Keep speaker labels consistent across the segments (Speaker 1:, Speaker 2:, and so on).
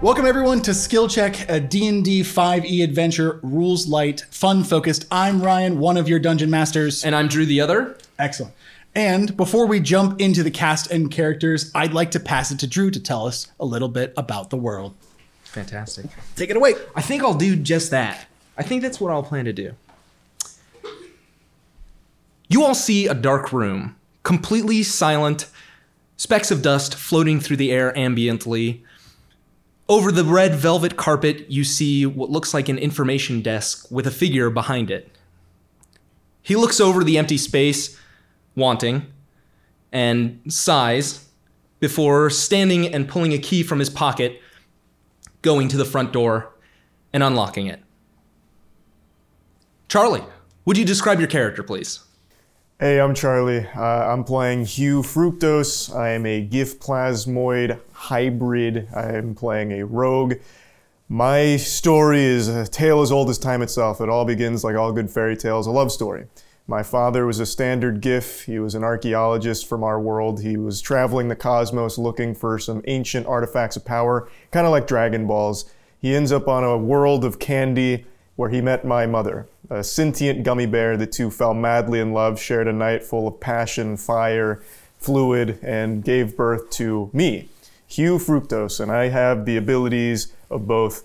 Speaker 1: Welcome everyone to Skill Check, a D&D 5e E adventure, rules light, fun focused. I'm Ryan, one of your dungeon masters.
Speaker 2: And I'm Drew the other.
Speaker 1: Excellent. And before we jump into the cast and characters, I'd like to pass it to Drew to tell us a little bit about the world.
Speaker 2: Fantastic.
Speaker 3: Take it away.
Speaker 2: I think I'll do just that. I think that's what I'll plan to do. You all see a dark room, completely silent, specks of dust floating through the air ambiently. Over the red velvet carpet, you see what looks like an information desk with a figure behind it. He looks over the empty space, wanting, and sighs before standing and pulling a key from his pocket, going to the front door and unlocking it. Charlie, would you describe your character, please?
Speaker 4: Hey, I'm Charlie. Uh, I'm playing Hugh Fructose. I am a GIF plasmoid hybrid. I am playing a rogue. My story is a tale as old as time itself. It all begins, like all good fairy tales, a love story. My father was a standard GIF. He was an archaeologist from our world. He was traveling the cosmos looking for some ancient artifacts of power, kind of like Dragon Balls. He ends up on a world of candy where he met my mother, a sentient gummy bear. The two fell madly in love, shared a night full of passion, fire, fluid, and gave birth to me, Hugh Fructose. And I have the abilities of both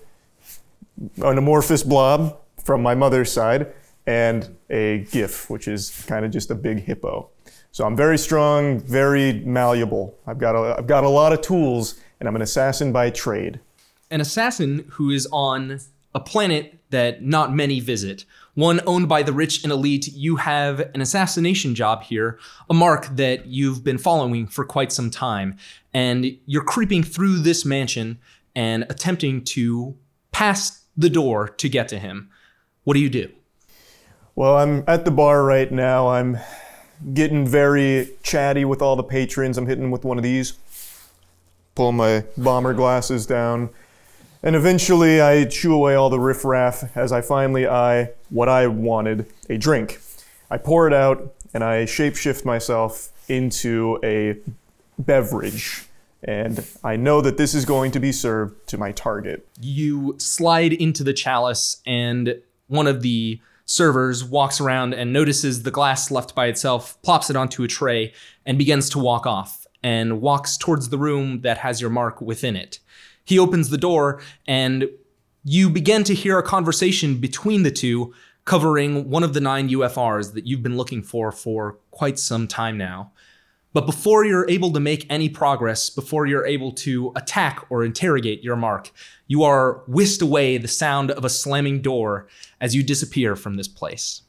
Speaker 4: an amorphous blob from my mother's side and a GIF, which is kind of just a big hippo. So I'm very strong, very malleable. I've got a, I've got a lot of tools, and I'm an assassin by trade.
Speaker 2: an assassin who is on a planet that not many visit, one owned by the rich and elite. You have an assassination job here, a mark that you've been following for quite some time. And you're creeping through this mansion and attempting to pass the door to get to him. What do you do?
Speaker 4: Well, I'm at the bar right now. I'm getting very chatty with all the patrons. I'm hitting with one of these. Pull my bomber glasses down. And eventually I chew away all the riffraff as I finally eye what I wanted a drink. I pour it out and I shapeshift myself into a beverage. And I know that this is going to be served to my target.
Speaker 2: you slide into the chalice and one of the servers walks around and notices the glass left by itself plops it onto a tray and begins to walk off and walks towards the room that has your mark within it he opens the door and you begin to hear a conversation between the two covering one of the nine UFRs that you've been looking for for quite some time now but before you're able to make any progress, before you're able to attack or interrogate your mark, you are whisked away the sound of a slamming door as you disappear from this place.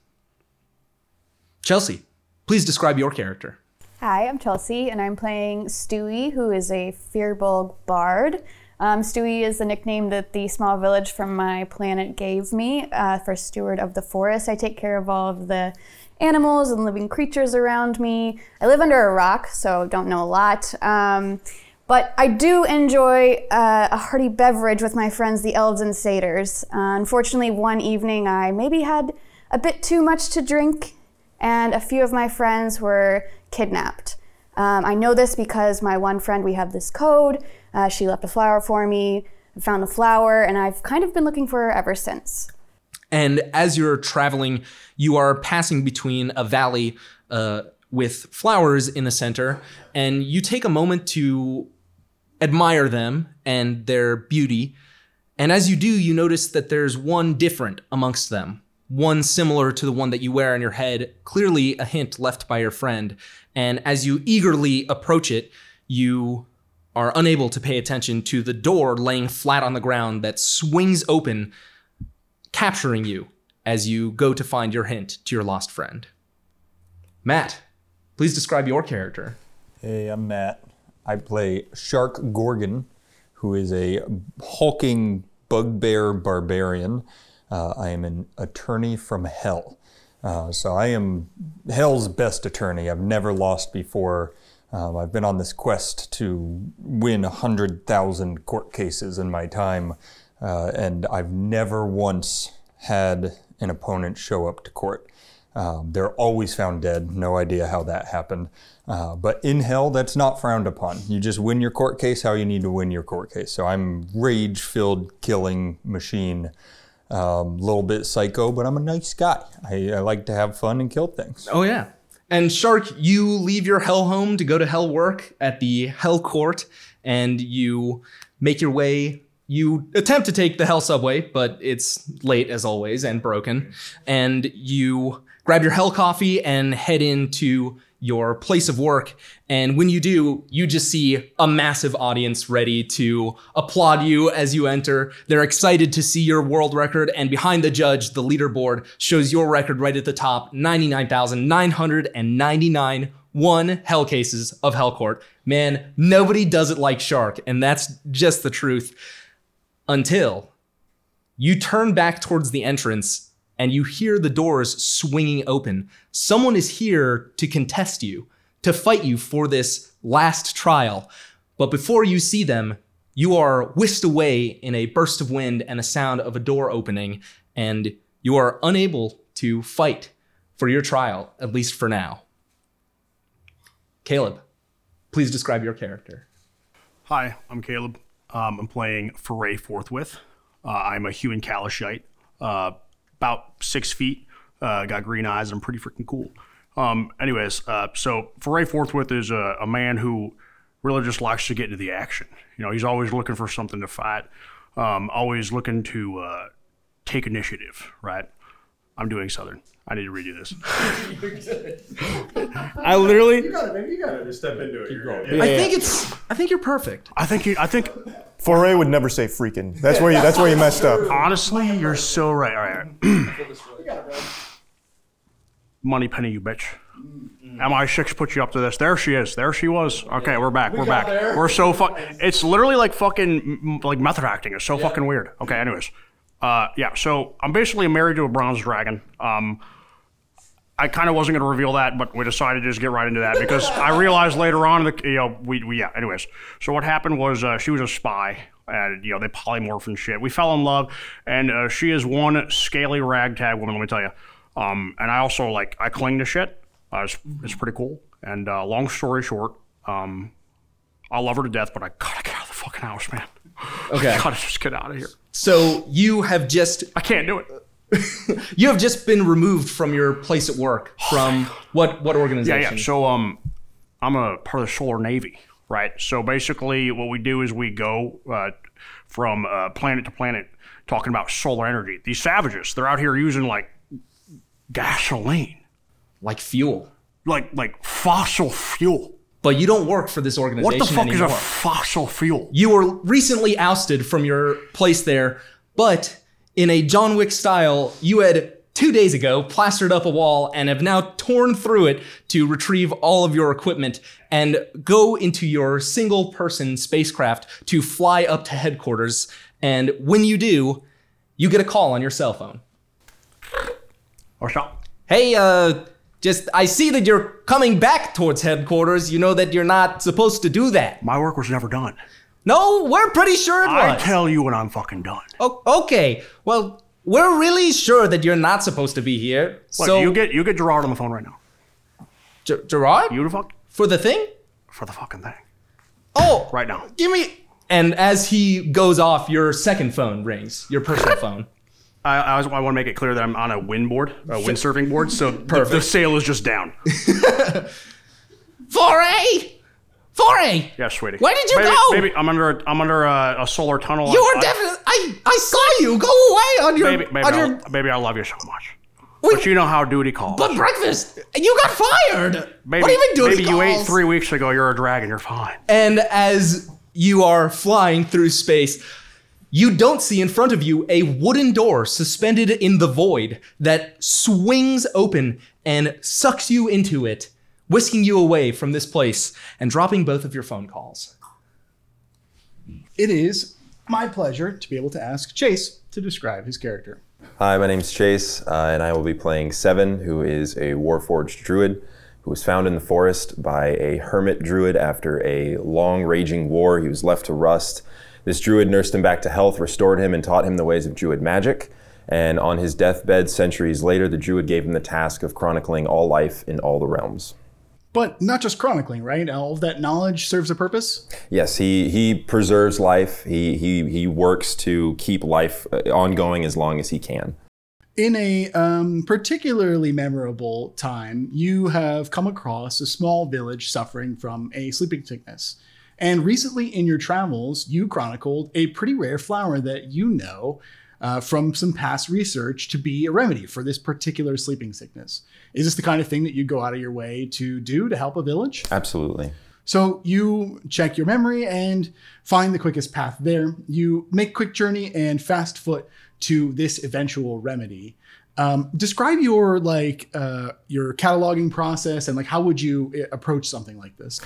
Speaker 2: Chelsea, please describe your character.
Speaker 5: Hi, I'm Chelsea, and I'm playing Stewie, who is a Firbolg bard. Um, Stewie is the nickname that the small village from my planet gave me uh, for steward of the forest. I take care of all of the animals and living creatures around me. I live under a rock, so don't know a lot. Um, but I do enjoy uh, a hearty beverage with my friends, the elves and satyrs. Uh, unfortunately, one evening I maybe had a bit too much to drink and a few of my friends were kidnapped. Um, I know this because my one friend, we have this code. Uh, she left a flower for me. I found the flower, and I've kind of been looking for her ever since.
Speaker 2: And as you're traveling, you are passing between a valley uh, with flowers in the center, and you take a moment to admire them and their beauty. And as you do, you notice that there's one different amongst them, one similar to the one that you wear on your head, clearly a hint left by your friend. And as you eagerly approach it, you are unable to pay attention to the door laying flat on the ground that swings open capturing you as you go to find your hint to your lost friend. Matt, please describe your character.
Speaker 6: Hey, I'm Matt. I play Shark Gorgon, who is a hulking bugbear barbarian. Uh, I am an attorney from hell. Uh, so I am hell's best attorney. I've never lost before. Um, I've been on this quest to win 100,000 court cases in my time, uh, and I've never once had an opponent show up to court. Um, they're always found dead. No idea how that happened. Uh, but in hell, that's not frowned upon. You just win your court case how you need to win your court case. So I'm rage filled killing machine. A um, little bit psycho, but I'm a nice guy. I, I like to have fun and kill things.
Speaker 2: Oh yeah. And Shark, you leave your hell home to go to hell work at the hell court, and you make your way. You attempt to take the hell subway, but it's late as always and broken. And you grab your hell coffee and head into your place of work. And when you do, you just see a massive audience ready to applaud you as you enter. They're excited to see your world record. And behind the judge, the leaderboard shows your record right at the top 99,999 one hell cases of hell court. Man, nobody does it like Shark. And that's just the truth. Until you turn back towards the entrance and you hear the doors swinging open. Someone is here to contest you, to fight you for this last trial. But before you see them, you are whisked away in a burst of wind and a sound of a door opening, and you are unable to fight for your trial, at least for now. Caleb, please describe your character.
Speaker 3: Hi, I'm Caleb. Um, I'm playing Foray Forthwith. Uh, I'm a human Kalashite. Uh, about six feet, uh, got green eyes, and I'm pretty freaking cool. Um, anyways, uh, so Foray Forthwith is a, a man who really just likes to get into the action. You know, he's always looking for something to fight, um, always looking to uh, take initiative, right? I'm doing Southern. I need to redo this. I literally,
Speaker 4: got it, man. You got to step into it.
Speaker 2: I think it's I think you're perfect.
Speaker 3: I think you, I think,
Speaker 4: Foray would never say freaking. That's where you. That's where you messed up.
Speaker 3: honestly, you're so right. All right, all right. Money penny, you bitch. MI6 put you up to this. There she is. There she was. Okay, we're back. We're back. We're so fuck. It's literally like fucking m- m- like method acting. It's so fucking weird. Okay, anyways. Uh, yeah. So I'm basically married to a bronze dragon. Um, I kind of wasn't going to reveal that, but we decided to just get right into that because I realized later on that you know we, we yeah. Anyways, so what happened was uh, she was a spy, and you know they polymorph and shit. We fell in love, and uh, she is one scaly ragtag woman. Let me tell you. Um, and I also like I cling to shit. Uh, it's, it's pretty cool. And uh, long story short, um, I love her to death, but I gotta get out of the fucking house, man.
Speaker 2: Okay.
Speaker 3: gotta just get out of here.
Speaker 2: So you have just
Speaker 3: I can't do it.
Speaker 2: you have just been removed from your place at work from Um, what what
Speaker 3: Yeah,
Speaker 2: organization?
Speaker 3: yeah. So um, I'm a part of the Solar Navy, right? So basically, what we do is we go uh, from uh, planet to planet talking about solar energy. These savages, they're out here using like gasoline,
Speaker 2: like fuel.
Speaker 3: like like fossil fuel.
Speaker 2: But you don't work for this organization
Speaker 3: What the fuck
Speaker 2: anymore.
Speaker 3: is a fossil fuel?
Speaker 2: you were recently ousted from your place there, but in a John Wick style, you had two days ago plastered up a wall and have now torn through it to retrieve all of your equipment and go into your single person spacecraft to fly up to headquarters. And when you do, you get a call on your cell phone.
Speaker 3: Or something.
Speaker 2: Hey, uh, just I see that you're coming back towards headquarters. You know that you're not supposed to do that.
Speaker 3: My work was never done.
Speaker 2: No, we're pretty sure it
Speaker 3: I
Speaker 2: was.
Speaker 3: tell you when I'm fucking done.
Speaker 2: O- okay. Well, we're really sure that you're not supposed to be here.
Speaker 3: Look,
Speaker 2: so
Speaker 3: you get you get Gerard on the phone right now.
Speaker 2: Ger- Gerard
Speaker 3: You the fuck
Speaker 2: for the thing.
Speaker 3: for the fucking thing
Speaker 2: Oh,
Speaker 3: right now.
Speaker 2: Give me. And as he goes off, your second phone rings. Your personal phone.
Speaker 3: I, I, was- I want to make it clear that I'm on a wind board, a windsurfing board, so the, the
Speaker 2: Perfect.
Speaker 3: sail is just down.
Speaker 2: Foray, foray.
Speaker 3: Yes, sweetie.
Speaker 2: Where did you
Speaker 3: maybe,
Speaker 2: go?
Speaker 3: Maybe I'm under a, I'm under a, a solar
Speaker 2: You
Speaker 3: tunnel. Oh, I-
Speaker 2: were
Speaker 3: I-
Speaker 2: definitely. I I saw you go away on your
Speaker 3: Baby, baby,
Speaker 2: on
Speaker 3: I,
Speaker 2: your
Speaker 3: baby, I love you so much.
Speaker 2: Wait.
Speaker 3: but you know how duty calls.
Speaker 2: but breakfast. and You got fired. what
Speaker 3: baby,
Speaker 2: have you been doing?
Speaker 3: Baby, you ate
Speaker 2: calls?
Speaker 3: three weeks ago. You're a dragon. You're fine.
Speaker 2: And as you are flying through space, you don't see in front of you a wooden door suspended in the void that swings open and sucks you into it, whisking you away from this place and dropping both of your phone calls.
Speaker 1: It is my pleasure to be able to ask Chase to describe his character.
Speaker 7: Hi, my name's Chase, uh, and I will be playing Seven, who is a Warforged druid who was found in the forest by a hermit druid after a long, raging war. He was left to rust. This druid nursed him back to health, restored him, and taught him the ways of druid magic. And on his deathbed, centuries later, the druid gave him the task of chronicling all life in all the realms.
Speaker 8: But not just chronicling, right? All of that knowledge serves a purpose.
Speaker 7: Yes, he he preserves life. He he he works to keep life uh, ongoing as long as he can.
Speaker 8: In a um, particularly memorable time, you have come across a small village suffering from a sleeping sickness. And recently in your travels, you chronicled a pretty rare flower that you know uh, from some past research to be a remedy for this particular sleeping sickness. Is this the kind of thing that you go out of your way to do to help a village?
Speaker 7: Absolutely.
Speaker 8: So you check your memory and find the quickest path there. You make quick journey and fast foot to this eventual remedy. Um, describe your like uh, your cataloging process and like how would you uh, approach something like this?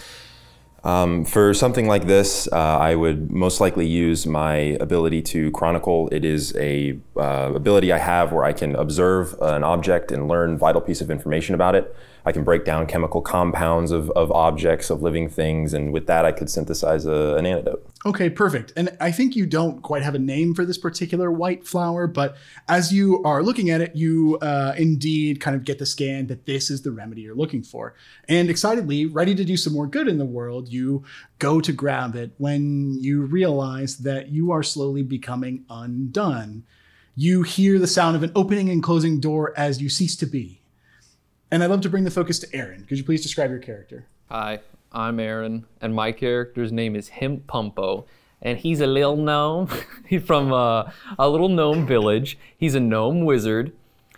Speaker 7: Um, for something like this, uh, I would most likely use my ability to chronicle. It is a uh, ability I have where I can observe an object and learn vital piece of information about it. I can break down chemical compounds of, of objects, of living things, and with that, I could synthesize a, an antidote.
Speaker 8: Okay, perfect. And I think you don't quite have a name for this particular white flower, but as you are looking at it, you uh, indeed kind of get the scan that this is the remedy you're looking for. And excitedly, ready to do some more good in the world, you go to grab it when you realize that you are slowly becoming undone. You hear the sound of an opening and closing door as you cease to be. And I'd love to bring the focus to Aaron. Could you please describe your character?
Speaker 9: Hi, I'm Aaron, and my character's name is Hemp Pumpo, and he's a little gnome He's from uh, a little gnome village. He's a gnome wizard,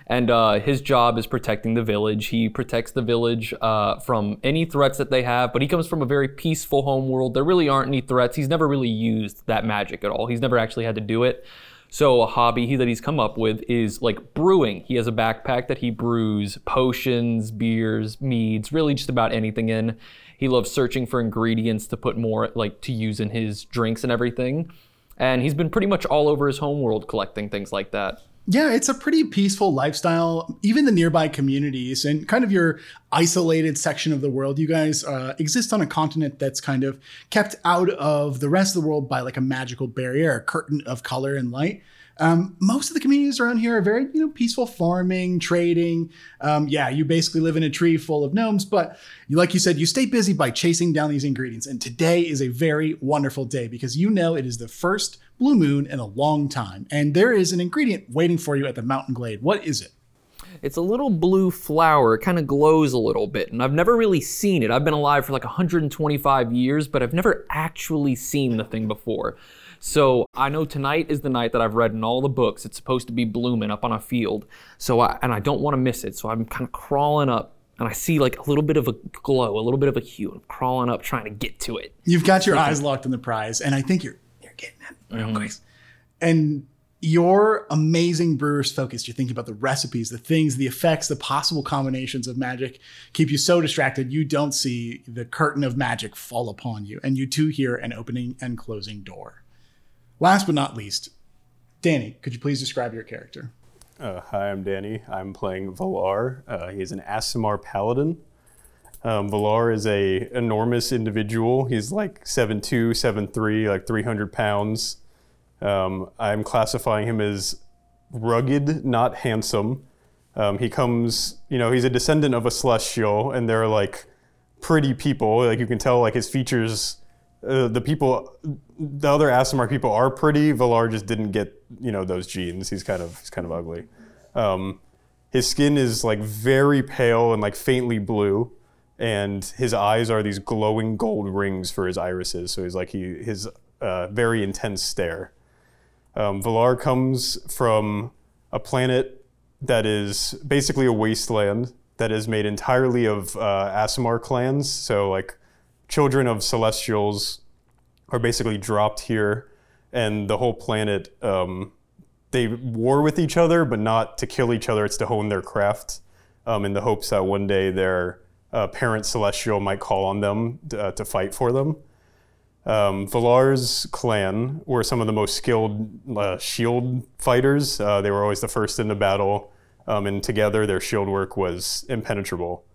Speaker 9: and uh, his job is protecting the village. He protects the village uh, from any threats that they have, but he comes from a very peaceful home world. There really aren't any threats. He's never really used that magic at all, he's never actually had to do it. So a hobby he, that he's come up with is like brewing. He has a backpack that he brews potions, beers, meads, really just about anything in. He loves searching for ingredients to put more like to use in his drinks and everything. And he's been pretty much all over his homeworld collecting things like that.
Speaker 8: Yeah, it's a pretty peaceful lifestyle. Even the nearby communities and kind of your isolated section of the world, you guys uh, exist on a continent that's kind of kept out of the rest of the world by like a magical barrier, a curtain of color and light. Um, most of the communities around here are very, you know, peaceful farming, trading. Um, yeah, you basically live in a tree full of gnomes, but you, like you said, you stay busy by chasing down these ingredients. And today is a very wonderful day because you know it is the first blue moon in a long time, and there is an ingredient waiting for you at the mountain glade. What is it?
Speaker 9: It's a little blue flower. It kind of glows a little bit, and I've never really seen it. I've been alive for like 125 years, but I've never actually seen the thing before. So I know tonight is the night that I've read in all the books. It's supposed to be blooming up on a field. So I, and I don't want to miss it. So I'm kind of crawling up, and I see like a little bit of a glow, a little bit of a hue. I'm crawling up, trying to get to it.
Speaker 8: You've got your eyes locked on the prize, and I think you're you're getting it real quick. And your amazing brewer's focus. You're thinking about the recipes, the things, the effects, the possible combinations of magic keep you so distracted you don't see the curtain of magic fall upon you. And you too hear an opening and closing door. Last but not least, Danny, could you please describe your character?
Speaker 10: Uh, hi, I'm Danny. I'm playing Valar. Uh, he's an Asimar paladin. Um, Valar is a enormous individual. He's like 7'2", 7'3", like 300 pounds. Um, I'm classifying him as rugged, not handsome. Um, he comes, you know, he's a descendant of a celestial, and they're like pretty people. Like you can tell, like his features. Uh, the people, the other Asimar people are pretty. Valar just didn't get, you know, those genes. He's kind of, he's kind of ugly. Um, his skin is like very pale and like faintly blue, and his eyes are these glowing gold rings for his irises. So he's like he his uh, very intense stare. Um, Valar comes from a planet that is basically a wasteland that is made entirely of uh, Asimar clans. So like children of celestials are basically dropped here, and the whole planet um, they war with each other, but not to kill each other. It's to hone their craft, um, in the hopes that one day their uh, parent celestial might call on them uh, to fight for them. Um, Valar's clan were some of the most skilled uh, shield fighters. Uh, they were always the first in the battle, um, and together their shield work was impenetrable.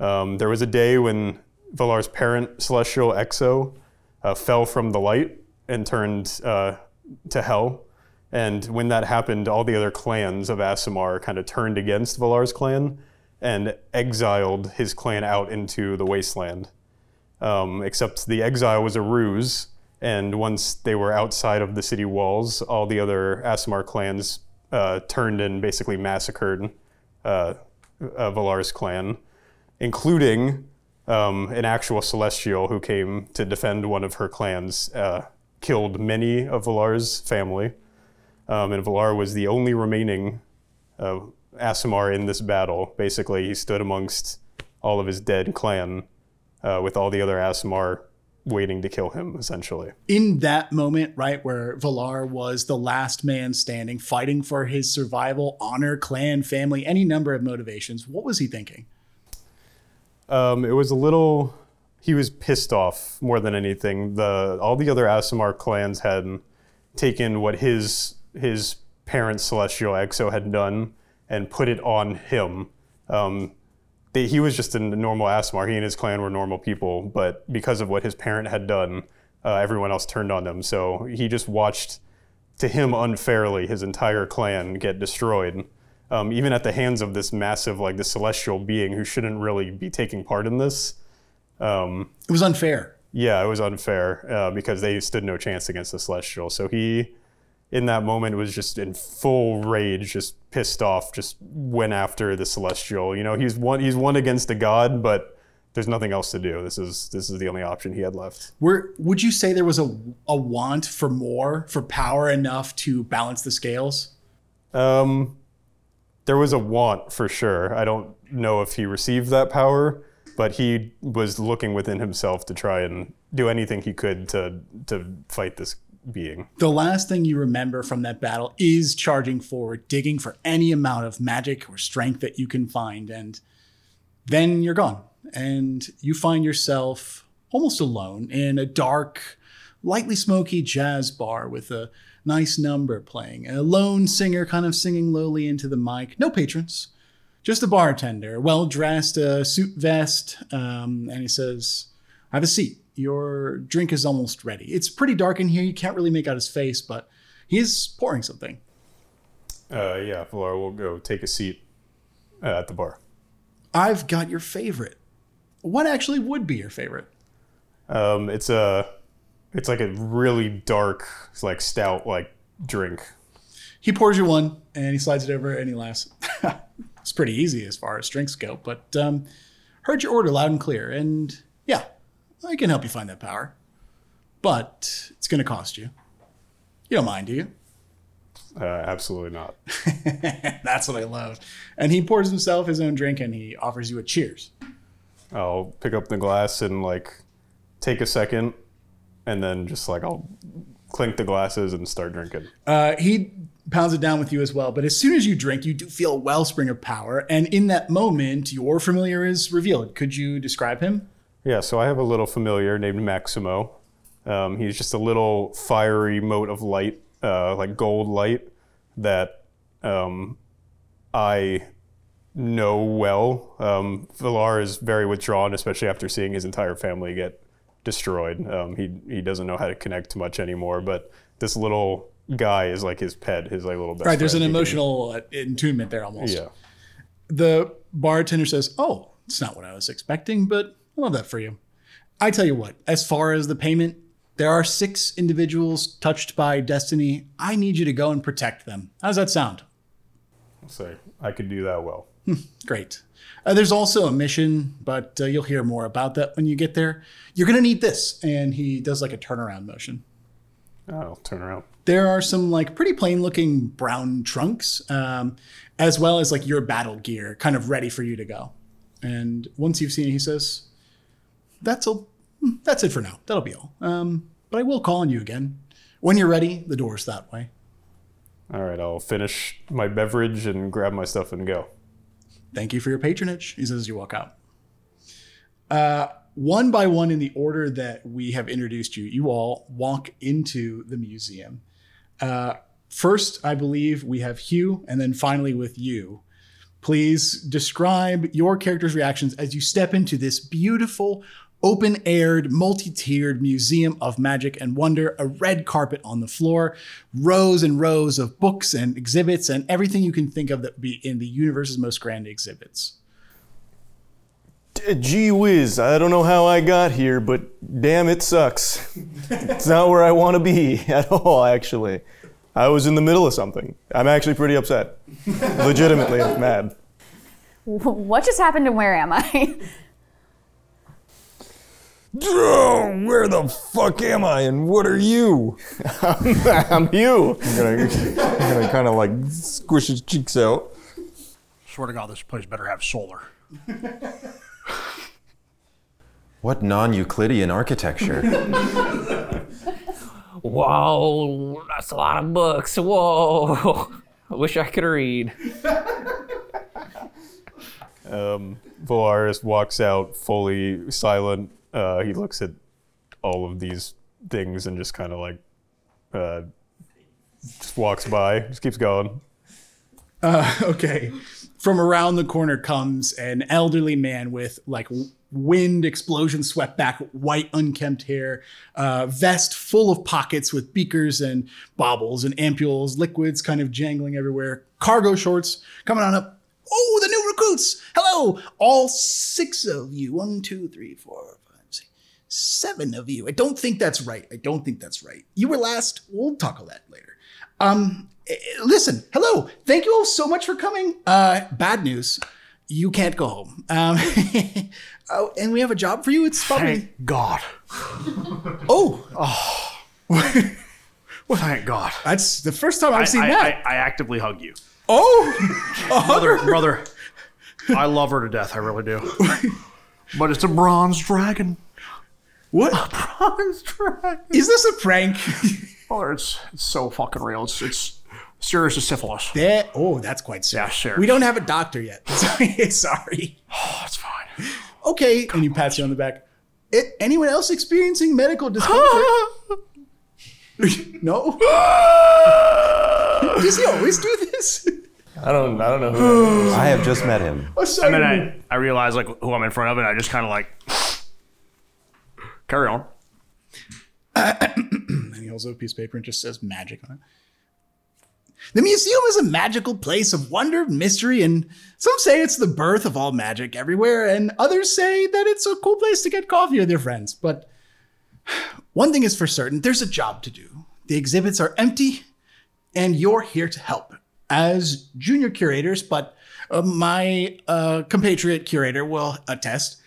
Speaker 10: Um, there was a day when Valar's parent, Celestial Exo, uh, fell from the light and turned uh, to hell, And when that happened, all the other clans of Asimar kind of turned against Valar's clan and exiled his clan out into the wasteland. Um, except the exile was a ruse, and once they were outside of the city walls, all the other Asimar clans uh, turned and basically massacred uh, uh, Valar's clan, including um, an actual celestial who came to defend one of her clans, uh, killed many of Valar's family. Um, and Valar was the only remaining uh, Asimar in this battle. Basically, he stood amongst all of his dead clan uh, with all the other Asimar waiting to kill him, essentially.
Speaker 8: in that moment, right, where Valar was the last man standing, fighting for his survival, honor, clan, family, any number of motivations, what was he thinking?
Speaker 10: Um, it was a little. He was pissed off more than anything. The all the other Asimar clans had taken what his his parent Celestial Exo had done and put it on him. Um, they, he was just a normal Asimar. He and his clan were normal people, but because of what his parent had done, uh, everyone else turned on them. So he just watched, to him unfairly, his entire clan get destroyed, um, even at the hands of this massive, like this celestial being who shouldn't really be taking part in this. Um,
Speaker 8: It was unfair.
Speaker 10: yeah, it was unfair uh, because they stood no chance against the Celestial. So he, in that moment, was just in full rage, just pissed off, just went after the Celestial. You know, he's one he's one against a god, but there's nothing else to do. This is this is the only option he had left.
Speaker 8: Were, would you say there was a, a want for more, for power enough to balance the scales?
Speaker 10: Um, there was a want for sure. I don't know if he received that power, but he was looking within himself to try and do anything he could to to fight this being.
Speaker 8: The last thing you remember from that battle is charging forward, digging for any amount of magic or strength that you can find, and then you're gone. And you find yourself almost alone in a dark, lightly smoky jazz bar with a nice number playing, a lone singer kind of singing lowly into the mic, no patrons. Just a bartender, well dressed, a suit vest, um, and he says, have a seat. Your drink is almost ready. It's pretty dark in here. You can't really make out his face, but he is pouring something.
Speaker 10: Uh, yeah, Valar will go take a seat uh, at the bar.
Speaker 8: I've got your favorite. What actually would be your favorite?
Speaker 10: Um, it's a, it's like a really dark, like stout, like drink.
Speaker 8: He pours you one and he slides it over and he laughs. it's pretty easy as far as drinks go, but um, heard your order loud and clear. And yeah, I can help you find that power, but it's going to cost you. You don't mind, do you?
Speaker 10: Uh, absolutely not.
Speaker 8: That's what I love. And he pours himself his own drink and he offers you a cheers.
Speaker 10: I'll pick up the glass and like take a second, and then just like I'll clink the glasses and start drinking.
Speaker 8: Uh, he pounds it down with you as well. But as soon as you drink, you do feel a wellspring of power. And in that moment, your familiar is revealed. Could you describe him?
Speaker 10: Yeah, so I have a little familiar named Maximo. Um, he's just a little fiery mote of light, uh, like gold light, that um, I know well. Um, Villar is very withdrawn, especially after seeing his entire family get destroyed. Um, he he doesn't know how to connect much anymore. But this little guy is like his pet, his like little best.
Speaker 8: Right, there's an
Speaker 10: friend.
Speaker 8: emotional uh, attunement there almost.
Speaker 10: Yeah.
Speaker 8: The bartender says, Oh, it's not what I was expecting, but I love that for you. I tell you what, as far as the payment, there are six individuals touched by destiny. I need you to go and protect them. How does that sound?
Speaker 10: So I could do that well.
Speaker 8: Great. Uh, there's also a mission, but uh, you'll hear more about that when you get there. You're going to need this. And he does like a turnaround motion.
Speaker 10: I'll turn around.
Speaker 8: There are some like pretty plain looking brown trunks, um, as well as like your battle gear kind of ready for you to go. And once you've seen it, he says, that's all. hmm, That's it for now. That'll be all. Um, but I will call on you again. When you're ready, the door's that way.
Speaker 10: All right, I'll finish my beverage and grab my stuff and go.
Speaker 8: thank you for your patronage, he says as you walk out. Uh, one by one, in the order that we have introduced you, you all walk into the museum. Uh, first, I believe we have Hugh, and then finally with you. Please describe your character's reactions as you step into this beautiful, open aired, multi tiered museum of magic and wonder, a red carpet on the floor, rows and rows of books and exhibits, and everything you can think of that would be in the universe's most grand exhibits.
Speaker 4: D- Uh, Gee whiz, I don't know how I got here, but damn, it sucks. it's not where I want to be at all, actually. I was in the middle of something. I'm actually pretty upset. Legitimately mad.
Speaker 5: What just happened and where am I?
Speaker 11: Oh, where the fuck am I and what are you?
Speaker 4: I'm you.
Speaker 11: I'm gonna, I'm gonna kind of like squish his cheeks out.
Speaker 3: Swear to God, this place better have solar.
Speaker 7: What non Euclidean architecture?
Speaker 9: Whoa, that's a lot of books. Whoa. Oh, I wish I could read.
Speaker 10: Valaris Um, walks out fully silent. Uh, he looks at all of these things and just kind of like uh, just walks by, just keeps going.
Speaker 8: Uh, Okay. From around the corner comes an elderly man with like w- wind explosion swept back, white unkempt hair, uh, vest full of pockets with beakers and baubles and ampules, liquids kind of jangling everywhere, cargo shorts coming on up. Oh, the new recruits! Hello, all six of you. One, two, three, four, five, six, seven of you. I don't think that's right. I don't think that's right. You were last. We'll talk of that later. Um, eh, listen, hello. Thank you all so much for coming. Uh, bad news. You can't go home. Um, oh, and we have a job for you. It's probably.
Speaker 3: Thank God.
Speaker 8: Oh,
Speaker 3: Oh. Thank God.
Speaker 8: that's the first time I've seen
Speaker 3: I,
Speaker 8: that.
Speaker 3: I, I actively hug you.
Speaker 8: oh, a
Speaker 3: Brother,
Speaker 8: hugger.
Speaker 3: brother, I love her to death. I really do. But it's a bronze dragon.
Speaker 8: What?
Speaker 3: Bronze dragon.
Speaker 8: Is this a prank?
Speaker 3: Brother, it's, it's so fucking real. It's, it's serious as syphilis.
Speaker 8: that, oh, that's quite serious.
Speaker 3: Yeah, sure.
Speaker 8: We don't have a doctor yet. Sorry. Sorry.
Speaker 3: That's Oh, fine.
Speaker 8: okay. and he pats you on the back. "A- anyone else experiencing medical discomfort? no. Does he always do this?
Speaker 4: I don't. I don't know. Who
Speaker 7: I have just met him.
Speaker 8: I'm sorry.
Speaker 3: And then I, I realize like who I'm in front of, and I just kind of like carry on.
Speaker 8: and he holds up a piece of paper and just says magic on it. The museum is a magical place of wonder, mystery, and some say it's the birth of all magic everywhere, and others say that it's a cool place to get coffee with your friends. But one thing is for certain there's a job to do. The exhibits are empty, and you're here to help as junior curators, but uh, my uh, compatriot curator will attest.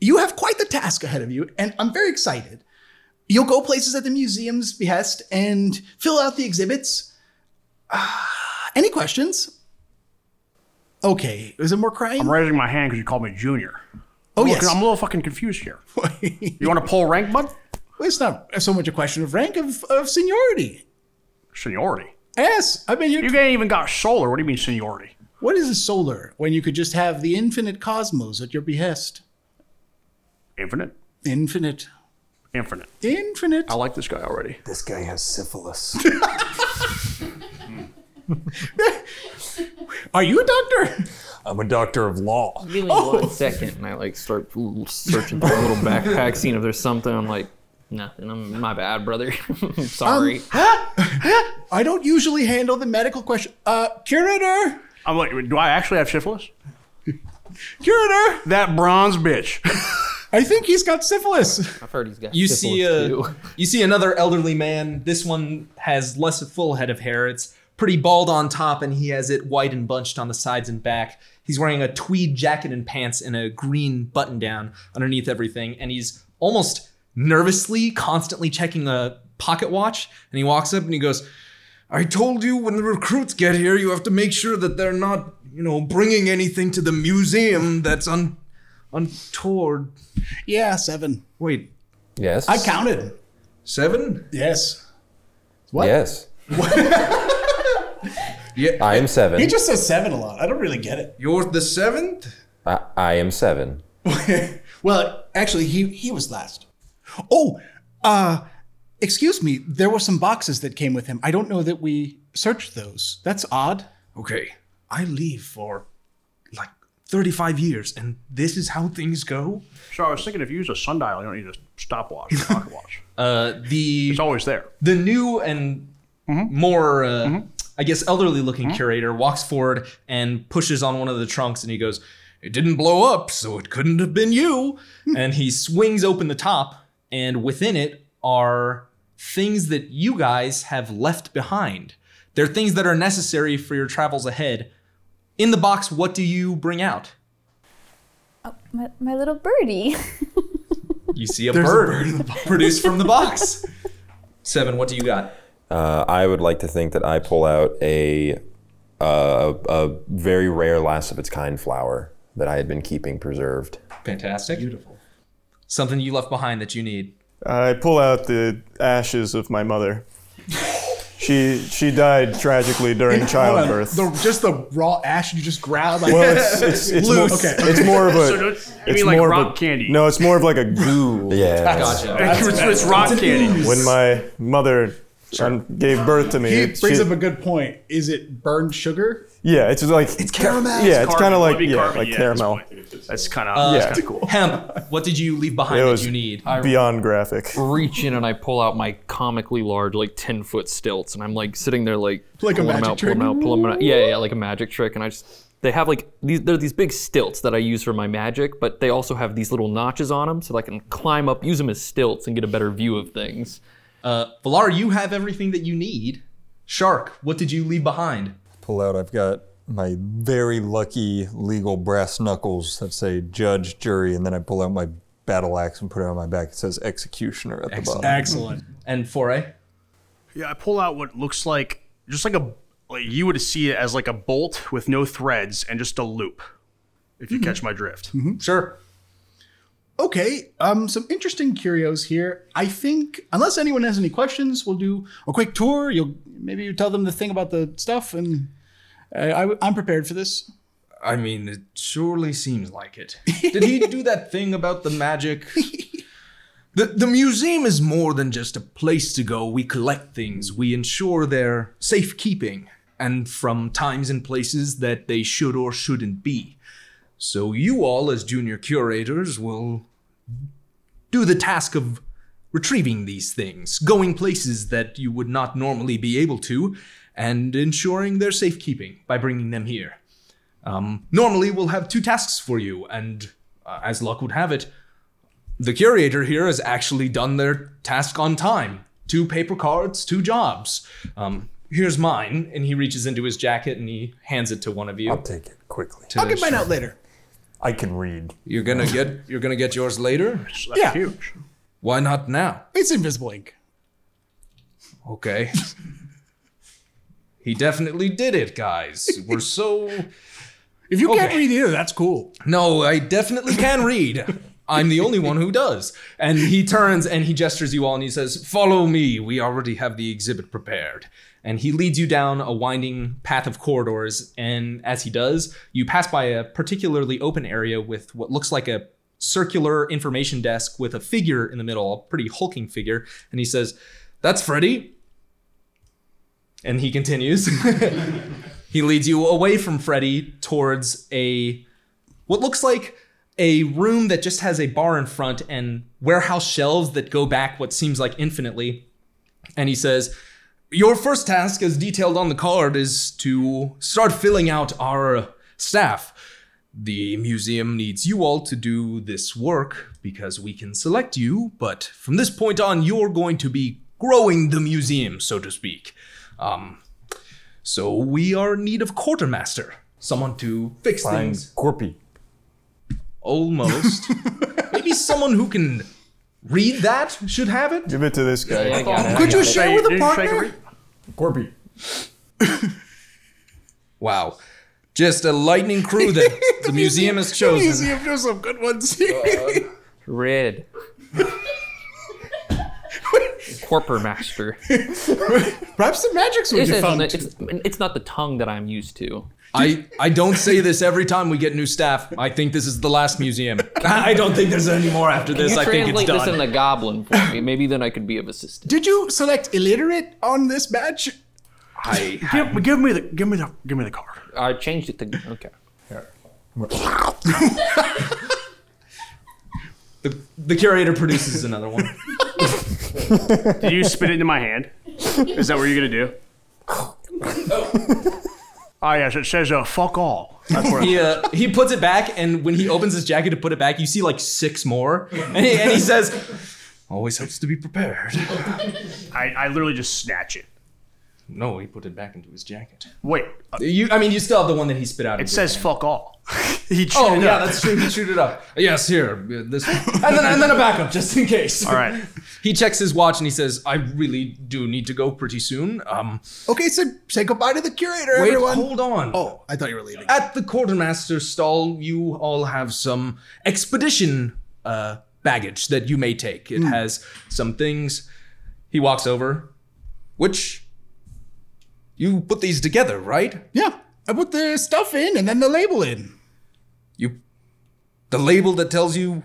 Speaker 8: You have quite the task ahead of you, and I'm very excited you'll go places at the museum's behest and fill out the exhibits. Ah, any questions? Okay, is it more crying?
Speaker 3: I'm raising my hand because you called me junior.
Speaker 8: oh
Speaker 3: Look,
Speaker 8: yes.
Speaker 3: I'm a little fucking confused here. You want to pull rank, bud?
Speaker 8: Well, it's not so much a question of rank of, of seniority.
Speaker 3: Seniority.
Speaker 8: Yes, I mean, you
Speaker 3: You ain't even got solar. What do you mean seniority?
Speaker 8: what is a solar when you could just have the infinite cosmos at your behest?
Speaker 3: Infinite.
Speaker 8: Infinite,
Speaker 3: Infinite.
Speaker 8: infinite.
Speaker 3: I like this guy already.
Speaker 12: This guy has syphilis.
Speaker 8: Are you a doctor? Oh.
Speaker 11: I'm a doctor of law.
Speaker 9: Give me one second, and I like start l- searching through a little backpack, seeing if there's something. I'm like, nothing. I'm my bad, brother.
Speaker 8: Um,
Speaker 9: I'm sorry.
Speaker 8: I don't usually handle the medical question. Uh, curator,
Speaker 3: I'm like, do I actually have syphilis?
Speaker 8: curator.
Speaker 3: That bronze bitch.
Speaker 8: I think he's got syphilis.
Speaker 9: I've heard he's got.
Speaker 2: You see
Speaker 9: syphilis,
Speaker 2: a,
Speaker 9: too.
Speaker 2: you see another elderly man. This one has less a full head of hair. It's pretty bald on top, and he has it white and bunched on the sides and back. He's wearing a tweed jacket and pants and a green button down underneath everything, and he's almost nervously, constantly checking a pocket watch. And he walks up and he goes, "I told you when the recruits get here, you have to make sure that they're not, you know, bringing anything to the museum that's un." Untoward.
Speaker 8: Yeah, seven.
Speaker 2: Wait,
Speaker 7: Yes.
Speaker 8: I counted.
Speaker 2: seven?
Speaker 8: Yes.
Speaker 7: Yes. yeah. I am seven.
Speaker 8: He just says seven a lot. I don't really get it.
Speaker 2: You're the seventh?
Speaker 7: I, I am seven.
Speaker 8: well, actually, he he was last. Oh, uh, excuse me. There were some boxes that came with him. I don't know that we searched those. That's odd.
Speaker 2: Okay.
Speaker 8: I leave for
Speaker 2: 35 years and this is how things go.
Speaker 3: So I was thinking if you use a sundial, you don't need a stopwatch, or pocket watch.
Speaker 2: Uh, the
Speaker 3: It's always there.
Speaker 2: the new and more, uh, I guess, elderly looking curator walks forward and pushes on one of the trunks and he goes, It didn't blow up, so it couldn't have been you. and he swings open the top, and within it are things that you guys have left behind. They're things that are necessary for your travels ahead. In the box, what do you bring out?
Speaker 5: Oh, My, my little birdie.
Speaker 2: You see a bird, produced from the box. Seven, what do you got?
Speaker 7: Uh, I would like to think that I pull out a, uh, a a very rare last of its kind flower that I had been keeping preserved.
Speaker 2: Fantastic. Beautiful. Something you left behind that you need.
Speaker 4: I pull out the ashes of my mother. She she died tragically during childbirth.
Speaker 1: The, just the raw ash you just grab. Like,
Speaker 4: Well, it's it's, it's, more,
Speaker 1: Loose. Okay.
Speaker 4: it's more of a.
Speaker 3: So it's, you mean
Speaker 4: it's
Speaker 3: like
Speaker 4: more of
Speaker 3: rock
Speaker 4: a-
Speaker 3: candy?
Speaker 4: No, it's more of like a goo.
Speaker 7: Yeah.
Speaker 2: Gotcha.
Speaker 3: it's, it's rock candy.
Speaker 4: When my mother um, gave birth to me,
Speaker 1: he
Speaker 4: it-
Speaker 1: brings
Speaker 4: she-
Speaker 1: up a good point. Is it burned sugar?
Speaker 4: yeah, it's like it's
Speaker 1: caramel.
Speaker 4: Yeah, it's kind
Speaker 3: Caramel.
Speaker 4: of like
Speaker 3: It'd be
Speaker 4: yeah,
Speaker 3: caramel,
Speaker 4: like
Speaker 3: yeah, at this
Speaker 4: caramel.
Speaker 3: Uh, That's kind of
Speaker 4: Yeah.
Speaker 3: kind of cool.
Speaker 2: Hemp, what did you leave behind
Speaker 4: It
Speaker 2: that
Speaker 4: was-
Speaker 2: you need?
Speaker 4: Beyond graphic.
Speaker 9: reach in and I pull out my comically large, like ten foot stilts, and I'm like sitting there, like
Speaker 1: Like a
Speaker 9: pulling 'em
Speaker 1: magic
Speaker 9: out, pulling 'em
Speaker 1: trick?
Speaker 9: out, pulling 'em out. Yeah, yeah, like a magic trick. And I just they have like these. They're these big stilts that I use for my magic, but they also have these little notches on them, so that I can climb up, use them as stilts, and get a better view of things.
Speaker 2: Uh, Valar, you have everything that you need. Shark, what did you leave behind?
Speaker 6: Pull out. I've got my very lucky legal brass knuckles that say judge, jury, and then I pull out my battle axe and put it on my back. It says executioner at the bottom.
Speaker 1: Excellent.
Speaker 2: And Foray?
Speaker 3: Yeah, I pull out what looks like just like a like you would see it as like a bolt with no threads and just a loop. If you
Speaker 2: Hmm.
Speaker 3: catch my drift.
Speaker 4: Mm-hmm.
Speaker 2: Sure.
Speaker 1: Okay, um, some interesting curios here. I think, unless anyone has any questions, we'll do a quick tour. You'll maybe you tell them the thing about the stuff, and I, I, I'm prepared for this.
Speaker 2: I mean, it surely seems like it. Did he do that thing about the magic? The, the museum is more than just a place to go. We collect things, we ensure their safekeeping, and from times and places that they should or shouldn't be. So, you all, as junior curators, will do the task of retrieving these things, going places that you would not normally be able to, and ensuring their safekeeping by bringing them here. Um, normally, we'll have two tasks for you, and uh, as luck would have it, the curator here has actually done their task on time. Two paper cards, two jobs. Um, here's mine, and he reaches into his jacket and he hands it to one of you.
Speaker 6: I'll take it quickly.
Speaker 1: I'll get mine out later.
Speaker 6: I can read.
Speaker 2: You're gonna get you're gonna get yours later.
Speaker 3: So that's
Speaker 1: Yeah.
Speaker 3: huge.
Speaker 2: Why not now?
Speaker 1: It's invisible ink.
Speaker 2: Okay. he definitely did it, guys. We're so
Speaker 1: If you can't
Speaker 2: Okay.
Speaker 1: read either, that's cool.
Speaker 2: No, I definitely can read. I'm the only one who does. And he turns and he gestures you all and he says, Follow me. We already have the exhibit prepared. And he leads you down a winding path of corridors. And as he does, you pass by a particularly open area with what looks like a circular information desk with a figure in the middle, a pretty hulking figure. And he says, That's Freddy. And he continues. he leads you away from Freddy towards a what looks like a room that just has a bar in front and warehouse shelves that go back what seems like infinitely. And he says, Your first task, as detailed on the card, is to start filling out our staff. The museum needs you all to do this work because we can select you, but from this point on, you're going to be growing the museum, so to speak. Um, so we are in need of quartermaster, someone to fix
Speaker 6: Find
Speaker 2: things
Speaker 6: Corpy.
Speaker 2: almost. Maybe someone who can read that should have it.
Speaker 4: Give it to this guy.
Speaker 9: I got it.
Speaker 1: Could you
Speaker 3: Say-
Speaker 1: share with a
Speaker 3: did you shake
Speaker 1: partner?
Speaker 3: it?
Speaker 6: Corpy.
Speaker 2: Wow. Just a lightning crew that the, museum has chosen.
Speaker 1: Easy, if there's some good ones here.
Speaker 9: Red. Corporate master.
Speaker 1: Perhaps the magic's were
Speaker 9: It's, it's,
Speaker 1: defunct.
Speaker 9: it's, it's not the tongue that I'm used to.
Speaker 2: I, I don't say this every time we get new staff. I think this is the last museum. I don't think there's any more after this. I think it's
Speaker 9: Translate this in
Speaker 2: done.
Speaker 9: the goblin for me. Maybe then I could be of assistance.
Speaker 1: Did you select illiterate on this match?
Speaker 2: I,
Speaker 3: Give, give me the give me the give me the card.
Speaker 9: I changed it to okay.
Speaker 2: The, the curator produces another one.
Speaker 3: Did you spit it into my hand? Is that what you're gonna do? Ah yes, it says uh, fuck all. That's where
Speaker 2: He, uh, he puts it back, and when he opens his jacket to put it back, you see like six more. And he, and he says, Always helps to be prepared.
Speaker 3: I, I literally just snatch it.
Speaker 2: No, he put it back into his jacket.
Speaker 3: Wait, uh,
Speaker 2: You, I mean, you still have the one that he spit out.
Speaker 3: it says fuck all. he
Speaker 2: Oh,
Speaker 3: chewed it
Speaker 2: yeah,
Speaker 3: up.
Speaker 2: that's true. He chewed it up. Yes, here. uh, This And then, and then a backup just in case.
Speaker 3: all right.
Speaker 2: He checks his watch and he says, I really do need to go pretty soon. Um,
Speaker 1: Okay, so say goodbye to the curator,
Speaker 2: wait,
Speaker 1: everyone.
Speaker 2: hold on.
Speaker 1: Oh, I thought you were leaving.
Speaker 2: At the quartermaster's stall, you all have some expedition uh, baggage that you may take.
Speaker 1: Hmm.
Speaker 2: It has some things. He walks over, which you put these together, right?
Speaker 1: yeah, I put the stuff in and then the label in.
Speaker 2: You, the label that tells you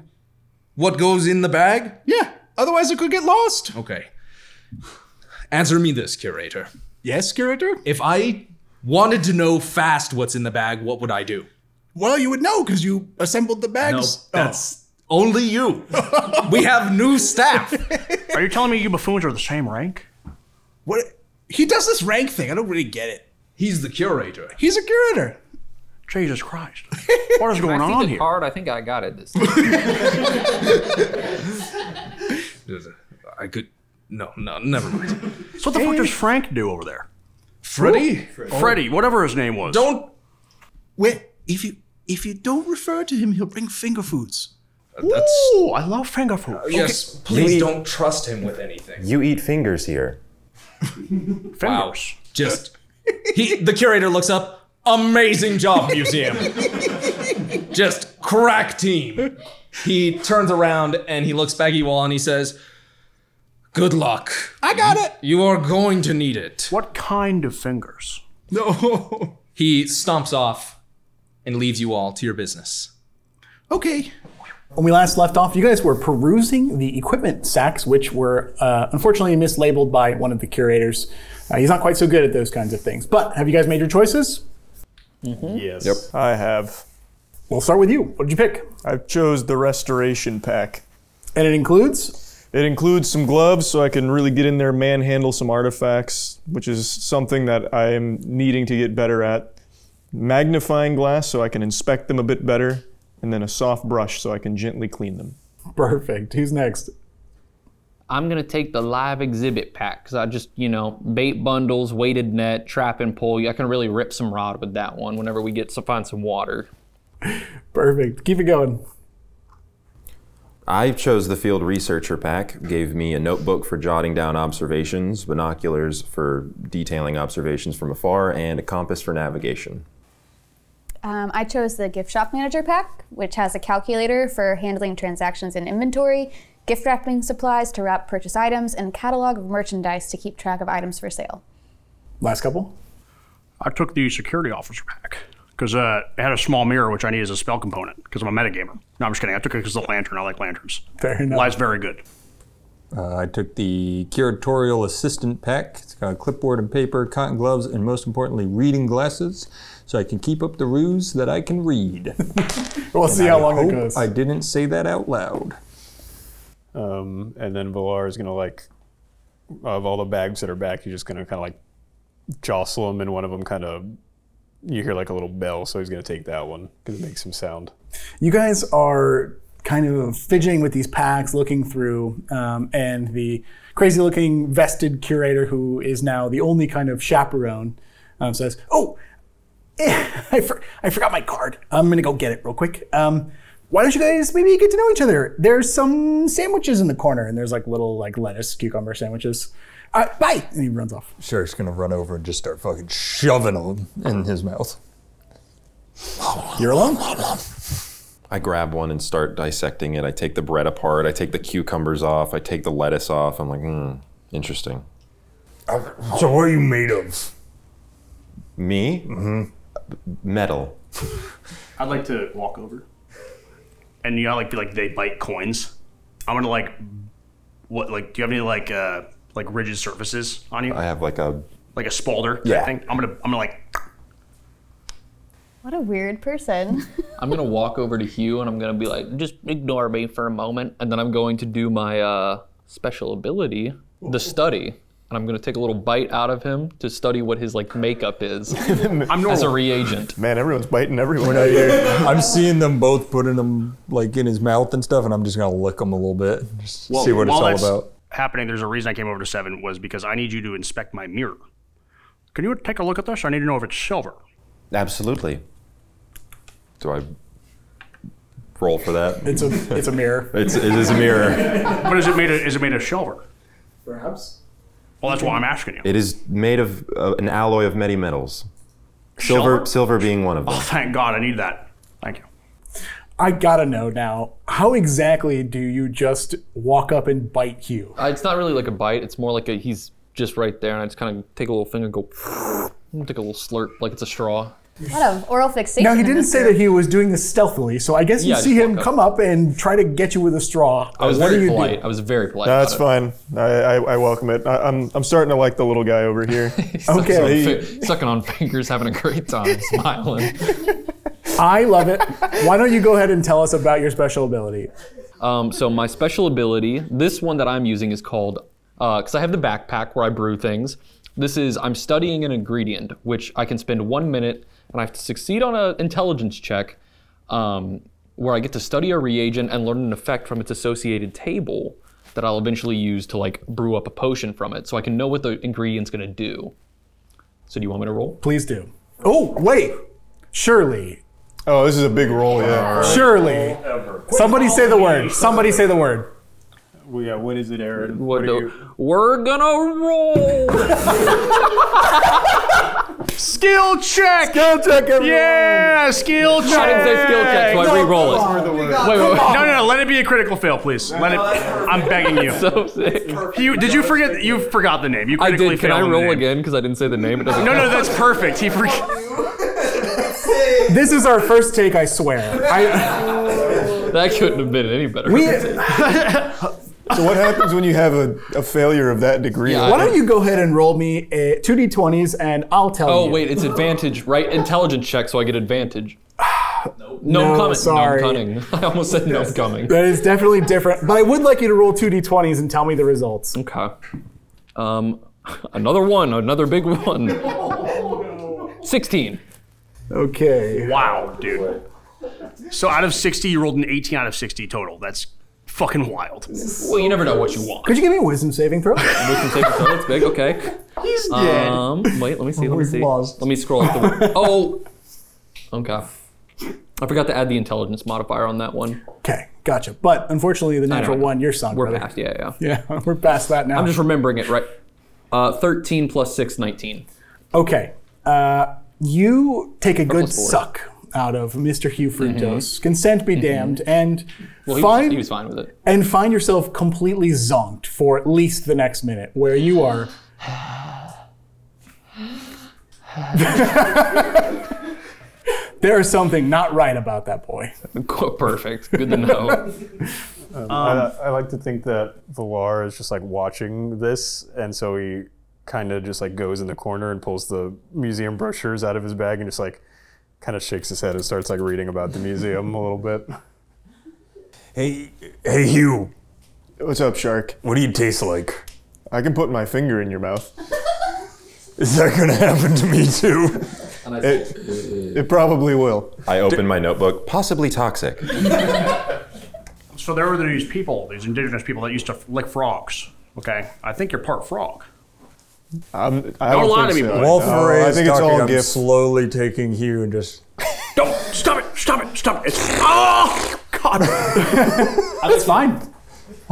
Speaker 2: what goes in the bag.
Speaker 1: Yeah, otherwise it could get lost.
Speaker 2: Okay. Answer me this, curator.
Speaker 1: Yes, curator.
Speaker 2: If I wanted to know fast what's in the bag, what would I do?
Speaker 1: Well, you would know because you assembled the bags. Oh.
Speaker 2: that's only you. we have new staff.
Speaker 3: Are you telling me you buffoons are the same rank?
Speaker 1: what he does this rank thing. I don't really get it.
Speaker 2: He's the curator.
Speaker 1: He's a curator.
Speaker 3: Jesus Christ! What is going
Speaker 9: I see
Speaker 3: on
Speaker 9: the
Speaker 3: here?
Speaker 9: card. I think I got it this time.
Speaker 2: I could. No, no, never mind.
Speaker 3: So what the fuck does Frank do over there?
Speaker 2: Freddy?
Speaker 3: Freddy, whatever his name was.
Speaker 2: Don't.
Speaker 1: Wait, if you if you don't refer to him, he'll bring finger foods.
Speaker 2: Uh, That's. Uh,
Speaker 3: Ooh, I love finger food.
Speaker 2: Yes, please don't trust him with anything.
Speaker 7: You eat fingers here.
Speaker 3: Fingers.
Speaker 2: Just. He, the curator looks up. Amazing job, museum. Just crack team. He turns around and he looks back at you all and he says, Good luck.
Speaker 1: I got it.
Speaker 2: You are going to need it.
Speaker 3: What kind of fingers?
Speaker 1: No.
Speaker 2: He stomps off and leaves you all to your business.
Speaker 1: Okay.
Speaker 8: When we last left off, you guys were perusing the equipment sacks, which were uh, unfortunately mislabeled by one of the curators. Uh, he's not quite so good at those kinds of things. But have you guys made your choices?
Speaker 10: Yes.
Speaker 4: I have.
Speaker 8: We'll start with you. What did you pick?
Speaker 4: I chose the restoration pack.
Speaker 8: And it includes.
Speaker 4: It includes some gloves so I can really get in there, manhandle some artifacts, which is something that I am needing to get better at. Magnifying glass so I can inspect them a bit better, and then a soft brush so I can gently clean them.
Speaker 8: Perfect. Who's next?
Speaker 9: I'm gonna take the live exhibit pack because I just, you know, bait bundles, weighted net, trap and pull. I can really rip some rod with that one whenever we get to find some water.
Speaker 8: Perfect. Keep it going.
Speaker 7: I chose the field researcher pack, gave me a notebook for jotting down observations, binoculars for detailing observations from afar, and a compass for navigation.
Speaker 5: Um, I chose the gift shop manager pack, which has a calculator for handling transactions and inventory, gift wrapping supplies to wrap purchase items, and a catalog of merchandise to keep track of items for sale.
Speaker 8: Last couple.
Speaker 3: I took the security officer pack because uh, it had a small mirror, which I need as a spell component because I'm a metagamer. No, I'm just kidding. I took it because the lantern. I like lanterns.
Speaker 8: Fair enough.
Speaker 3: Light's very good.
Speaker 6: Uh, I took the curatorial assistant pack. It's got a clipboard and paper, cotton gloves, and most importantly, reading glasses, so I can keep up the ruse that I can read.
Speaker 8: We'll see how
Speaker 6: I
Speaker 8: long
Speaker 6: hope
Speaker 8: it goes.
Speaker 6: I didn't say that out loud.
Speaker 10: Um, and then Valar is gonna like, of all the bags that are back, he's just gonna kind of like jostle them, and one of them kind of, you hear like a little bell, so he's gonna take that one because it makes some sound.
Speaker 8: you guys are kind of fidgeting with these packs, looking through, um, and the crazy looking vested curator who is now the only kind of chaperone um, says, Oh, eh, I, for- I forgot my card. I'm going to go get it real quick. Um, why don't you guys maybe get to know each other? There's some sandwiches in the corner, and there's like little like lettuce cucumber sandwiches. Uh, bye! And he runs off.
Speaker 6: Shark's gonna run over and just start fucking shoving them in his mouth.
Speaker 8: You're alone.
Speaker 7: I grab one and start dissecting it. I take the bread apart, I take the cucumbers off, I take the lettuce off. I'm like, hmm, interesting.
Speaker 11: So what are you made of?
Speaker 7: Me? Mm-hmm. Metal.
Speaker 3: I'd like to walk over. And you gotta like be like they bite coins. I'm gonna like, what like? Do you have any like uh like rigid surfaces on you?
Speaker 7: I have like a
Speaker 3: like a spalder.
Speaker 7: Yeah.
Speaker 3: Thing? I'm gonna I'm gonna like
Speaker 5: What a weird person.
Speaker 9: I'm gonna walk over to Hugh and I'm gonna be like, just ignore me for a moment, and then I'm going to do my uh, special ability, the study, and I'm gonna take a little bite out of him to study what his like makeup is as a
Speaker 3: normal.
Speaker 9: reagent.
Speaker 4: Man, everyone's biting everyone.
Speaker 6: Right here. I'm seeing them both putting them like in his mouth and stuff, and I'm just gonna lick them a little bit, just see what it's
Speaker 3: while
Speaker 6: all
Speaker 3: that's
Speaker 6: about.
Speaker 3: Happening. There's a reason I came over to seven was because I need you to inspect my mirror. Can you take a look at this? I need to know if it's silver.
Speaker 7: Absolutely. Do I roll for that?
Speaker 8: It's a it's a mirror.
Speaker 7: It's, it is a mirror.
Speaker 3: But is it made? Of, is it made of silver?
Speaker 8: Perhaps.
Speaker 3: Well, that's why I'm asking you.
Speaker 7: It is made of uh, an alloy of many metals. Silver,
Speaker 3: Silver?
Speaker 7: silver being one of them.
Speaker 3: Oh, thank God, I need that. Thank you.
Speaker 8: I gotta know now. How exactly do you just walk up and bite Hugh?
Speaker 9: Uh, it's not really like a bite. It's more like a he's just right there, and I just kind of take a little finger, and go, take a little slurp like it's a straw.
Speaker 5: what a oral fixation.
Speaker 8: Now he
Speaker 5: in
Speaker 8: didn't
Speaker 5: this
Speaker 8: say
Speaker 5: group.
Speaker 8: that he was doing this stealthily, so I guess you
Speaker 9: Yeah, I
Speaker 8: see
Speaker 9: just
Speaker 8: him
Speaker 9: walk up.
Speaker 8: come up and try to get you with a straw.
Speaker 9: I was
Speaker 8: What do
Speaker 9: very
Speaker 8: you do?
Speaker 9: polite. I was very polite.
Speaker 4: That's
Speaker 9: about
Speaker 4: fine. I, I, I welcome it. I, I'm, I'm starting to like the little guy over here.
Speaker 9: it. Sucking
Speaker 8: Okay.
Speaker 9: on
Speaker 4: He-
Speaker 9: fi- sucking on fingers, having a great time, smiling.
Speaker 8: I love it. Why don't you go ahead and tell us about your special ability?
Speaker 9: Um, so my special ability, this one that I'm using is called, because I have the backpack where I brew things. This is I'm studying an ingredient, which I can spend one minute, and I have to succeed on an intelligence check, um, where I get to study a reagent and learn an effect from its associated table that I'll eventually use to like brew up a potion from it, so I can know what the ingredient's gonna do. So do you want me to roll?
Speaker 8: Please do. Oh, wait. Surely.
Speaker 4: Oh, this is a big roll, yeah.
Speaker 8: Surely. Somebody say the word. Somebody say the word.
Speaker 10: Well, yeah, what is it, Aaron?
Speaker 9: What
Speaker 10: are
Speaker 9: the-
Speaker 10: you-
Speaker 9: We're gonna roll.
Speaker 3: Skill check. Skill check. Yeah, skill check.
Speaker 9: I didn't say skill check, so I re-roll it. Wait, wait, wait.
Speaker 3: No, no, no. Let it be a critical fail, please. Let it. I'm begging you.
Speaker 9: So sick.
Speaker 3: You did you forget? You forgot the name. You
Speaker 9: I
Speaker 3: critically
Speaker 9: did. Can I
Speaker 3: failed on the
Speaker 9: roll
Speaker 3: name.
Speaker 9: again? Because I didn't say the name. It doesn't.
Speaker 3: No, no,
Speaker 9: count.
Speaker 3: that's perfect. He forgot.
Speaker 8: This is our first take, I swear. I,
Speaker 9: that couldn't have been any better.
Speaker 8: we,
Speaker 4: So what happens when you have a, a failure of that degree?
Speaker 9: Yeah,
Speaker 8: why don't you go ahead and roll me a 2d20s and I'll tell you.
Speaker 9: oh wait, it's advantage, right? Intelligence check, so I get advantage. No,
Speaker 8: No,
Speaker 9: coming.
Speaker 8: sorry.
Speaker 9: No cunning. I almost said no coming.
Speaker 8: That is definitely different. But I would like you to roll 2d20s and tell me the results.
Speaker 9: Okay. Um, another one. Another big one. Sixteen.
Speaker 8: Okay.
Speaker 3: Wow, dude. So out of 60, you rolled an 18 out of 60 total. That's fucking wild.
Speaker 9: Well, you never know what you want.
Speaker 8: Could you give me a wisdom saving throw?
Speaker 9: Wisdom saving throw. That's big. Okay.
Speaker 3: He's dead.
Speaker 9: Um, wait. Let me see. Let me
Speaker 8: We've
Speaker 9: see.
Speaker 8: lost.
Speaker 9: Let me scroll up the. Oh. Okay. I forgot to add the intelligence modifier on that one.
Speaker 8: okay, gotcha. But unfortunately, the natural
Speaker 9: know.
Speaker 8: one, you're sunk.
Speaker 9: We're
Speaker 8: brother.
Speaker 9: past. Ah, Yeah, yeah.
Speaker 8: Yeah, we're past that now.
Speaker 9: I'm just remembering it right. Uh, 13 plus 6, 19.
Speaker 8: Okay. Uh, you take a good
Speaker 9: plus four.
Speaker 8: suck out of Mr. Hugh Fructose. Consent be damned, and
Speaker 9: Mm-hmm. Well, he, Was,
Speaker 8: find
Speaker 9: he was fine with it.
Speaker 8: and find yourself completely zonked for at least the next minute, where you are. there is something not right about that boy.
Speaker 9: Perfect. Good to know.
Speaker 8: Um,
Speaker 10: I, I like to think that Valar is just like watching this, and so he kind of just like goes in the corner and pulls the museum brochures out of his bag and just like kind of shakes his head and starts like reading about the museum a little bit.
Speaker 11: Hey, hey, Hugh.
Speaker 4: What's up, Shark?
Speaker 11: What do you taste like?
Speaker 4: I can put my finger in your mouth.
Speaker 11: Is that gonna happen to me too?
Speaker 4: It probably will.
Speaker 7: I open my notebook. Possibly toxic.
Speaker 3: So there were these people, these indigenous people that used to lick frogs. Okay, I think you're part frog.
Speaker 4: I'm, Um, I
Speaker 3: Don't
Speaker 4: don't
Speaker 3: lie
Speaker 4: think
Speaker 3: to me,
Speaker 4: so.
Speaker 3: boy.
Speaker 4: No,
Speaker 6: All for
Speaker 4: I think it's all a
Speaker 6: I'm
Speaker 4: gift.
Speaker 6: slowly taking Hugh and just
Speaker 3: Don't stop it! Stop it! Stop it! It's oh God!
Speaker 8: That's fine.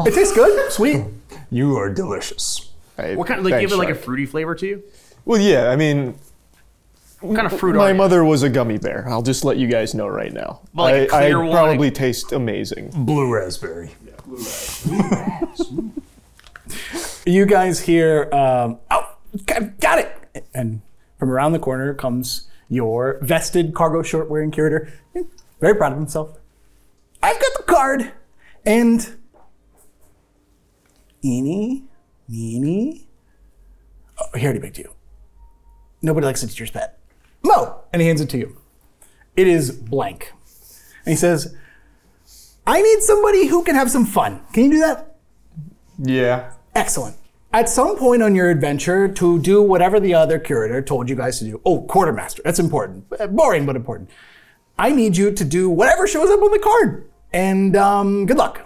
Speaker 8: It tastes good, sweet.
Speaker 11: You are delicious.
Speaker 3: What kind of like?
Speaker 4: Thanks,
Speaker 3: Give it like a
Speaker 4: Shark.
Speaker 3: fruity flavor to you?
Speaker 4: Well, yeah. I mean,
Speaker 3: What kind of fruit
Speaker 4: my
Speaker 3: are you?
Speaker 4: mother was a gummy bear. I'll just let you guys know right now.
Speaker 3: But like a
Speaker 4: I, I
Speaker 3: clear one,
Speaker 4: probably taste amazing.
Speaker 11: Blue raspberry.
Speaker 8: you guys hear, um, oh, got, got it. And from around the corner comes your vested cargo short wearing curator, very proud of himself. I've got the card. And eeny, meeny. Oh, he already picked you. Nobody likes a teacher's pet. Mo! And he hands it to you. It is blank. And he says, I need somebody who can have some fun. Can you do that?
Speaker 4: Yeah.
Speaker 8: Excellent. At some point on your adventure, to do whatever the other curator told you guys to do. Oh, quartermaster. That's important. Uh, Boring, but important. I need you to do whatever shows up on the card. And um, good luck.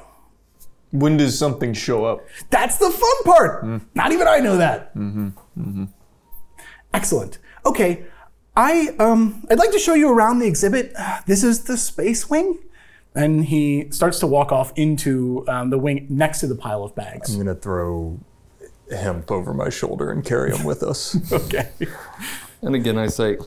Speaker 4: When does something show up? Hmm.
Speaker 8: That's the fun part. Not even I know that. Excellent. Okay, I um, I'd like to show you around the exhibit. This is the space wing, and he starts to walk off into um, the wing next to the pile of bags.
Speaker 6: I'm gonna throw hemp over my shoulder and carry him with us.
Speaker 8: Okay.
Speaker 9: And again, I say,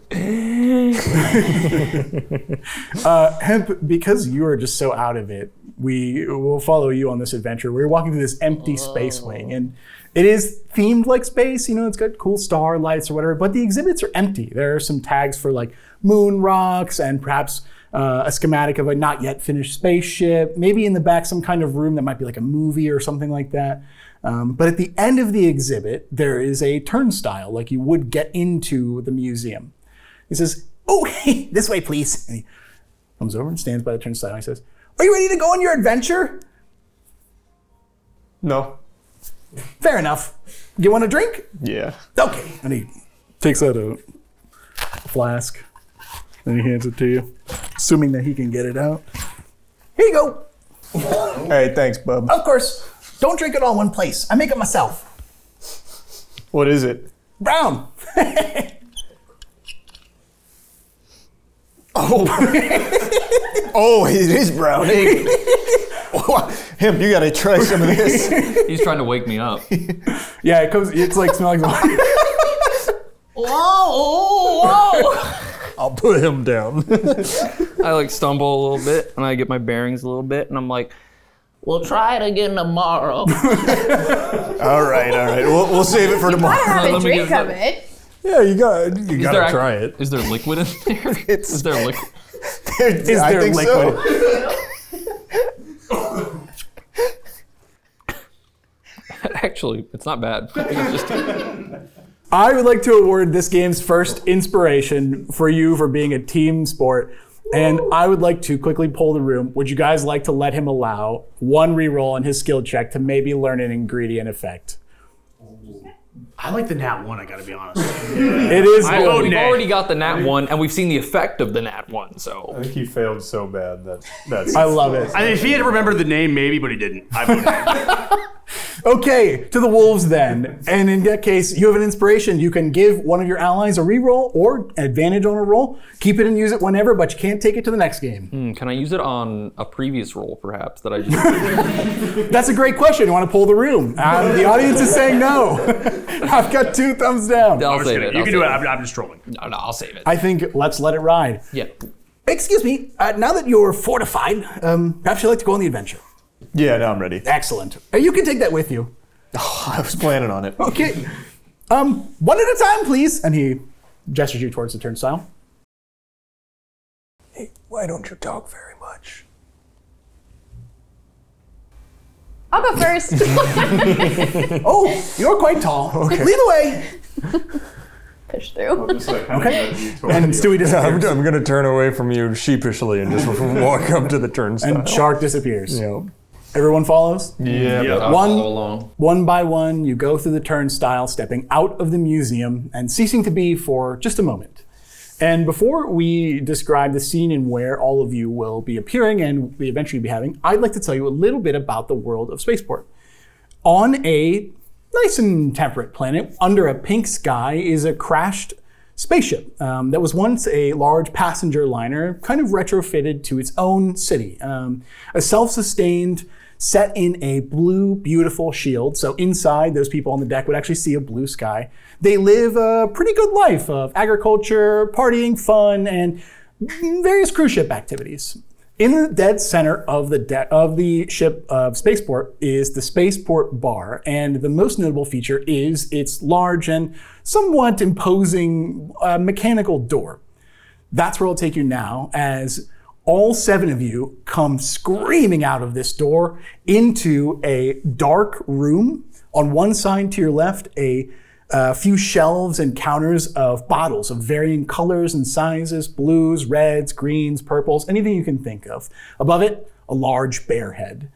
Speaker 8: Uh, Hemp, because you are just so out of it, we will follow you on this adventure. We're walking through this empty space wing, and it is themed like space. You know, it's got cool star lights or whatever, but the exhibits are empty. There are some tags for like moon rocks and perhaps uh, a schematic of a not yet finished spaceship. Maybe in the back, some kind of room that might be like a movie or something like that. Um, but at the end of the exhibit, there is a turnstile, like you would get into the museum. He says, "Oh, hey, this way, please." And he comes over and stands by the turnstile. And he says, "Are you ready to go on your adventure?"
Speaker 4: No.
Speaker 8: Fair enough. You want a drink?
Speaker 4: Yeah.
Speaker 8: Okay. And he takes out a flask and he hands it to you, assuming that he can get it out. Here you go.
Speaker 4: Hey, thanks, bub.
Speaker 8: Of course, don't drink it all in one place. I make it myself.
Speaker 4: What is it?
Speaker 8: Brown.
Speaker 4: Oh, it is brown egg. Hemp, you gotta try some of this.
Speaker 9: he's trying to wake me up.
Speaker 8: yeah, it comes. It's like smelling like water.
Speaker 4: I'll put him down.
Speaker 9: I like stumble a little bit and I get my bearings a little bit and I'm like, we'll try it again tomorrow.
Speaker 4: all right, all right. We'll, we'll save it for tomorrow.
Speaker 5: have a
Speaker 9: let me
Speaker 5: drink
Speaker 9: get
Speaker 5: of it.
Speaker 4: Yeah, you got you
Speaker 9: Is
Speaker 4: gotta
Speaker 9: there ac-
Speaker 4: try it.
Speaker 9: Is there liquid in there?
Speaker 4: It's-
Speaker 9: is there liquid?
Speaker 4: Is I
Speaker 8: there
Speaker 4: think
Speaker 8: liquid?
Speaker 4: so.
Speaker 9: Actually, it's not bad. It's just-
Speaker 8: I would like to award this game's first inspiration for you for being a team sport. And I would like to quickly pull the room. Would you guys like to let him allow one reroll on his skill check to maybe learn an ingredient effect?
Speaker 3: I like the nat one. I gotta be honest.
Speaker 8: It is.
Speaker 3: I
Speaker 9: Well,
Speaker 3: own
Speaker 9: we've
Speaker 3: it.
Speaker 9: already got the nat one, and we've seen the effect of the nat one. So
Speaker 10: I think he failed so bad that that's.
Speaker 8: I love it.
Speaker 3: I mean, if he had remembered the name, maybe, but he didn't. I vote nay.
Speaker 8: Okay, to the wolves then. And in that case, you have an inspiration. You can give one of your allies a reroll or advantage on a roll. Keep it and use it whenever, but you can't take it to the next game.
Speaker 9: Hmm, can I use it on a previous roll, perhaps that I just?
Speaker 8: That's a great question. You want to pull the room? Um, the audience is saying no. I've got two thumbs down.
Speaker 9: I'll
Speaker 3: I'm just
Speaker 9: save
Speaker 3: kidding.
Speaker 9: it.
Speaker 3: You can
Speaker 9: I'll save
Speaker 3: do it. I'm, I'm just trolling.
Speaker 9: No, no, I'll save it.
Speaker 8: I think let's let it ride.
Speaker 9: yeah.
Speaker 8: Excuse me. Uh, now that you're fortified, um, perhaps you'd like to go on the adventure.
Speaker 4: Yeah, now I'm ready.
Speaker 8: Excellent. Uh, you can take that with you.
Speaker 4: I was planning on it.
Speaker 8: Okay. Um, one at a time, please. And he gestures you towards the turnstile.
Speaker 4: Why don't you talk very much?
Speaker 5: I'll go first.
Speaker 8: Oh, you're quite tall. Okay. Lead the way.
Speaker 5: Push
Speaker 4: Oh,
Speaker 5: through.
Speaker 8: Okay. And Stewie
Speaker 11: I'm,
Speaker 8: disappears.
Speaker 11: I'm gonna turn away from you sheepishly and just walk up to the turnstile.
Speaker 8: And Shark disappears.
Speaker 11: Yep.
Speaker 8: Everyone follows.
Speaker 4: Yeah.
Speaker 9: I'll
Speaker 8: One-
Speaker 9: follow along.
Speaker 8: One by one, you go through the turnstile, stepping out of the museum and ceasing to be for just a moment. And before we describe the scene and where all of you will be appearing and the adventure you'll be having, I'd like to tell you a little bit about the world of Spaceport. On a nice and temperate planet, under a pink sky, is a crashed spaceship um, that was once a large passenger liner, kind of retrofitted to its own city. Um, a self sustained, set in a blue, beautiful shield. So inside, those people on the deck would actually see a blue sky. They live a pretty good life of agriculture, partying, fun, and various cruise ship activities. In the dead center of the de- of the ship of spaceport is the spaceport bar, and the most notable feature is its large and somewhat imposing uh, mechanical door. That's where I'll take you now, as all seven of you come screaming out of this door into a dark room. On one side to your left, a a few shelves and counters of bottles of varying colors and sizes blues, reds, greens, purples, anything you can think of. Above it, a large bear head.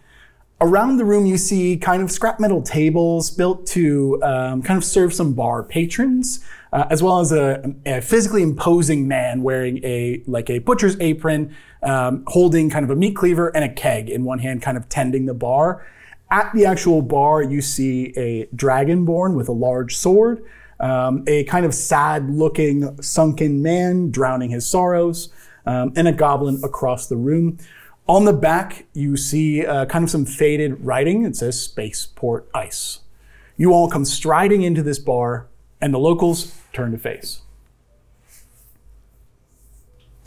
Speaker 8: Around the room, you see kind of scrap metal tables built to um, kind of serve some bar patrons, uh, as well as a, a physically imposing man wearing a like a butcher's apron, um, holding kind of a meat cleaver and a keg in one hand, kind of tending the bar. At the actual bar, you see a dragonborn with a large sword, um, a kind of sad-looking, sunken man drowning his sorrows, um, and a goblin across the room. On the back, you see uh, kind of some faded writing. It says Spaceport Ice. You all come striding into this bar, and the locals turn to face.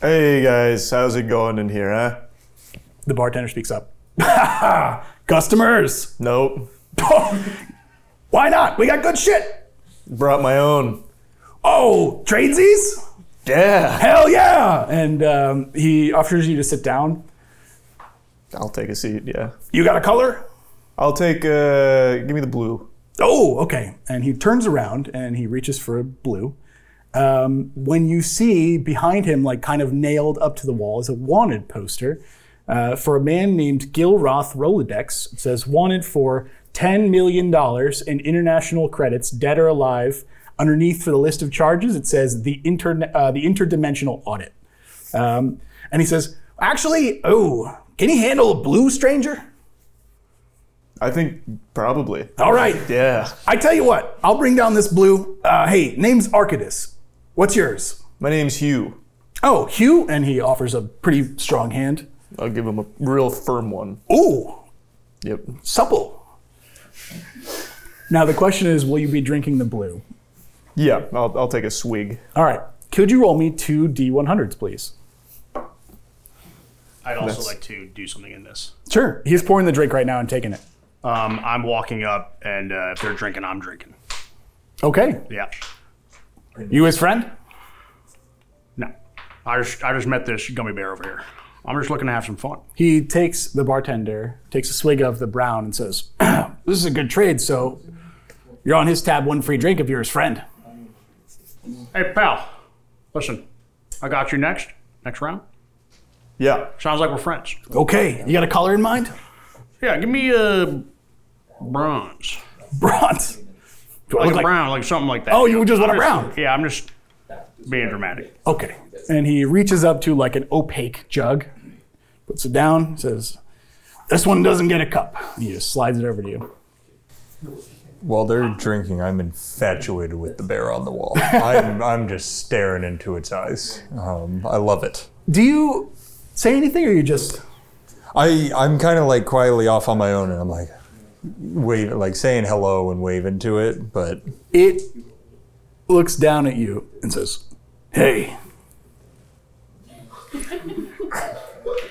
Speaker 4: Hey guys, how's it going in here, huh?
Speaker 8: The bartender speaks up. Customers!
Speaker 4: Nope.
Speaker 8: Why not? We got good shit!
Speaker 4: Brought my own.
Speaker 8: Oh, tradesies?
Speaker 4: Yeah.
Speaker 8: Hell yeah! And um, he offers you to sit down.
Speaker 4: I'll take a seat, yeah.
Speaker 8: You got a color?
Speaker 4: I'll take, uh, give me the blue.
Speaker 8: Oh, okay. And he turns around and he reaches for a blue. Um, when you see behind him, like kind of nailed up to the wall, is a wanted poster uh, for a man named Gil Roth Rolodex. It says wanted for $10 million in international credits, dead or alive. Underneath for the list of charges, it says the, interne- uh, the interdimensional audit. Um, and he says, actually, oh, can you handle a blue stranger?
Speaker 4: I think probably.
Speaker 8: All right.
Speaker 4: Yeah.
Speaker 8: I tell you what, I'll bring down this blue. Uh, hey, name's Arcadus. What's yours?
Speaker 4: My name's Hugh.
Speaker 8: Oh, Hugh. And he offers a pretty strong hand.
Speaker 4: I'll give him a real firm one.
Speaker 8: Ooh,
Speaker 4: Yep.
Speaker 8: supple. Now, the question is will you be drinking the blue?
Speaker 4: Yeah, I'll, I'll take a swig.
Speaker 8: All right. Could you roll me two D100s, please?
Speaker 3: I'd also like to do something in this.
Speaker 8: Sure. He's pouring the drink right now and taking it.
Speaker 3: Um, I'm walking up, and uh, if they're drinking, I'm drinking.
Speaker 8: Okay.
Speaker 3: Yeah.
Speaker 8: You his friend?
Speaker 3: No. I just, I just met this gummy bear over here. I'm just looking to have some fun.
Speaker 8: He takes the bartender, takes a swig of the brown, and says, This is a good trade, so you're on his tab, one free drink if you're his friend.
Speaker 3: Hey, pal. Listen, I got you next. Next round.
Speaker 4: Yeah.
Speaker 3: Sounds like we're friends.
Speaker 8: Okay. You got a color in mind?
Speaker 3: Yeah, give me a bronze.
Speaker 8: Bronze. Do I
Speaker 3: Like,
Speaker 8: look
Speaker 3: a
Speaker 8: like-
Speaker 3: brown, like something like that.
Speaker 8: Oh, you just want a
Speaker 3: I'm
Speaker 8: brown.
Speaker 3: Yeah, I'm just being dramatic.
Speaker 8: Okay. And he reaches up to like an opaque jug, puts it down, says, This one doesn't get a cup. He just slides it over to you.
Speaker 6: While they're drinking, I'm infatuated with the bear on the wall. I'm, I'm just staring into its eyes. Um, I love it.
Speaker 8: Do you say anything or you just.
Speaker 6: I, I'm kind of like quietly off on my own, and I'm like, wave, like saying hello and waving to it, but
Speaker 8: It looks down at you and says, Hey,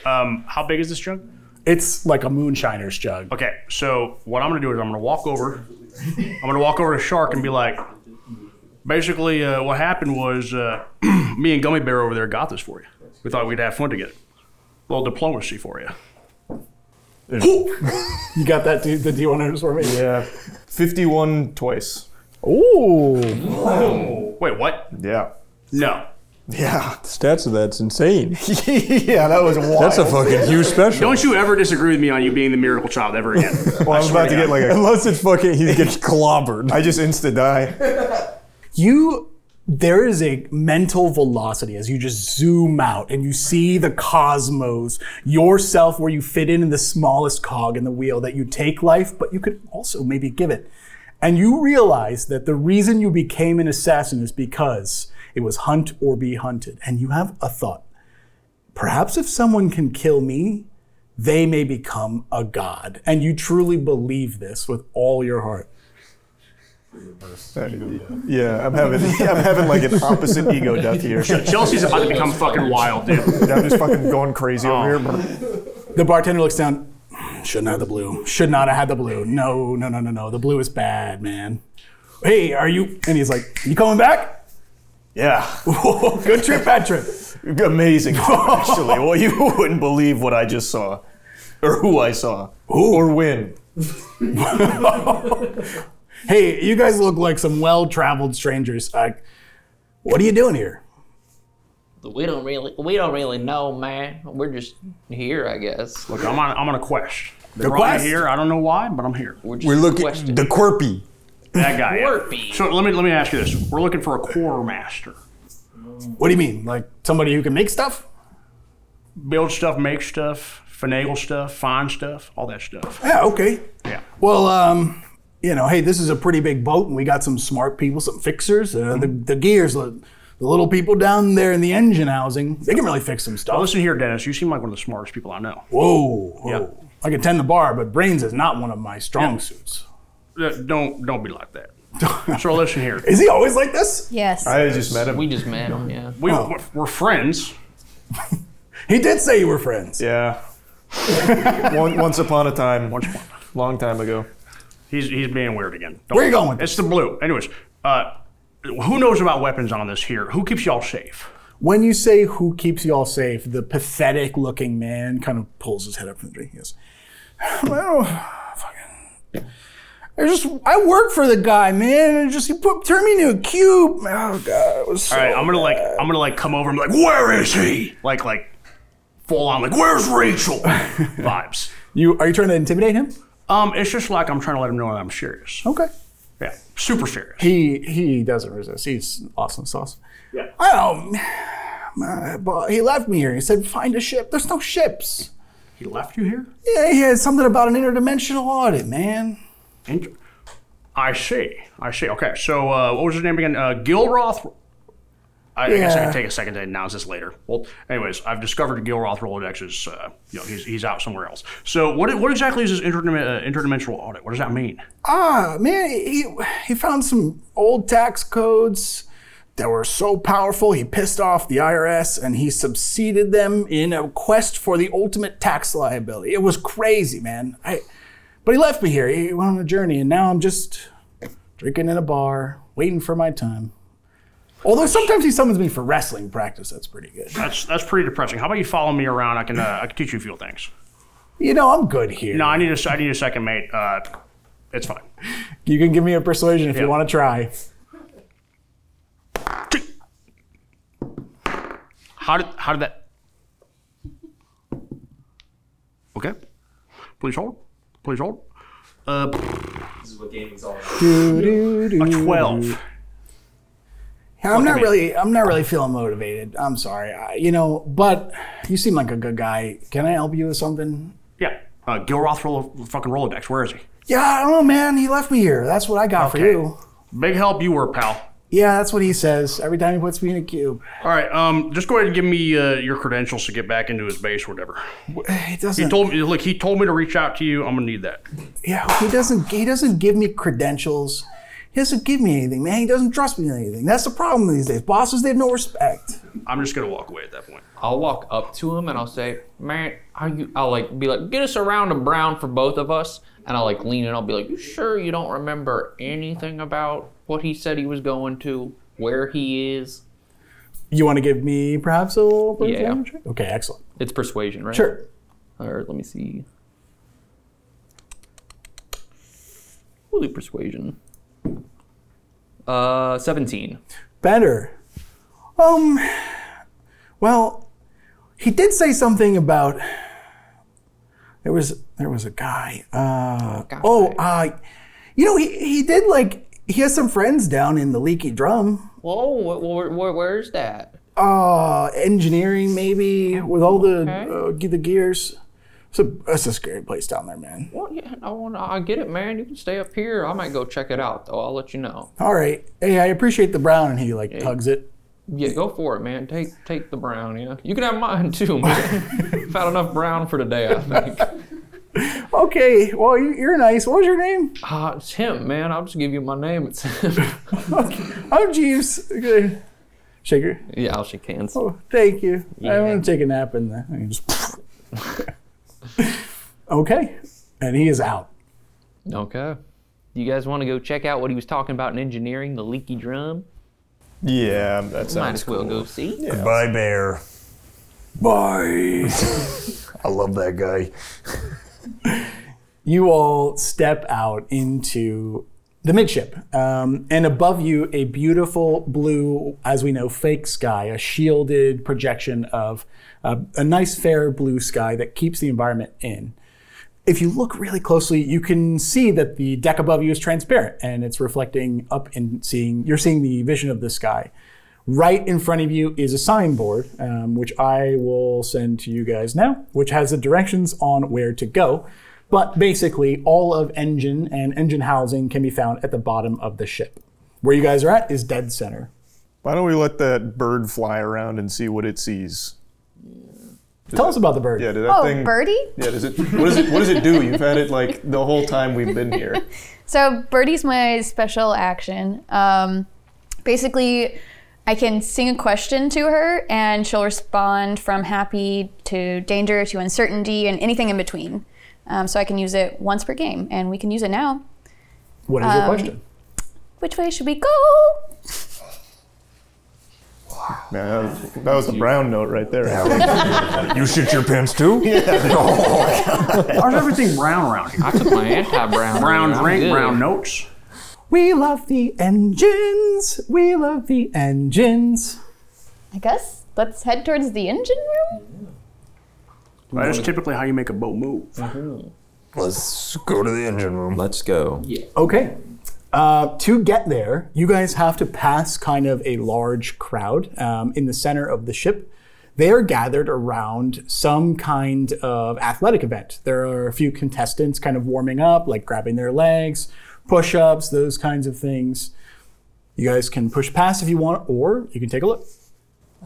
Speaker 3: Um, How big is this jug?
Speaker 8: it's like a moonshiner's jug.
Speaker 3: Okay, so what I'm gonna do is I'm gonna walk over. I'm gonna walk over to Shark and be like, basically, uh, what happened was uh, me and Gummy Bear over there got this for you. We thought we'd have fun together. A little diplomacy for you.
Speaker 8: You got that, dude, the D100s for me?
Speaker 4: Yeah. 51 twice.
Speaker 8: Ooh.
Speaker 3: Wait, what?
Speaker 4: Yeah.
Speaker 3: No.
Speaker 4: Yeah.
Speaker 6: stats of that's insane.
Speaker 4: yeah, that was wild.
Speaker 6: That's a fucking huge special.
Speaker 3: Don't you ever disagree with me on you being the miracle child ever again.
Speaker 4: well, I was about to get like a.
Speaker 6: Unless it fucking he gets clobbered.
Speaker 4: I just insta die.
Speaker 8: You. There is a mental velocity as you just zoom out and you see the cosmos, yourself where you fit in in the smallest cog in the wheel that you take life, but you could also maybe give it. And you realize that the reason you became an assassin is because it was hunt or be hunted. And you have a thought. Perhaps if someone can kill me, they may become a god. And you truly believe this with all your heart.
Speaker 4: Yeah, I'm having I'm having like an opposite ego death here.
Speaker 3: Chelsea's about to become fucking wild, dude. Oh.
Speaker 4: I'm just fucking going crazy over here.
Speaker 8: The bartender looks down. Shouldn't have the blue. Should not have had the blue. No, no, no, no, no. The blue is bad, man. Hey, are you? And he's like, you coming back?
Speaker 4: Yeah.
Speaker 8: Good trip, bad trip.
Speaker 4: Amazing, actually. Well, you wouldn't believe what I just saw, or who I saw, or when.
Speaker 8: Hey, you guys look like some well-traveled strangers. Uh, what are you doing here?
Speaker 13: We don't really, we don't really know, man. We're just here, I guess.
Speaker 3: Look, I'm on, I'm on a quest. They
Speaker 13: The
Speaker 3: brought me
Speaker 13: quest?
Speaker 3: here. I don't know why, but I'm here. We're,
Speaker 6: We're looking the quirpy.
Speaker 3: that guy. Yeah. So let me let me ask you this: We're looking for a quartermaster.
Speaker 8: What do you mean? Like somebody who can make stuff?
Speaker 3: Build stuff, make stuff, finagle stuff, find stuff, all that stuff.
Speaker 8: Yeah, okay.
Speaker 3: Yeah.
Speaker 8: Well, um, you know, hey, this is a pretty big boat, and we got some smart people, some fixers. Uh,
Speaker 3: Mm-hmm.
Speaker 8: the, the gears, the, the little people down there in the engine housing, they can really fix some
Speaker 3: Well,
Speaker 8: stuff.
Speaker 3: listen here, Dennis. You seem like one of the smartest people I know.
Speaker 8: Whoa, whoa.
Speaker 3: Yeah.
Speaker 8: I can tend the bar, but brains is not one of my strong suits.
Speaker 3: Uh, Don't don't be like that. so listen here.
Speaker 8: Is he always like this?
Speaker 5: Yes.
Speaker 8: I just met him. Oh.
Speaker 13: We just met him, yeah.
Speaker 3: We, we're- We're friends.
Speaker 8: He did say you were friends.
Speaker 4: Yeah. One- once upon a time. Long time ago.
Speaker 3: He's he's being weird again.
Speaker 8: Where you going with
Speaker 3: It's the blue. Anyways, uh, who knows about weapons on this here? Who keeps y'all safe?
Speaker 8: When you say who keeps y'all safe, the pathetic looking man kind of pulls his head up from the drink. He goes, Well, fucking. I just, I work for the guy, man. and just, he put, turned me into a cube. Oh, God. It was so
Speaker 3: All right, I'm gonna like I'm gonna like come over and be like, where is he? Like like full on like where's Rachel vibes.
Speaker 8: You are you trying to intimidate him?
Speaker 3: Um, it's just like I'm trying to let him know I'm serious.
Speaker 8: Okay.
Speaker 3: Yeah, super serious.
Speaker 8: He he doesn't resist. He's awesome sauce.
Speaker 3: Yeah.
Speaker 8: I don't. my- but he left me here. He said, "Find a ship." There's no ships.
Speaker 3: He left you here.
Speaker 8: Yeah, he had something about an interdimensional audit, man.
Speaker 3: Int- I see. I see. Okay, so uh, what was his name again? Uh, Gilroth. I, I guess I
Speaker 8: Yeah.
Speaker 3: can take a second to announce this later. Well, anyways, I've discovered Gilroth Rolodex is, uh, you know, he's, he's out somewhere else. So what, what exactly is this interdim- uh, interdimensional audit? What does that mean?
Speaker 8: Ah, man, he he found some old tax codes that were so powerful he pissed off the IRS and he subseded them in a quest for the ultimate tax liability. It was crazy, man. I but he left me here. He went on a journey and now I'm just drinking in a bar, waiting for my time. Although sometimes he summons me for wrestling practice. That's pretty good.
Speaker 3: That's that's pretty depressing. How about you follow me around? I can uh, I can teach you a few things.
Speaker 8: You know, I'm good here.
Speaker 3: No, I need a I need a second mate. Uh, it's fine.
Speaker 8: You can give me a persuasion if you
Speaker 3: Yeah.
Speaker 8: want to try.
Speaker 3: How did how did that? Okay, please hold. Please hold. Uh,
Speaker 2: This is what gaming's all about.
Speaker 3: a twelve.
Speaker 8: I'm
Speaker 3: at
Speaker 8: not
Speaker 3: me.
Speaker 8: really. I'm not really feeling motivated. I'm sorry. I, you know, but you seem like a good guy. Can I help you with something?
Speaker 3: Yeah. Uh, Gilroth Rolo- fucking Rolodex. Where is he?
Speaker 8: Yeah, I don't know, man. He left me here. That's what I got for
Speaker 3: Okay.
Speaker 8: you.
Speaker 3: Big help you were, pal.
Speaker 8: Yeah, that's what he says every time he puts me in a cube.
Speaker 3: All right. Um, just go ahead and give me uh, your credentials to get back into his base, or whatever.
Speaker 8: He doesn't.
Speaker 3: He told me. Look, he told me to reach out to you. I'm gonna need that.
Speaker 8: yeah, he doesn't. He doesn't give me credentials. He doesn't give me anything, man. He doesn't trust me in anything. That's the problem these days. Bosses, they have no respect.
Speaker 3: I'm just gonna walk away at that point.
Speaker 9: I'll walk up to him and I'll say, "Man, are you?" I'll like be like, "Get us a round of brown for both of us." And I'll like lean and I'll be like, "You sure you don't remember anything about what he said he was going to, where he is?"
Speaker 8: You want to give me perhaps a little?
Speaker 9: Yeah.
Speaker 8: persuasion check? Okay, excellent.
Speaker 9: It's persuasion, right?
Speaker 8: Sure.
Speaker 9: Or let me see. We'll do persuasion. Uh, seventeen.
Speaker 8: better. Um, well, he did say something about there was there was a guy. Uh, oh, uh, you know he he did like he has some friends down in the Leaky Drum.
Speaker 13: Whoa, where, where, where's that?
Speaker 8: Uh, engineering maybe with all the uh, ge- the gears. It's a, that's a scary place down there, man.
Speaker 9: Well, yeah, I want. I get it, man. You can stay up here. I might go check it out, though. I'll let you know.
Speaker 8: All right, hey, I appreciate the brown, and he like hugs it.
Speaker 9: Yeah, go for it, man. Take take the brown. Yeah, you can have mine too, man. I've had enough brown for today, I think.
Speaker 8: Okay, well you, you're nice. What was your name?
Speaker 9: Ah, it's him, man. I'll just give you my name. It's him.
Speaker 8: I'm Jeeves. Okay. Shaker.
Speaker 9: yeah, I'll shake hands.
Speaker 8: Oh, thank you. I want to take a nap in there. I can just okay, and he is out.
Speaker 9: Okay. You guys want to go check out what he was talking about in engineering, the leaky drum?
Speaker 4: Yeah, that
Speaker 9: Might
Speaker 4: sounds
Speaker 9: as well go see.
Speaker 11: Bye, bear.
Speaker 8: Bye.
Speaker 11: I love that guy.
Speaker 8: You all step out into the midship. Um, and above you, a beautiful blue, as we know, fake sky, a shielded projection of uh, a nice, fair blue sky that keeps the environment in. If you look really closely, you can see that the deck above you is transparent and it's reflecting up and seeing, you're seeing the vision of the sky. Right in front of you is a signboard, um, which I will send to you guys now, which has the directions on where to go. But basically, all of engine and engine housing can be found at the bottom of the ship. Where you guys are at is dead center.
Speaker 4: Why don't we let that bird fly around and see what it sees?
Speaker 8: Tell us about the bird.
Speaker 4: Yeah, did that
Speaker 5: Oh,
Speaker 4: thing?
Speaker 5: birdie?
Speaker 4: Yeah, does it? What does it? What does it do? You've had it like the whole time we've been here.
Speaker 5: So birdie's my special action. Um, basically, I can sing a question to her, and she'll respond from happy to danger to uncertainty and anything in between. Um, so I can use it once per game, and we can use it now.
Speaker 8: What is your
Speaker 5: Um,
Speaker 8: question?
Speaker 5: Which way should we go?
Speaker 4: Man, that was, that was the brown note right there.
Speaker 11: You shit your pants too?
Speaker 8: Oh,
Speaker 3: Why is everything brown around here?
Speaker 9: I took my anti-brown.
Speaker 3: Brown
Speaker 9: I'm
Speaker 3: drink,
Speaker 9: good.
Speaker 3: brown notes.
Speaker 8: We love the engines. We love the engines.
Speaker 5: I guess let's head towards the engine room.
Speaker 3: That is typically how you make a boat move.
Speaker 11: Let's go to the engine room.
Speaker 7: Let's go.
Speaker 8: Okay. Uh, to get there, you guys have to pass kind of a large crowd um, in the center of the ship. They are gathered around some kind of athletic event. There are a few contestants kind of warming up, like grabbing their legs, push ups, those kinds of things. You guys can push past if you want, or you can take a look.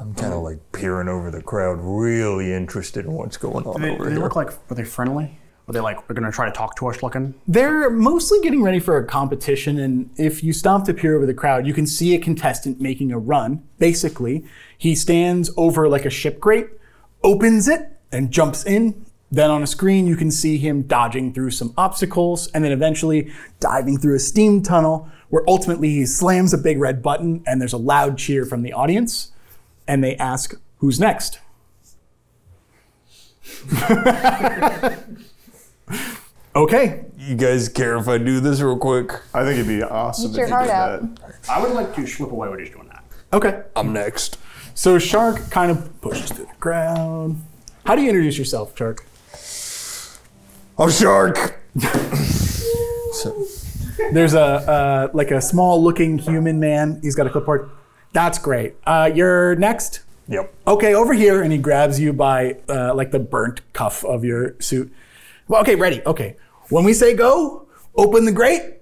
Speaker 11: I'm kind of like peering over the crowd, really interested in what's going on
Speaker 3: Do they, do
Speaker 11: Oh, over
Speaker 3: they
Speaker 11: here.
Speaker 3: look like are they friendly? Are they like are gonna try to talk to us looking?
Speaker 8: They're mostly getting ready for a competition, and if you stop to peer over the crowd, you can see a contestant making a run. Basically, he stands over like a ship grate, opens it, and jumps in. Then on a screen, you can see him dodging through some obstacles and then eventually diving through a steam tunnel, where ultimately he slams a big red button, and there's a loud cheer from the audience, and they ask, Who's next? Okay,
Speaker 11: you guys care if I do this real quick?
Speaker 4: I think it'd be awesome
Speaker 5: Eat your
Speaker 4: if you
Speaker 5: heart
Speaker 4: did
Speaker 5: out.
Speaker 4: that.
Speaker 3: I would like to slip away when he's doing that.
Speaker 8: okay.
Speaker 11: I'm next.
Speaker 8: So Shark kind of pushes through the crowd. How do you introduce yourself, Shark?
Speaker 11: I'm Shark. so,
Speaker 8: There's a uh, like a small-looking human man. He's got a clipboard. That's great. Uh, you're next.
Speaker 11: yep.
Speaker 8: Okay, over here, and he grabs you by uh, like the burnt cuff of your suit. Well, okay, ready. Okay, when we say go, open the grate,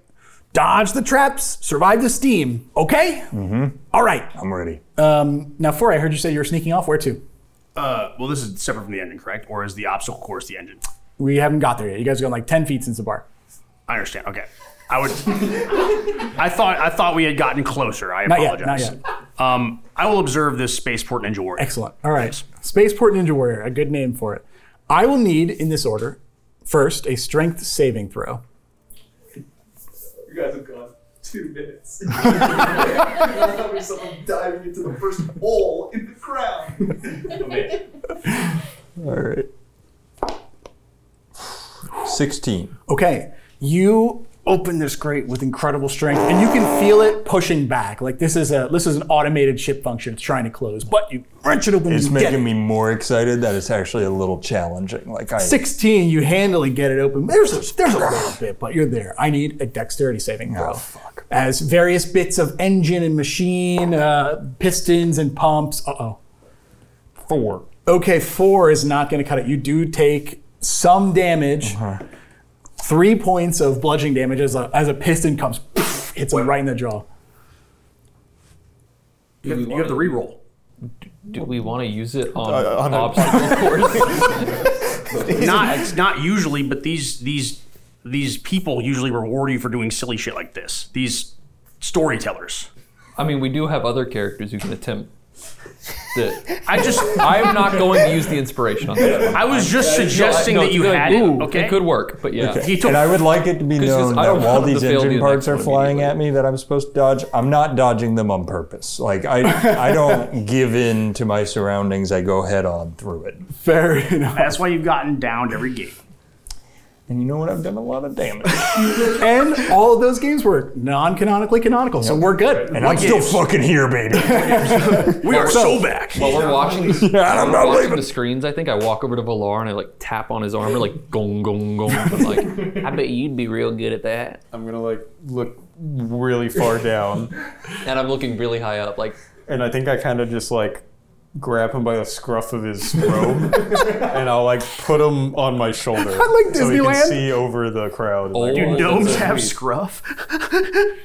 Speaker 8: dodge the traps, survive the steam. Okay. Mm-hmm. right.
Speaker 11: I'm ready.
Speaker 8: Um, now, four. I heard you say you were sneaking off. Where to?
Speaker 3: Uh, well, this is separate from the engine, correct? Or is the obstacle course the engine?
Speaker 8: We haven't got there yet. You guys are going like ten feet since the bar.
Speaker 3: I understand. Okay, I would. I thought I thought we had gotten closer. I
Speaker 8: Not
Speaker 3: apologize.
Speaker 8: yet. Not yet.
Speaker 3: Um, I will observe this spaceport ninja warrior.
Speaker 8: Excellent. All right. Spaceport Ninja Warrior, a good name for it. I will need, in this order, first a strength saving throw.
Speaker 14: You guys have gone two minutes. Someone diving into the first hole in the ground.
Speaker 11: All right. 16.
Speaker 8: Okay. You open this grate with incredible strength, and you can feel it pushing back. Like this is a this is an automated ship function it's trying to close, but you wrench it open.
Speaker 11: It's
Speaker 8: you get it.
Speaker 11: making me more excited that it's actually a little challenging. Like I
Speaker 8: 16, you handily get it open. There's a, there's a little bit, but you're there. I need a dexterity saving throw.
Speaker 11: Oh, fuck.
Speaker 8: As various bits of engine and machine, uh, pistons and pumps. Uh oh.
Speaker 11: four.
Speaker 8: Okay, four is not going to cut it. You do take some damage.
Speaker 11: Uh-huh.
Speaker 8: Three points of bludgeoning damage as a, as a piston comes, poof, hits him right in the jaw.
Speaker 3: You have, you have the reroll.
Speaker 9: Do we want to use it on
Speaker 4: Uh, on a-
Speaker 9: obstacle course?
Speaker 3: Not not usually, but these these these people usually reward you for doing silly shit like this. These storytellers.
Speaker 9: I mean, we do have other characters who can attempt. It.
Speaker 3: I just
Speaker 9: I am not going to use the inspiration on that.
Speaker 3: I was just suggesting
Speaker 9: No,
Speaker 3: that
Speaker 9: it's
Speaker 3: you
Speaker 9: good.
Speaker 3: had
Speaker 9: Ooh,
Speaker 3: it. Okay.
Speaker 9: It could work, but yeah.
Speaker 3: He took
Speaker 11: And I would like it to be
Speaker 9: 'Cause- 'cause
Speaker 11: known
Speaker 9: I
Speaker 11: that
Speaker 9: don't
Speaker 11: while
Speaker 9: want them
Speaker 11: these
Speaker 9: to fail
Speaker 11: engine
Speaker 9: the
Speaker 11: parts
Speaker 9: next
Speaker 11: are
Speaker 9: one
Speaker 11: flying at me that I'm supposed to dodge, I'm not dodging them on purpose. Like I, I don't give in to my surroundings. I go head on through it.
Speaker 8: Fair enough.
Speaker 3: That's why you've gotten downed every game.
Speaker 11: And you know what? I've done a lot of damage.
Speaker 8: and all of those games were non-canonically canonical, so we're good.
Speaker 11: And I'm still fucking here, baby.
Speaker 3: we are so back.
Speaker 9: While we're watching,
Speaker 11: Yeah, I'm
Speaker 9: while we're
Speaker 11: not
Speaker 9: watching
Speaker 11: leaving.
Speaker 9: the screens, I think I walk over to Valar and I like tap on his arm and like gong gong gong. I'm like, I bet you'd be real good at that.
Speaker 10: I'm gonna like look really far down,
Speaker 9: and I'm looking really high up. Like,
Speaker 10: and I think I kind of just like grab him by the scruff of his robe, and I'll like put him on my shoulder.
Speaker 8: like
Speaker 10: so he
Speaker 8: Disneyland.
Speaker 10: can see over the crowd.
Speaker 9: Oh,
Speaker 10: Dude,
Speaker 9: that's
Speaker 3: Gnomes
Speaker 9: a-
Speaker 3: have scruff.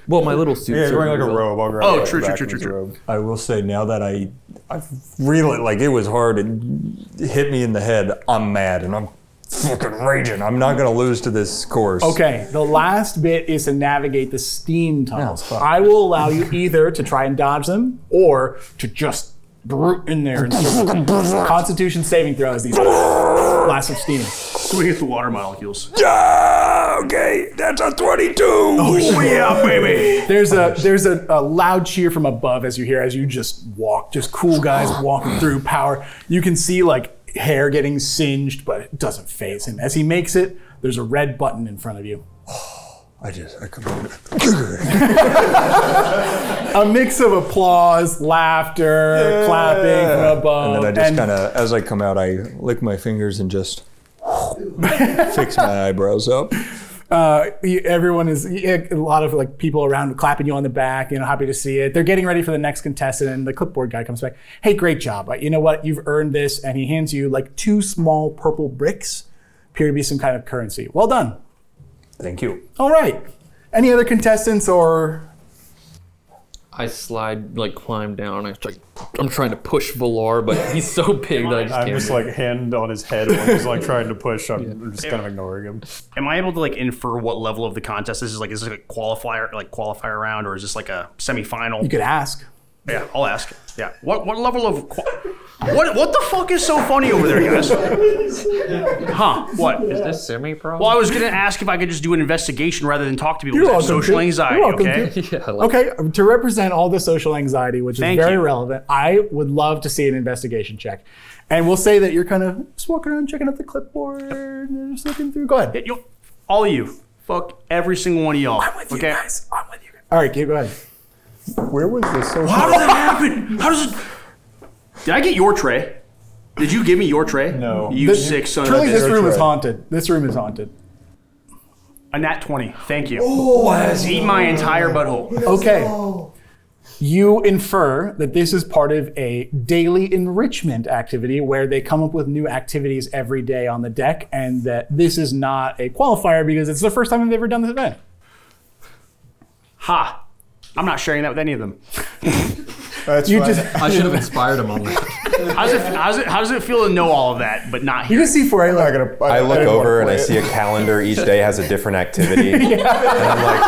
Speaker 9: Well, my little suit.
Speaker 11: Yeah,
Speaker 10: he's wearing like a robe. I'll grab
Speaker 3: Oh,
Speaker 10: it
Speaker 3: true,
Speaker 10: back
Speaker 3: true,
Speaker 10: from
Speaker 3: true,
Speaker 10: his
Speaker 3: true,
Speaker 10: robe.
Speaker 11: I will say now that I, I really like it was hard. It hit me in the head. I'm mad and I'm fucking raging. I'm not gonna lose to this course.
Speaker 8: Okay, the last bit is to navigate the steam tunnels.
Speaker 11: fuck.
Speaker 8: I will allow you either to try and dodge them or to just brute in there. And survive. Constitution saving throws these last of steam.
Speaker 3: Do we get the water molecules?
Speaker 11: Ah, okay, that's a 22.
Speaker 3: Oh yeah, baby.
Speaker 8: There's a there's a, a loud cheer from above as you hear as you just walk, just cool guys walking through power. You can see like hair getting singed, but it doesn't phase him. As he makes it, there's a red button in front of you.
Speaker 11: I just I could
Speaker 8: A mix of applause, laughter, clapping from above.
Speaker 11: and then I just kind of, as I come out, I lick my fingers and just fix my eyebrows up.
Speaker 8: uh, you- everyone is a lot of like people around clapping you on the back. You know, happy to see it. They're getting ready for the next contestant, and the clipboard guy comes back. Hey, great job! Uh, You know what? You've earned this, and he hands you like two small purple bricks, appear to be some kind of currency. Well done.
Speaker 11: Thank you.
Speaker 8: All right. Any other contestants or?
Speaker 9: I slide, like climb down. I just, like, I'm trying to push Valar, but he's so big that I just
Speaker 10: I'm
Speaker 9: can't.
Speaker 10: just like hand on his head when he's like trying to push. I'm I'm just kind of ignoring him.
Speaker 3: Am I able to like infer what level of the contest this is? Like, is this like a qualifier, like qualifier round, or is this like a semifinal?
Speaker 8: You could ask.
Speaker 3: Yeah, I'll ask. Yeah. What what level of qua- what what the fuck is so funny over there, guys? Huh? What?
Speaker 9: Is this semi-pro?
Speaker 3: Well, I was gonna ask if I could just do an investigation rather than talk to people.
Speaker 8: You're
Speaker 3: with that
Speaker 8: welcome,
Speaker 3: social
Speaker 8: dude.
Speaker 3: anxiety.
Speaker 8: You're welcome,
Speaker 3: okay.
Speaker 8: dude.
Speaker 9: yeah, like,
Speaker 8: Okay, to represent all the social anxiety, which
Speaker 3: Thank
Speaker 8: is very
Speaker 3: you.
Speaker 8: relevant, I would love to see an investigation check. And we'll say that you're kind of just walking around checking out the clipboard, and just looking through. Go ahead.
Speaker 3: Yeah, you- all of you, fuck every single one of y'all.
Speaker 8: I'm with you
Speaker 3: okay.
Speaker 8: guys. I'm with you guys. All right, keep going.
Speaker 11: Where was the social?
Speaker 3: How does that happen? How does it? Did I get your tray? Did you give me your tray?
Speaker 10: No.
Speaker 3: You sick son of a
Speaker 8: Truly, this
Speaker 3: bitch.
Speaker 8: room is
Speaker 10: right.
Speaker 8: haunted. This room is haunted.
Speaker 3: A nat twenty. Thank you. Oh, eat my entire butthole.
Speaker 8: Okay. You infer that this is part of a daily enrichment activity where they come up with new activities every day on the deck, and that this is not a qualifier because it's the first time they've ever done this event.
Speaker 3: Ha. I'm not sharing that with any of them.
Speaker 4: That's
Speaker 8: You
Speaker 4: fine.
Speaker 8: just
Speaker 9: I should have inspired him on that.
Speaker 3: How does it, how does it, how does it feel to know all of that, but not
Speaker 8: you
Speaker 3: here?
Speaker 8: just see for
Speaker 4: I'm not gonna.
Speaker 7: I
Speaker 4: didn't
Speaker 7: look
Speaker 4: wanna
Speaker 7: over and
Speaker 4: play
Speaker 7: I
Speaker 4: it.
Speaker 7: see a calendar. Each day has a different activity. And I'm like,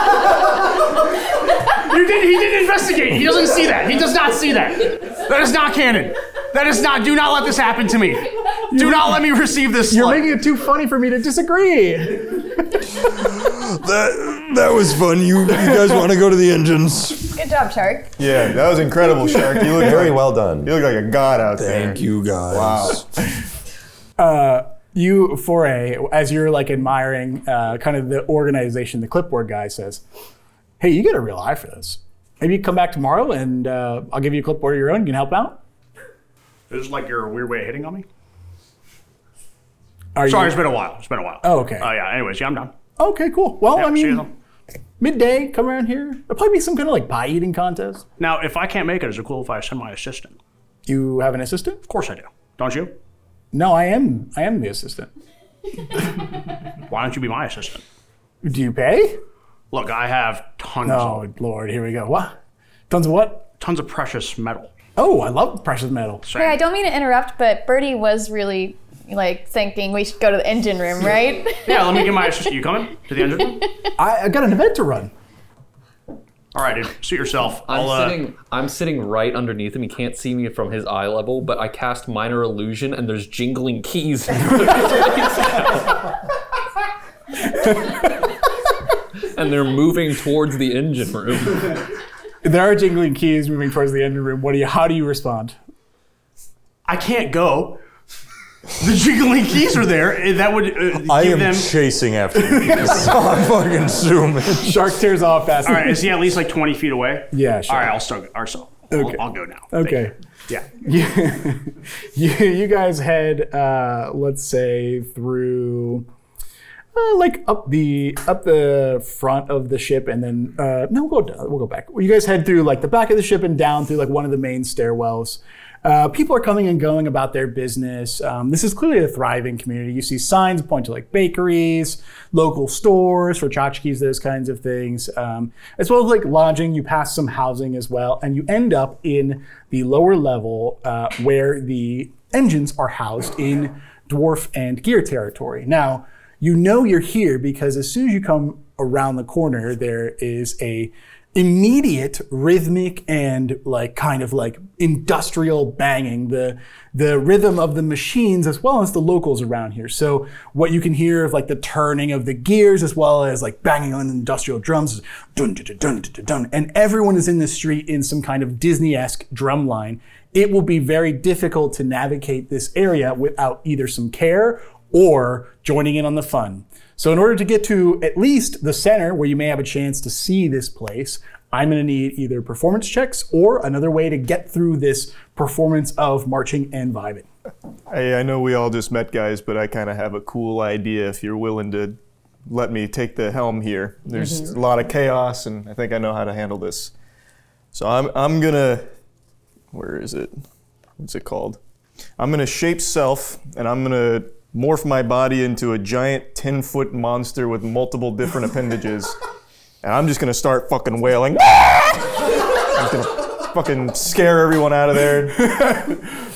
Speaker 3: You did, he didn't investigate. He doesn't see that. He does not see that. That is not canon. That is not. Do not let this happen to me. Do not let me receive this.
Speaker 8: You're
Speaker 3: slight.
Speaker 8: making it too funny for me to disagree.
Speaker 11: That that was fun. You you guys want to go to the engines?
Speaker 5: Good job, Shark.
Speaker 4: Yeah, that was incredible, Shark. You look
Speaker 7: very
Speaker 4: like,
Speaker 7: well done.
Speaker 4: You look like a god out there.
Speaker 11: Thank you guys. Wow.
Speaker 8: Uh, you foray as you're like admiring uh, kind of the organization the clipboard guy says hey you got a real eye for this maybe you come back tomorrow and uh, i'll give you a clipboard of your own you can help out
Speaker 3: This is like your weird way of hitting on me.
Speaker 8: Are
Speaker 3: Sorry,
Speaker 8: you-
Speaker 3: it's been a while. It's been a while.
Speaker 8: Oh, okay.
Speaker 3: Oh yeah. Anyways, yeah, I'm done.
Speaker 8: okay cool well
Speaker 3: Yeah,
Speaker 8: i
Speaker 3: see you
Speaker 8: mean
Speaker 3: then.
Speaker 8: midday come around here there'll probably be some kind of like pie eating contest
Speaker 3: now, if I can't make it, is it cool if I send my assistant?
Speaker 8: you have an assistant
Speaker 3: Of course I do. Don't you?
Speaker 8: no i am i am the assistant
Speaker 3: Why don't you be my assistant?
Speaker 8: do you pay
Speaker 3: Look, I have tons,
Speaker 8: oh lord here we go what tons of what
Speaker 3: tons of precious metal.
Speaker 8: oh i love precious metal
Speaker 5: Hey, I don't mean to interrupt, but Bertie was really like thinking we should go to the engine room, right?
Speaker 3: Yeah, let me get my assistant. You coming to the engine?
Speaker 8: I, I got an event to run
Speaker 3: All right, dude. Suit yourself.
Speaker 9: I'm
Speaker 3: I'll, uh,
Speaker 9: sitting. I'm sitting right underneath him. He can't see me from his eye level, but I cast minor illusion, and there's jingling keys. in front of his face. and they're moving towards the engine room.
Speaker 8: there are jingling keys moving towards the end room what do you how do you respond
Speaker 3: I can't go. The jiggling keys are there. eh, That would uh,
Speaker 11: I
Speaker 3: give
Speaker 11: am
Speaker 3: them.
Speaker 11: chasing after you. I'm fucking zooming.
Speaker 8: Shark tears off fast.
Speaker 3: All right, is he at least like 20 feet away?
Speaker 8: Yeah, sure.
Speaker 3: All right, I'll still, I'll, still,
Speaker 8: Okay.
Speaker 3: I'll, I'll go now.
Speaker 8: Okay.
Speaker 3: Yeah.
Speaker 8: you, you you guys head uh, let's say through uh, like up the up the front of the ship and then uh, no we'll go down, we'll go back you guys head through like the back of the ship and down through like one of the main stairwells uh, people are coming and going about their business. Um, this is clearly a thriving community. You see signs point to like bakeries, local stores for tchotchkes, those kinds of things, um, as well as like lodging. You pass some housing as well, and you end up in the lower level uh, where the engines are housed in dwarf and gear territory. Now, you know you're here because as soon as you come around the corner, there is a immediate rhythmic and like kind of like industrial banging the the rhythm of the machines as well as the locals around here so what you can hear of like the turning of the gears as well as like banging on industrial drums dun, dun, dun, dun, dun, dun, and everyone is in the street in some kind of disney-esque drum line it will be very difficult to navigate this area without either some care or joining in on the fun. So, in order to get to at least the center where you may have a chance to see this place, I'm going to need either performance checks or another way to get through this performance of marching and vibing.
Speaker 4: I, I know we all just met, guys, but I kind of have a cool idea if you're willing to let me take the helm here. There's
Speaker 8: Mhm.
Speaker 4: a lot of chaos, and I think I know how to handle this. So I'm, I'm going to. Where is it? What's it called? I'm going to shape self, and I'm going to morph my body into a giant 10 foot monster with multiple different appendages. And I'm just going to start fucking wailing. I'm just going to fucking scare everyone out of there.
Speaker 8: Uh,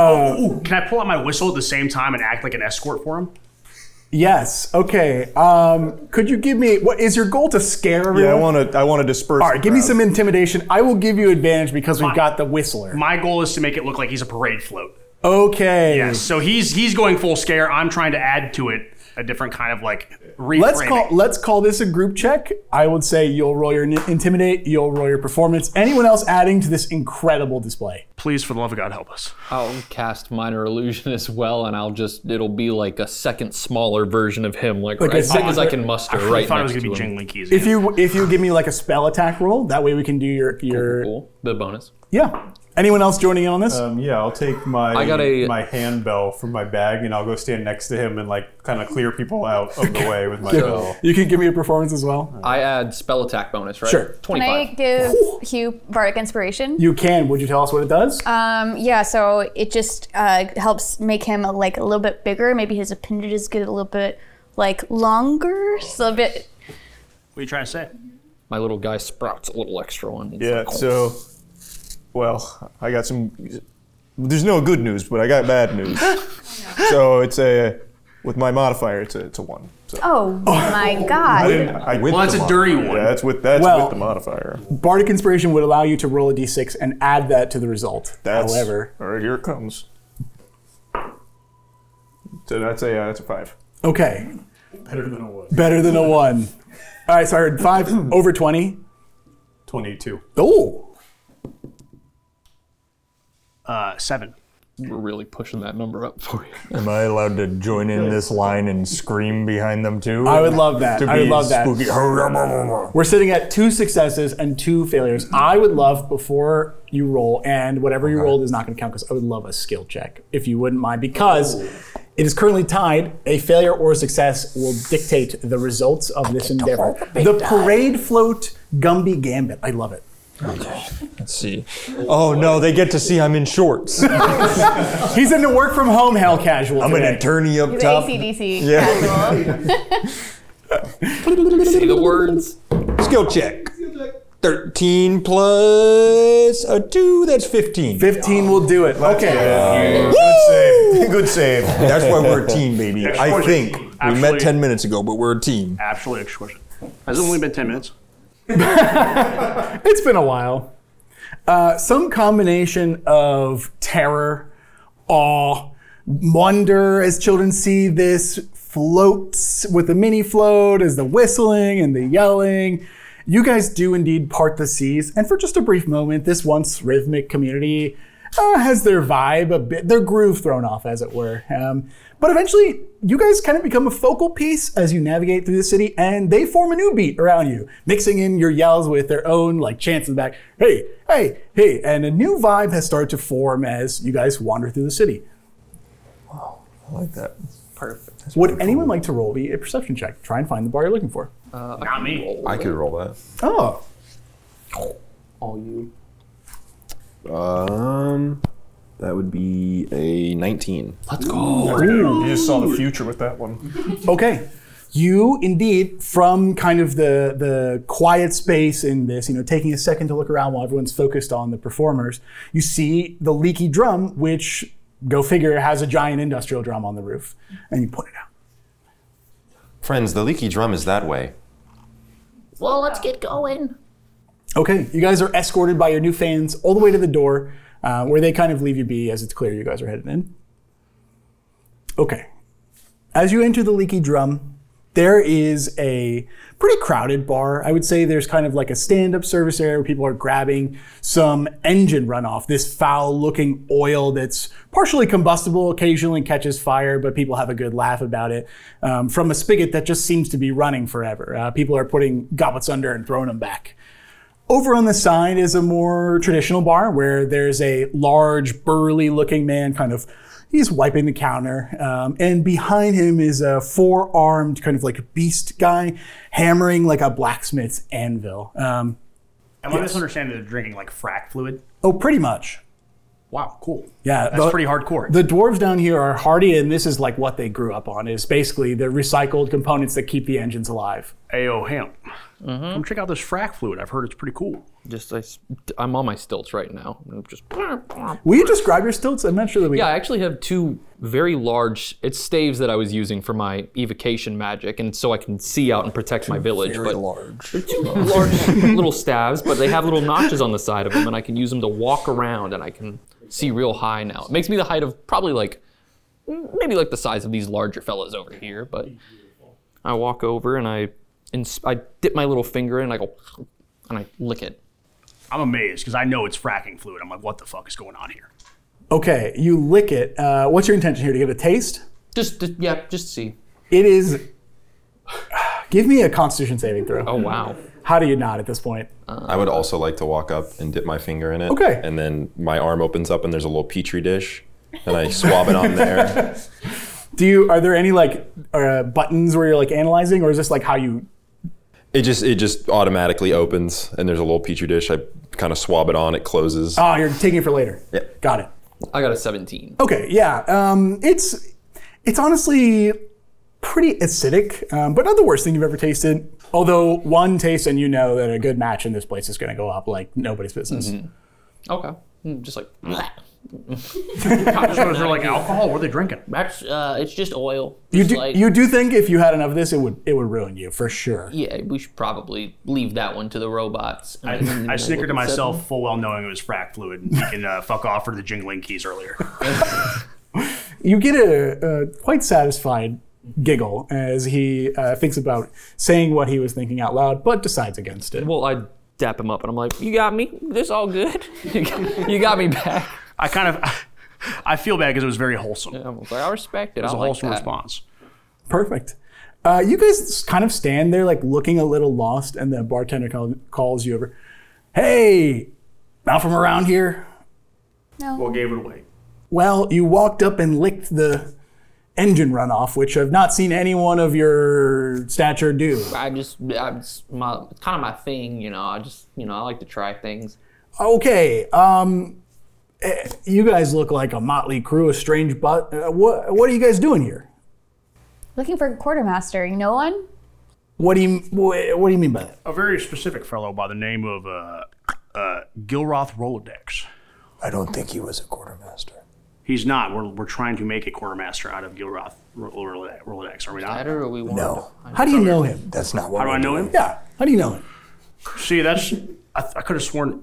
Speaker 3: Oh, ooh, can I pull out my whistle at the same time and act like an escort for him?
Speaker 8: Yes. Okay. Um, could you give me what is your goal to scare everyone?
Speaker 4: Yeah, I want to. I want to disperse.
Speaker 8: All right. Give me some intimidation. I will give you advantage because we've
Speaker 3: Fine.
Speaker 8: got the whistler.
Speaker 3: My goal is to make it look like he's a parade float.
Speaker 8: Okay.
Speaker 3: Yes. So he's he's going full scare. I'm trying to add to it a different kind of like reframing.
Speaker 8: Let's call let's call this a group check. I would say you'll roll your ni- intimidate, you'll roll your performance. Anyone else adding to this incredible display?
Speaker 3: Please, for the love of God, help us.
Speaker 9: I'll cast minor illusion as well, and I'll just it'll be like a second smaller version of him, like,
Speaker 8: Like a
Speaker 9: as big as I
Speaker 8: second-
Speaker 9: can muster.
Speaker 8: I really
Speaker 9: right
Speaker 8: thought it
Speaker 9: next
Speaker 8: was gonna
Speaker 9: to
Speaker 8: be
Speaker 9: him.
Speaker 3: jingling keys.
Speaker 8: If you if you give me like a spell attack roll, that way we can do your your
Speaker 9: the bonus.
Speaker 8: yeah. Anyone else joining in on this?
Speaker 10: Um, yeah, I'll take my
Speaker 8: I got a-
Speaker 10: my handbell from my bag and I'll go stand next to him and like kind of clear people out of the way with my
Speaker 8: Yeah.
Speaker 10: bell.
Speaker 8: You can give me a performance as well.
Speaker 9: I add spell attack bonus, right?
Speaker 8: Sure.
Speaker 9: Twenty
Speaker 5: Can
Speaker 9: five.
Speaker 5: I give Hugh bardic inspiration?
Speaker 8: You can. Would you tell us what it does?
Speaker 5: Um, yeah, so it just uh, helps make him like a little bit bigger. Maybe his appendages get a little bit like longer, so a bit.
Speaker 3: What are you trying to say?
Speaker 9: My little guy sprouts a little extra one. He's
Speaker 4: Yeah.
Speaker 9: like,
Speaker 4: So,
Speaker 8: oh.
Speaker 4: well, I got some. There's no good news, but I got bad news. so it's a with my modifier, it's a it's a one. So.
Speaker 5: Oh my
Speaker 4: I
Speaker 5: god!
Speaker 4: didn't- I-
Speaker 8: Well,
Speaker 4: with
Speaker 8: that's
Speaker 4: the
Speaker 8: a dirty
Speaker 4: modifier.
Speaker 8: one.
Speaker 4: Yeah, that's with that's
Speaker 8: Well-
Speaker 4: with the modifier.
Speaker 8: Bardic inspiration would allow you to roll a d6 and add that to the result.
Speaker 4: That's,
Speaker 8: However,
Speaker 4: all right, here it comes. So that's a uh, that's a five.
Speaker 8: okay,
Speaker 10: Better than a one.
Speaker 8: better than a one. All right, so I heard five over twenty.
Speaker 10: Twenty-two.
Speaker 8: Oh,
Speaker 3: Uh, seven.
Speaker 9: We're really pushing that number
Speaker 8: Oh,
Speaker 9: up for you.
Speaker 11: Am I allowed to join in this line and scream behind them too?
Speaker 8: I would love that.
Speaker 11: To
Speaker 8: I would
Speaker 11: be
Speaker 8: love that.
Speaker 11: spooky.
Speaker 8: We're sitting at two successes and two failures. I would love before you roll, and whatever you rolled is not going to count because I would love a skill check if you wouldn't mind, because it is currently tied. A failure or a success will dictate the results of this endeavor. The parade float Gumby Gambit. I love it.
Speaker 11: Let's see. Oh no, they get to see I'm in shorts.
Speaker 8: He's into work from home hell casual.
Speaker 11: I'm an
Speaker 8: today.
Speaker 11: attorney up
Speaker 5: He's
Speaker 11: top.
Speaker 5: ACDC
Speaker 11: Yeah.
Speaker 9: Say the words.
Speaker 11: Skill check. 13 plus a 2, that's 15.
Speaker 8: 15 will do it. Okay.
Speaker 11: Good
Speaker 4: save. Good save.
Speaker 11: That's why we're a team, baby. I
Speaker 3: Excellent.
Speaker 11: think. We
Speaker 3: Absolutely.
Speaker 11: met 10 minutes ago, but we're a team.
Speaker 3: Absolutely exquisite. Has it only been ten minutes?
Speaker 8: It's been a while. Uh, some combination of terror, awe, wonder as children see this floats with the mini float as the whistling and the yelling. You guys do indeed part the seas, and for just a brief moment, this once rhythmic community uh, has their vibe a bit, their groove thrown off, as it were. Um, but eventually, you guys kind of become a focal piece as you navigate through the city, and they form a new beat around you, mixing in your yells with their own like chants in the back. Hey, hey, hey! And a new vibe has started to form as you guys wander through the city.
Speaker 11: I like that.
Speaker 8: Perfect. Would anyone like to roll me a perception check? Try and find the bar you're looking for.
Speaker 9: Uh, Not me.
Speaker 7: I could roll that.
Speaker 8: Oh,
Speaker 9: All you.
Speaker 7: Um, that would be a 19.
Speaker 8: Let's go.
Speaker 7: Ooh.
Speaker 8: You just saw the future
Speaker 7: with that one.
Speaker 8: Okay. You indeed, from kind of the the quiet space in this, you know, taking a second to look around while everyone's focused on the performers, you see the leaky drum, which go figure has a giant industrial drum on the roof, and you point it out.
Speaker 7: Friends, the leaky drum is that way.
Speaker 13: Well, let's get going.
Speaker 8: Okay, you guys are escorted by your new fans all the way to the door, uh, where they kind of leave you be as it's clear you guys are headed in. Okay, as you enter the Leaky Drum, there is a pretty crowded bar. I would say there's kind of like a stand up service area where people are grabbing some engine runoff, this foul looking oil that's partially combustible, occasionally catches fire, but people have a good laugh about it um, from a spigot that just seems to be running forever. Uh, people are putting goblets under and throwing them back. Over on the side is a more traditional bar where there's a large, burly looking man kind of. He's wiping the counter, um, and behind him is a four-armed kind of like beast guy, hammering like a blacksmith's anvil. Um,
Speaker 3: Am I
Speaker 8: yes.
Speaker 3: misunderstanding that they're drinking like frack fluid?
Speaker 8: Oh, pretty much.
Speaker 3: Wow, cool.
Speaker 8: Yeah,
Speaker 3: that's
Speaker 8: the-
Speaker 3: pretty hardcore.
Speaker 8: The dwarves down here are hardy, and this is like what they grew up on. Is basically the recycled components that keep the engines alive.
Speaker 3: Ayo, hemp. Come check out this frack fluid. I've heard it's pretty cool.
Speaker 9: Mm-hmm. Just I, s- I'm on my stilts right now. I'm just.
Speaker 8: Will you describe your stilts? I'm not sure that we.
Speaker 9: Yeah, I actually have two very large. It's staves that I was using for my evocation magic, and so I can see out and protect my village. but large. They're two large little staves, but they have little notches on the side of them, and I can use them to walk around, and I can see real high now. It makes me the height of probably like, maybe like the size of these larger fellas over here. But I walk over and I, ins- I dip my little finger in, and I go, and I lick it.
Speaker 3: I'm amazed because I know it's fracking fluid. I'm like, what the fuck is going on here?
Speaker 8: Okay, you lick it. Uh, what's your intention here? To give it a taste?
Speaker 9: Just, just yeah, just see.
Speaker 8: It is. Give me a Constitution saving throw. Oh
Speaker 9: wow!
Speaker 8: How do you not at this point?
Speaker 9: Uh.
Speaker 7: I would also like to walk up and dip my finger in it.
Speaker 8: Okay.
Speaker 7: And then my arm opens up and there's a little petri dish, and I swab it on there.
Speaker 8: Do you? Are there any like uh, buttons where you're like analyzing, or is this like how you?
Speaker 7: It just it just automatically opens, and there's a little petri dish. I kind of swab it on, it closes.
Speaker 8: Oh, you're taking it for later.
Speaker 7: Yeah.
Speaker 8: Got it.
Speaker 9: I got a 17.
Speaker 8: Okay, yeah. Um, it's it's honestly pretty acidic, um, but not the worst thing you've ever tasted. Although one taste and you know that a good match in this place is going to go up like nobody's business.
Speaker 9: Okay, Mm, just like.
Speaker 3: Just because they're like alcohol. What are they drinking?
Speaker 13: That's uh, it's just oil.
Speaker 8: You
Speaker 13: Just
Speaker 8: do,
Speaker 13: like-
Speaker 8: you do think if you had enough of this, it would it would ruin you for sure.
Speaker 9: Yeah, we should probably leave that one to the robots.
Speaker 3: I, I snickered to myself, full well knowing it was frack fluid. and You can uh, fuck off for the jingling keys earlier.
Speaker 8: You get a, a quite satisfied giggle as he uh, thinks about saying what he was thinking out loud, but decides against it.
Speaker 9: Well, I dap him up and I'm like, You got me? This all good? you got you got me back.
Speaker 3: I kind of, I feel bad because it was very wholesome.
Speaker 9: I was like, I respect it.
Speaker 3: It was
Speaker 9: I
Speaker 3: a
Speaker 9: like
Speaker 3: wholesome
Speaker 9: that.
Speaker 3: response.
Speaker 8: Perfect. Uh, you guys kind of stand there, like looking a little lost, and the bartender call, calls you over. Hey, not from around here.
Speaker 5: No.
Speaker 3: Well, gave it away.
Speaker 8: Well, you walked up and licked the engine runoff, which I've not seen anyone of your stature do.
Speaker 9: I just, I just my, it's kind of my thing, you know. I just, you know, I like to try things.
Speaker 8: Okay, um, eh, you guys look like a motley crew, a strange but. Uh, what what are you guys doing here?
Speaker 5: Looking for a quartermaster. You know one?
Speaker 8: What do you wh- what do you mean by that?
Speaker 3: A very specific fellow by the name of uh, uh, Gilroth Rolodex.
Speaker 11: I don't think he was a quartermaster.
Speaker 3: He's not. We're, we're trying to make a quartermaster out of Gilroth Ro- Ro- Rolodex. Are we not?
Speaker 9: Better or we want.
Speaker 11: No.
Speaker 8: How do you know him?
Speaker 11: That's not what
Speaker 3: How do I know him?
Speaker 8: Yeah. How do you know him?
Speaker 3: See, that's. I, I could have sworn.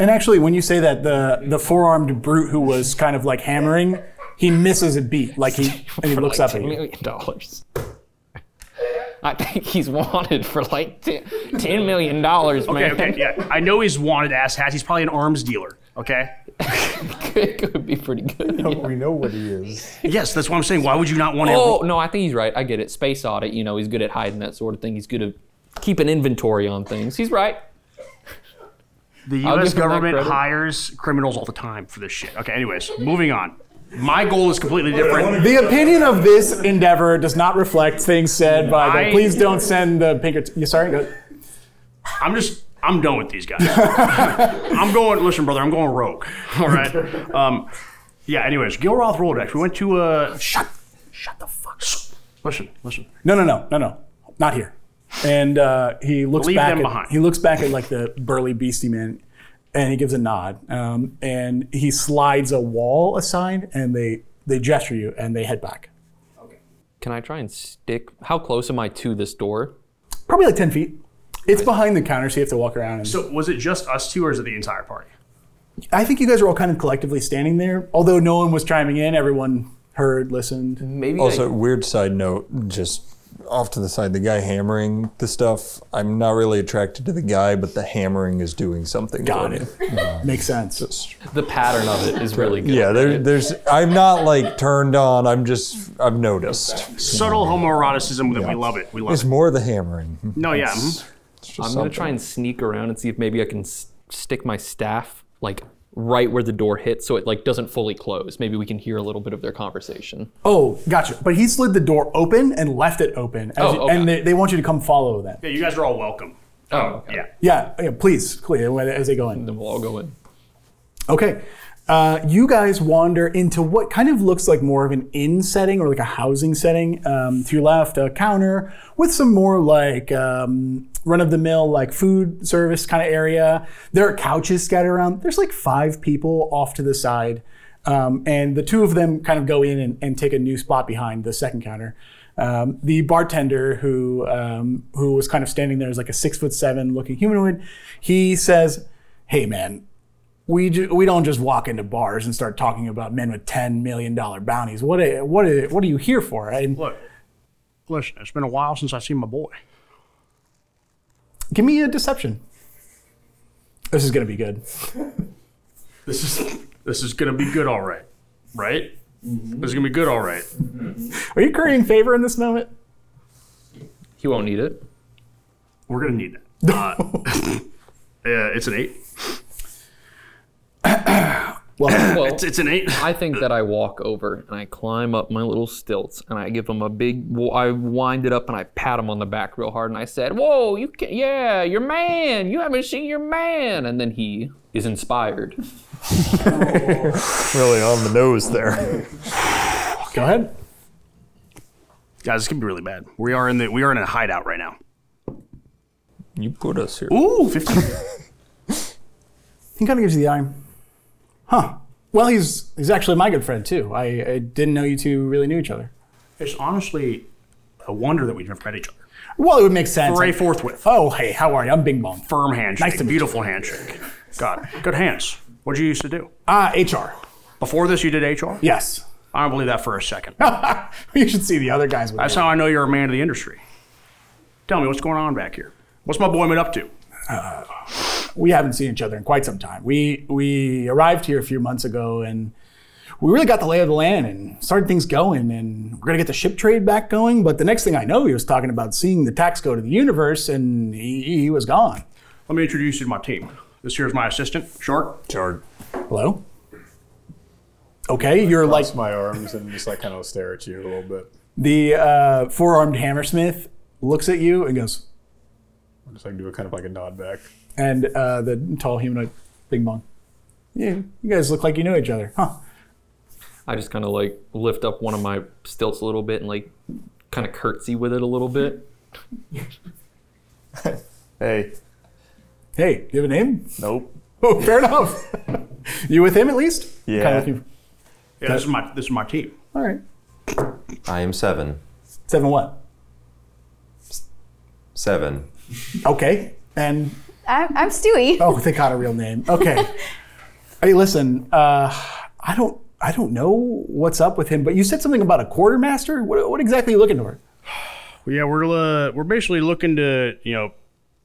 Speaker 8: And actually, when you say that, the the four armed brute who was kind of like hammering, he misses a beat. Like he and he
Speaker 9: for
Speaker 8: looks
Speaker 9: like
Speaker 8: up at
Speaker 9: $10
Speaker 8: you.
Speaker 9: million dollars. I think he's wanted for like ten, $10 million dollars,
Speaker 3: Okay,
Speaker 9: man.
Speaker 3: okay, yeah. I know he's wanted ass hats. He's probably an arms dealer. Okay.
Speaker 9: it could be pretty good.
Speaker 11: We know what he is.
Speaker 3: Yes, that's what I'm saying. Why would you not want to?
Speaker 9: Oh no, I think he's right. I get it. Space audit. You know, he's good at hiding that sort of thing. He's good at keeping inventory on things. He's right.
Speaker 3: The
Speaker 9: I'll
Speaker 3: U.S.
Speaker 9: give him that
Speaker 3: government
Speaker 9: credit.
Speaker 3: hires criminals all the time for this shit. Okay, anyways, moving on. My goal is completely different.
Speaker 8: The opinion of this endeavor does not reflect things said by the
Speaker 3: I-
Speaker 8: please don't send the Pinkerton. You sorry? Go-
Speaker 3: I'm just, I'm done with these guys. I'm going, listen, brother, I'm going rogue. All right. Um, yeah, anyways, Gilroth Rolodex. We went to, uh, shut, shut the fuck up. Listen, listen.
Speaker 8: No, no, no, no, no, not here. And uh, he looks
Speaker 3: Leave
Speaker 8: back.
Speaker 3: them
Speaker 8: at,
Speaker 3: behind.
Speaker 8: He looks back at like the burly beastie man, and he gives a nod. Um, and he slides a wall aside, and they they gesture you, and they head back.
Speaker 9: Can I try and stick? How close am I to this door?
Speaker 8: Probably like ten feet. It's behind the counter, so you have to walk around. And
Speaker 3: So was it just us two or is it the entire party?
Speaker 8: I think you guys are all kind of collectively standing there, although no one was chiming in. Everyone heard, listened.
Speaker 9: Maybe
Speaker 11: Also, weird side note, just off to the side, the guy hammering the stuff. I'm not really attracted to the guy, but the hammering is doing something.
Speaker 8: Got
Speaker 11: for
Speaker 8: it.
Speaker 11: me.
Speaker 8: Makes sense.
Speaker 9: The pattern of it is really good.
Speaker 11: Yeah, there, there's. I'm not like turned on. I'm just. I've noticed.
Speaker 3: Subtle homoeroticism that we love it. We love
Speaker 11: It's
Speaker 3: it.
Speaker 11: more the hammering.
Speaker 3: No, yeah.
Speaker 11: It's-
Speaker 3: mhm.
Speaker 11: it's just
Speaker 9: I'm gonna
Speaker 11: something.
Speaker 9: try and sneak around and see if maybe I can s- stick my staff like right where the door hits, so it like doesn't fully close. Maybe we can hear a little bit of their conversation.
Speaker 8: Oh, gotcha. But he slid the door open and left it open. as
Speaker 9: Oh,
Speaker 8: you-
Speaker 9: okay.
Speaker 8: And they, they want you to come follow them.
Speaker 3: Yeah, you guys are all welcome.
Speaker 9: Oh, okay.
Speaker 3: Yeah.
Speaker 8: Yeah, yeah please, please, as they go in.
Speaker 9: Then we'll all go in.
Speaker 8: Okay. Uh, you guys wander into what kind of looks like more of an inn setting or like a housing setting. Um, to your left, a counter with some more like um, run of the mill, like food service kind of area. There are couches scattered around. There's like five people off to the side. Um, and the two of them kind of go in and, and take a new spot behind the second counter. Um, the bartender who um, who was kind of standing there is like a six foot seven looking humanoid. He says, "Hey man, we ju- we don't just walk into bars and start talking about men with ten million dollar bounties. What a, what a, what are you here for? And
Speaker 3: Look, listen, it's been a while since I've seen my boy.
Speaker 8: give me a deception. This is gonna be good.
Speaker 3: This is, this is going to be good, all right. Right?
Speaker 8: Mm-hmm.
Speaker 3: This is going to be good, all right.
Speaker 8: Are you currying favor in this moment?
Speaker 9: He won't need it.
Speaker 3: We're gonna need that. Uh, yeah, it's an eight.
Speaker 9: Well,
Speaker 3: It's, it's an eight.
Speaker 9: I think that I walk over and I climb up my little stilts and I give him a big. w- I wind it up and I pat him on the back real hard and I said, "Whoa, you can, yeah, your man. You haven't seen your man." And then he is inspired.
Speaker 11: really on the nose there.
Speaker 8: Go ahead.
Speaker 3: Guys, this could be really bad. We are in the we are in a hideout right now.
Speaker 11: You put us here.
Speaker 3: Ooh, 15.
Speaker 8: He kind of gives you the eye. Huh. Well, he's he's actually my good friend too. I, I didn't know you two really knew each other.
Speaker 3: it's honestly a wonder that we've never met each other.
Speaker 8: Well, it would make sense.
Speaker 3: Hooray
Speaker 8: Like,
Speaker 3: forthwith.
Speaker 8: oh, hey, how are you? I'm Bing Bong.
Speaker 3: Firm handshake.
Speaker 8: Nice to meet you.
Speaker 3: Beautiful handshake. God, good hands. What did you used to do?
Speaker 8: Ah, HR.
Speaker 3: Before this, you did HR?
Speaker 8: Yes.
Speaker 3: I don't believe that for a second.
Speaker 8: You should see the other guys. With
Speaker 3: That's
Speaker 8: you.
Speaker 3: how I know you're a man of the industry. Tell me, what's going on back here? What's my boy been up to?
Speaker 8: Uh, we haven't seen each other in quite some time. We we arrived here a few months ago and we really got the lay of the land and started things going and we're gonna get the ship trade back going. But the next thing I know, he was talking about seeing the tax go to the universe and he, he was gone.
Speaker 3: Let me introduce you to my team. This here's my assistant, Shark.
Speaker 11: Charred.
Speaker 8: Hello? Okay, you're like
Speaker 10: Cross my arms and just like kind of stare at you a little bit.
Speaker 8: the uh, four armed hammersmith looks at you and goes,
Speaker 10: I'm just like do a kind of like a nod back.
Speaker 8: and uh, the tall humanoid, Bing Bong. Yeah, you guys look like you know each other, huh?
Speaker 9: I just kind of like lift up one of my stilts a little bit and like kind of curtsy with it a little bit.
Speaker 10: Hey,
Speaker 8: Hey, do you have a name?
Speaker 10: nope.
Speaker 8: Oh, fair enough. you with him at least?
Speaker 10: Yeah.
Speaker 8: Kinda looking-
Speaker 3: Yeah, this is my this is my team.
Speaker 8: All right.
Speaker 7: I am seven.
Speaker 8: Seven what?
Speaker 7: Seven.
Speaker 8: Okay. And
Speaker 5: I'm, I'm Stewie.
Speaker 8: oh, they got a real name. Okay. hey, listen. Uh, I don't. I don't know what's up with him, but you said something about a quartermaster. What, what exactly are you looking for?
Speaker 3: Yeah, we're uh, we're basically looking to you know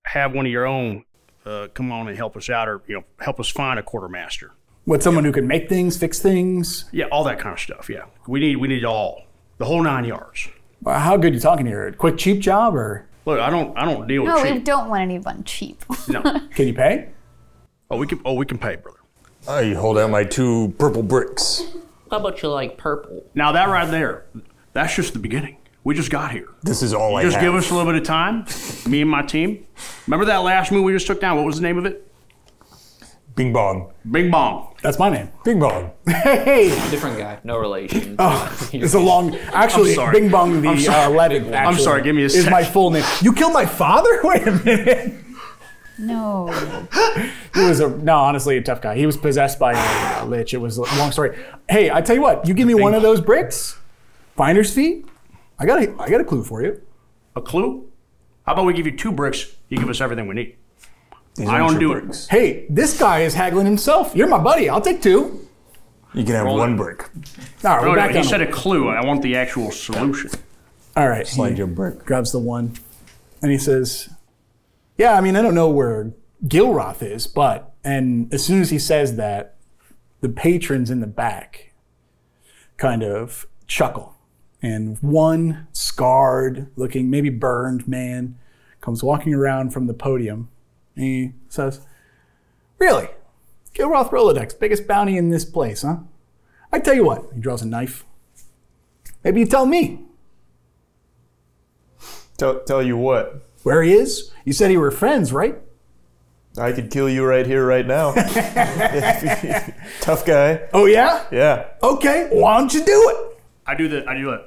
Speaker 3: have one of your own uh, come on and help us out, or you know help us find a quartermaster.
Speaker 8: What someone who can make things, fix things.
Speaker 3: Yeah, all that kind of stuff. Yeah, we need we need it all, the whole nine yards.
Speaker 8: Well, Uh, How good you talking here? Quick, cheap job or
Speaker 3: Look, I don't I don't deal with
Speaker 5: No, we
Speaker 3: cheap.
Speaker 5: don't want anyone cheap.
Speaker 3: no.
Speaker 8: Can you pay?
Speaker 3: Oh, we can. Oh, we can pay, brother.
Speaker 11: I hold out my two purple bricks.
Speaker 13: How about you like purple?
Speaker 3: Now that right there, that's just the beginning. We just got here.
Speaker 11: This is all I
Speaker 3: just
Speaker 11: have.
Speaker 3: give us a little bit of time. Me and my team. Remember that last move we just took down? What was the name of it?
Speaker 11: Bing bong.
Speaker 3: Bing bong.
Speaker 8: That's my name.
Speaker 11: Bing bong.
Speaker 8: Hey.
Speaker 9: Different guy. No relation.
Speaker 8: Oh, it's a long. Actually,
Speaker 3: I'm sorry.
Speaker 8: Bing Bong the
Speaker 3: I'm
Speaker 8: uh,
Speaker 3: sorry.
Speaker 8: Levitt.
Speaker 3: I'm
Speaker 8: actually,
Speaker 3: sorry, give me a
Speaker 8: Is
Speaker 3: sec.
Speaker 8: my full name. You killed my father? Wait a minute.
Speaker 5: No.
Speaker 8: He was a no, honestly, a tough guy. He was possessed by a uh, lich. It was a long story. Hey, I tell you what. You give me one of those bricks, finder's fee. I got a I got a clue for you.
Speaker 3: A clue? How about we give you two bricks? You give us everything we need. I don't do it.
Speaker 8: Hey, this guy is haggling himself. You're my buddy. I'll take two.
Speaker 11: You can have
Speaker 3: Roll
Speaker 11: one
Speaker 3: it.
Speaker 11: brick.
Speaker 8: All right,
Speaker 3: Oh, No,
Speaker 8: we're
Speaker 3: no,
Speaker 8: back
Speaker 3: he
Speaker 8: on.
Speaker 3: said a clue. I want the actual solution.
Speaker 8: All right,
Speaker 11: Slide
Speaker 8: he
Speaker 11: your brick.
Speaker 8: grabs the one, and he says, "Yeah, I mean, I don't know where Gilroth is, but..." And as soon as he says that, the patrons in the back kind of chuckle, and one scarred, looking maybe burned man comes walking around from the podium. And he says, "Really, Gilroth Rolodex, biggest bounty in this place, huh? I tell you what." He draws a knife. Maybe you tell me.
Speaker 4: Tell, tell you what,
Speaker 8: Where he is? You said you were friends, right?
Speaker 4: I could kill you right here, right now. Tough guy.
Speaker 8: Oh yeah?
Speaker 4: Yeah.
Speaker 8: Okay. Why don't you do it?
Speaker 3: I do the I do it.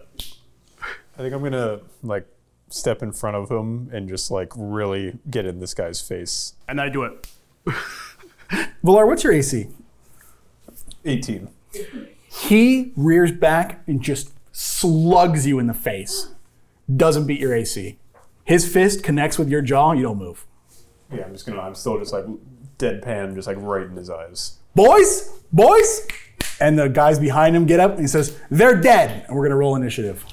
Speaker 10: I think I'm gonna like step in front of him and just like really get in this guy's face.
Speaker 3: And I do it.
Speaker 8: Valar, what's your AC?
Speaker 10: 18.
Speaker 8: He rears back and just slugs you in the face. Doesn't beat your AC. His fist connects with your jaw, you don't move.
Speaker 10: Yeah, I'm just gonna. I'm still just like deadpan, just like right in his eyes.
Speaker 8: Boys, boys! And the guys behind him get up and he says, They're dead. And we're gonna roll initiative.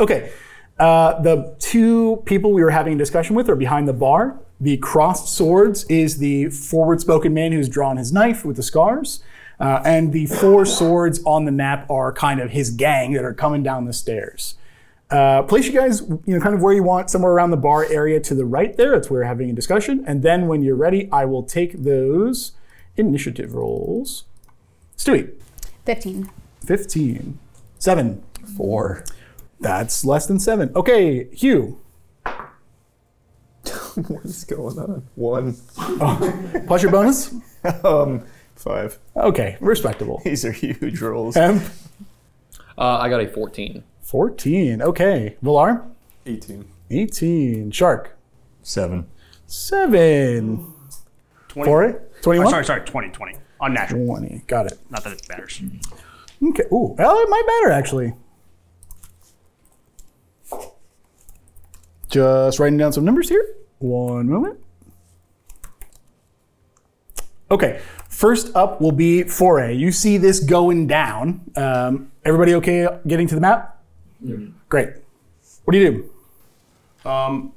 Speaker 8: Okay. Uh, the two people we were having a discussion with are behind the bar. The crossed swords is the forward spoken man who's drawn his knife with the scars. Uh, and the four swords on the map are kind of his gang that are coming down the stairs. Uh, place you guys, you know, kind of where you want, somewhere around the bar area to the right there. That's where we're having a discussion. And then when you're ready, I will take those initiative rolls. Stewie,
Speaker 5: 15.
Speaker 8: 15. 7. 4. That's less than 7. Okay, Hugh.
Speaker 4: what is going on? One.
Speaker 8: Plus your bonus?
Speaker 4: Um, five.
Speaker 8: Okay, respectable.
Speaker 4: These are huge rolls.
Speaker 8: Em,
Speaker 9: Uh, I got a 14.
Speaker 8: 14. Okay. Villar?
Speaker 10: 18.
Speaker 8: 18. Shark?
Speaker 11: Seven.
Speaker 8: 7.
Speaker 3: 20.
Speaker 8: Foray?
Speaker 3: Oh,
Speaker 8: 21?
Speaker 3: sorry, sorry, 20, 20. Unnatural.
Speaker 8: 20. Got it.
Speaker 3: Not that it matters.
Speaker 8: Okay. Ooh, well, it might matter actually. Just writing down some numbers here. One moment. Okay. First up will be Foray. You see this going down. Um, everybody okay getting to the map? Great. What do you do?
Speaker 3: Um,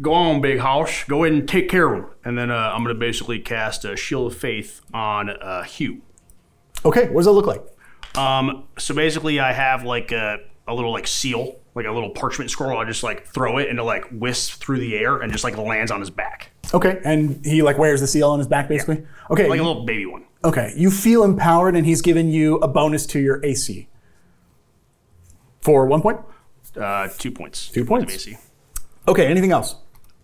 Speaker 3: go on, big house. Go ahead and take care of him. And then uh, I'm going to basically cast a shield of faith on uh, Hugh.
Speaker 8: Okay. What does that look like?
Speaker 3: Um, so basically, I have like a, a little like seal, like a little parchment scroll. I just like throw it and it like wisps through the air and just like lands on his back,
Speaker 8: Okay. And he like wears the seal on his back basically. Okay.
Speaker 3: like a little baby one.
Speaker 8: Okay, you feel empowered, and he's given you a bonus to your AC for one point.
Speaker 3: Uh, two points.
Speaker 8: Two
Speaker 3: of
Speaker 8: points.
Speaker 3: AC.
Speaker 8: Okay, anything else?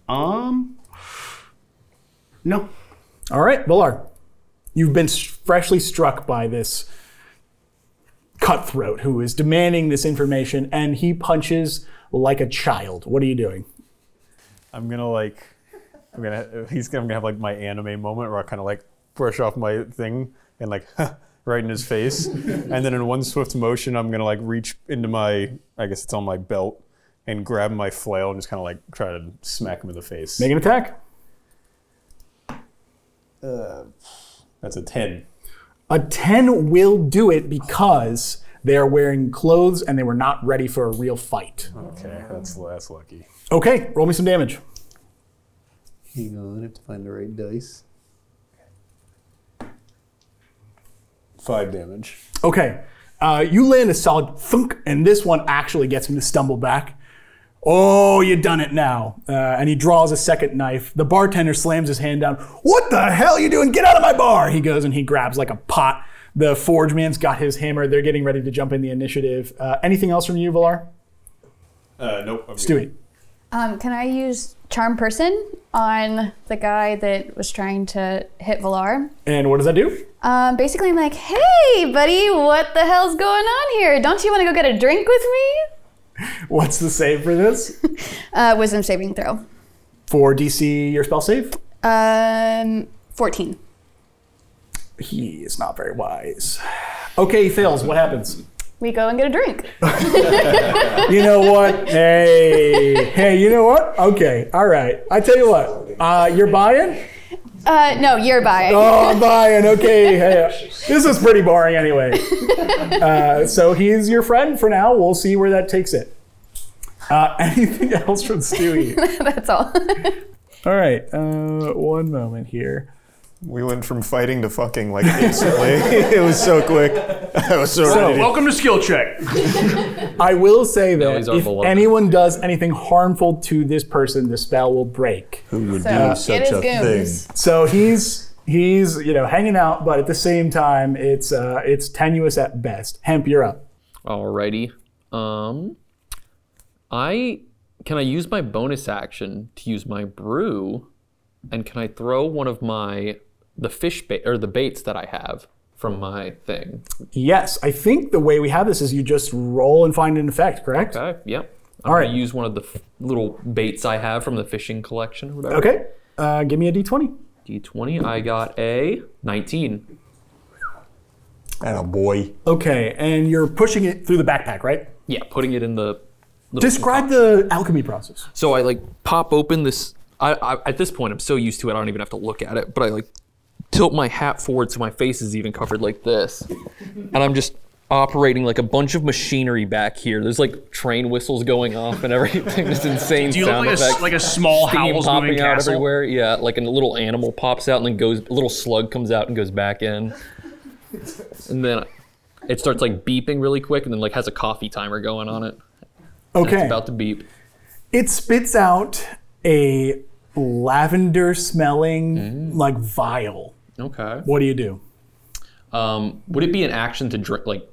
Speaker 3: Um, no.
Speaker 8: All right, Villar, you've been s- freshly struck by this cutthroat who is demanding this information, and he punches like a child. What are you doing?
Speaker 10: I'm gonna like. I'm gonna. He's gonna, I'm gonna have like my anime moment where I kind of like brush off my thing and like right in his face, and then in one swift motion, I'm gonna like reach into my. I guess it's on my belt. And grab my flail and just kind of like try to smack him in the face.
Speaker 8: Make an attack.
Speaker 10: Uh, That's a ten.
Speaker 8: A 10 will do it because they are wearing clothes and they were not ready for a real fight.
Speaker 10: Oh. Okay, that's that's lucky.
Speaker 8: Okay, roll me some damage.
Speaker 15: Hang on, I have to find the right dice. Five damage.
Speaker 8: Okay. Uh, you land a solid thunk, and this one actually gets him to stumble back. Oh, you done it now. Uh, and he draws a second knife. The bartender slams his hand down. What the hell are you doing? Get out of my bar! He goes and he grabs like a pot. The forge man's got his hammer. They're getting ready to jump in the initiative. Uh, anything else from you, Valar?
Speaker 10: Uh, nope. I'm
Speaker 8: Stewie.
Speaker 5: Um, can I use charm person on the guy that was trying to hit Valar?
Speaker 8: And what does that do?
Speaker 5: Um, basically, I'm like, hey, buddy, what the hell's going on here? Don't you want to go get a drink with me?
Speaker 8: What's the save for this?
Speaker 5: Uh, wisdom saving throw.
Speaker 8: For DC, your spell save?
Speaker 5: Um, 14.
Speaker 8: He is not very wise. Okay, he fails. What happens?
Speaker 5: We go and get a drink.
Speaker 8: you know what? Hey, hey, you know what? Okay, all right. I tell you what. Uh, you're buying?
Speaker 5: Uh, no, you're buying.
Speaker 8: Oh, I'm buying. Okay, hey, uh, this is pretty boring anyway. Uh, so he's your friend for now. We'll see where that takes it. Uh, anything else from Stewie?
Speaker 5: That's all.
Speaker 8: All right, uh, one moment here.
Speaker 4: We went from fighting to fucking like instantly. it was so quick. I was so, ready. to-
Speaker 3: welcome to skill check.
Speaker 8: I will say that
Speaker 3: he's our
Speaker 8: if
Speaker 3: beloved.
Speaker 8: anyone does anything harmful to this person, the spell will break.
Speaker 11: Who would
Speaker 8: So,
Speaker 11: do
Speaker 8: it
Speaker 11: such
Speaker 8: is
Speaker 11: a
Speaker 8: goons. So he's he's you know hanging out, but at the same time, it's uh, it's tenuous at best. Hemp, you're up.
Speaker 9: Alrighty. Um, I can I use my bonus action to use my brew, and can I throw one of my the fish bait or the baits that I have from my thing?
Speaker 8: Yes, I think the way we have this is you just roll and find an effect, correct?
Speaker 9: Okay. Yep. I'm
Speaker 8: All
Speaker 9: gonna
Speaker 8: right.
Speaker 9: Use one of the f- little baits I have from the fishing collection. Or whatever.
Speaker 8: Okay. Uh, give me a d20.
Speaker 9: D20. I got a 19.
Speaker 11: And a boy.
Speaker 8: Okay, and you're pushing it through the backpack, right?
Speaker 9: Yeah, putting it in the. little
Speaker 8: Describe the alchemy process.
Speaker 9: So I like pop open this. I, I at this point I'm so used to it I don't even have to look at it. But I like tilt my hat forward so my face is even covered like this, and I'm just operating like a bunch of machinery back here. There's like train whistles going off and everything. This insane
Speaker 3: Do you look
Speaker 9: sound
Speaker 3: like a s-
Speaker 9: effects.
Speaker 3: like a small
Speaker 9: Steam
Speaker 3: Howl's
Speaker 9: popping
Speaker 3: Moving
Speaker 9: out
Speaker 3: Castle?
Speaker 9: everywhere. Yeah, like a little animal pops out and then goes. A little slug comes out and goes back in, and then it starts like beeping really quick and then like has a coffee timer going on it. And
Speaker 8: Okay.
Speaker 9: it's about to beep.
Speaker 8: It spits out a lavender smelling like vial.
Speaker 9: Mm. Okay.
Speaker 8: What do you do?
Speaker 9: Um, would it be an action to drink, like,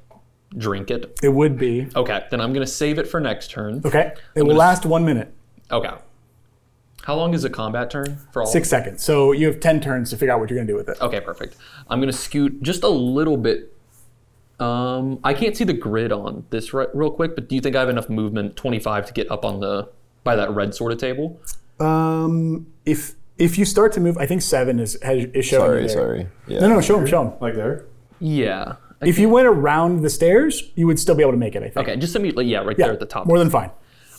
Speaker 9: drink it?
Speaker 8: It would be.
Speaker 9: Okay, then I'm gonna save it for next turn.
Speaker 8: Okay. It
Speaker 9: I'm
Speaker 8: will
Speaker 9: gonna-
Speaker 8: last one minute,
Speaker 9: Okay. How long is a combat turn for all?
Speaker 8: six seconds. So you have 10 turns to figure out what you're going to do with it.
Speaker 9: Okay, perfect. I'm gonna scoot just a little bit. Um, I can't see the grid on this right, real quick, but do you think I have enough movement, 25, to get up on the by that red sort of table?
Speaker 8: Um, if if you start to move, I think seven is has, is showing.
Speaker 9: Sorry,
Speaker 8: you there.
Speaker 9: sorry. Yeah.
Speaker 8: No, no, show him, show him.
Speaker 10: Like there.
Speaker 9: Yeah.
Speaker 8: If you went around the stairs, you would still be able to make it. I think.
Speaker 9: Okay, just immediately, yeah, right there at the top.
Speaker 8: More than fine.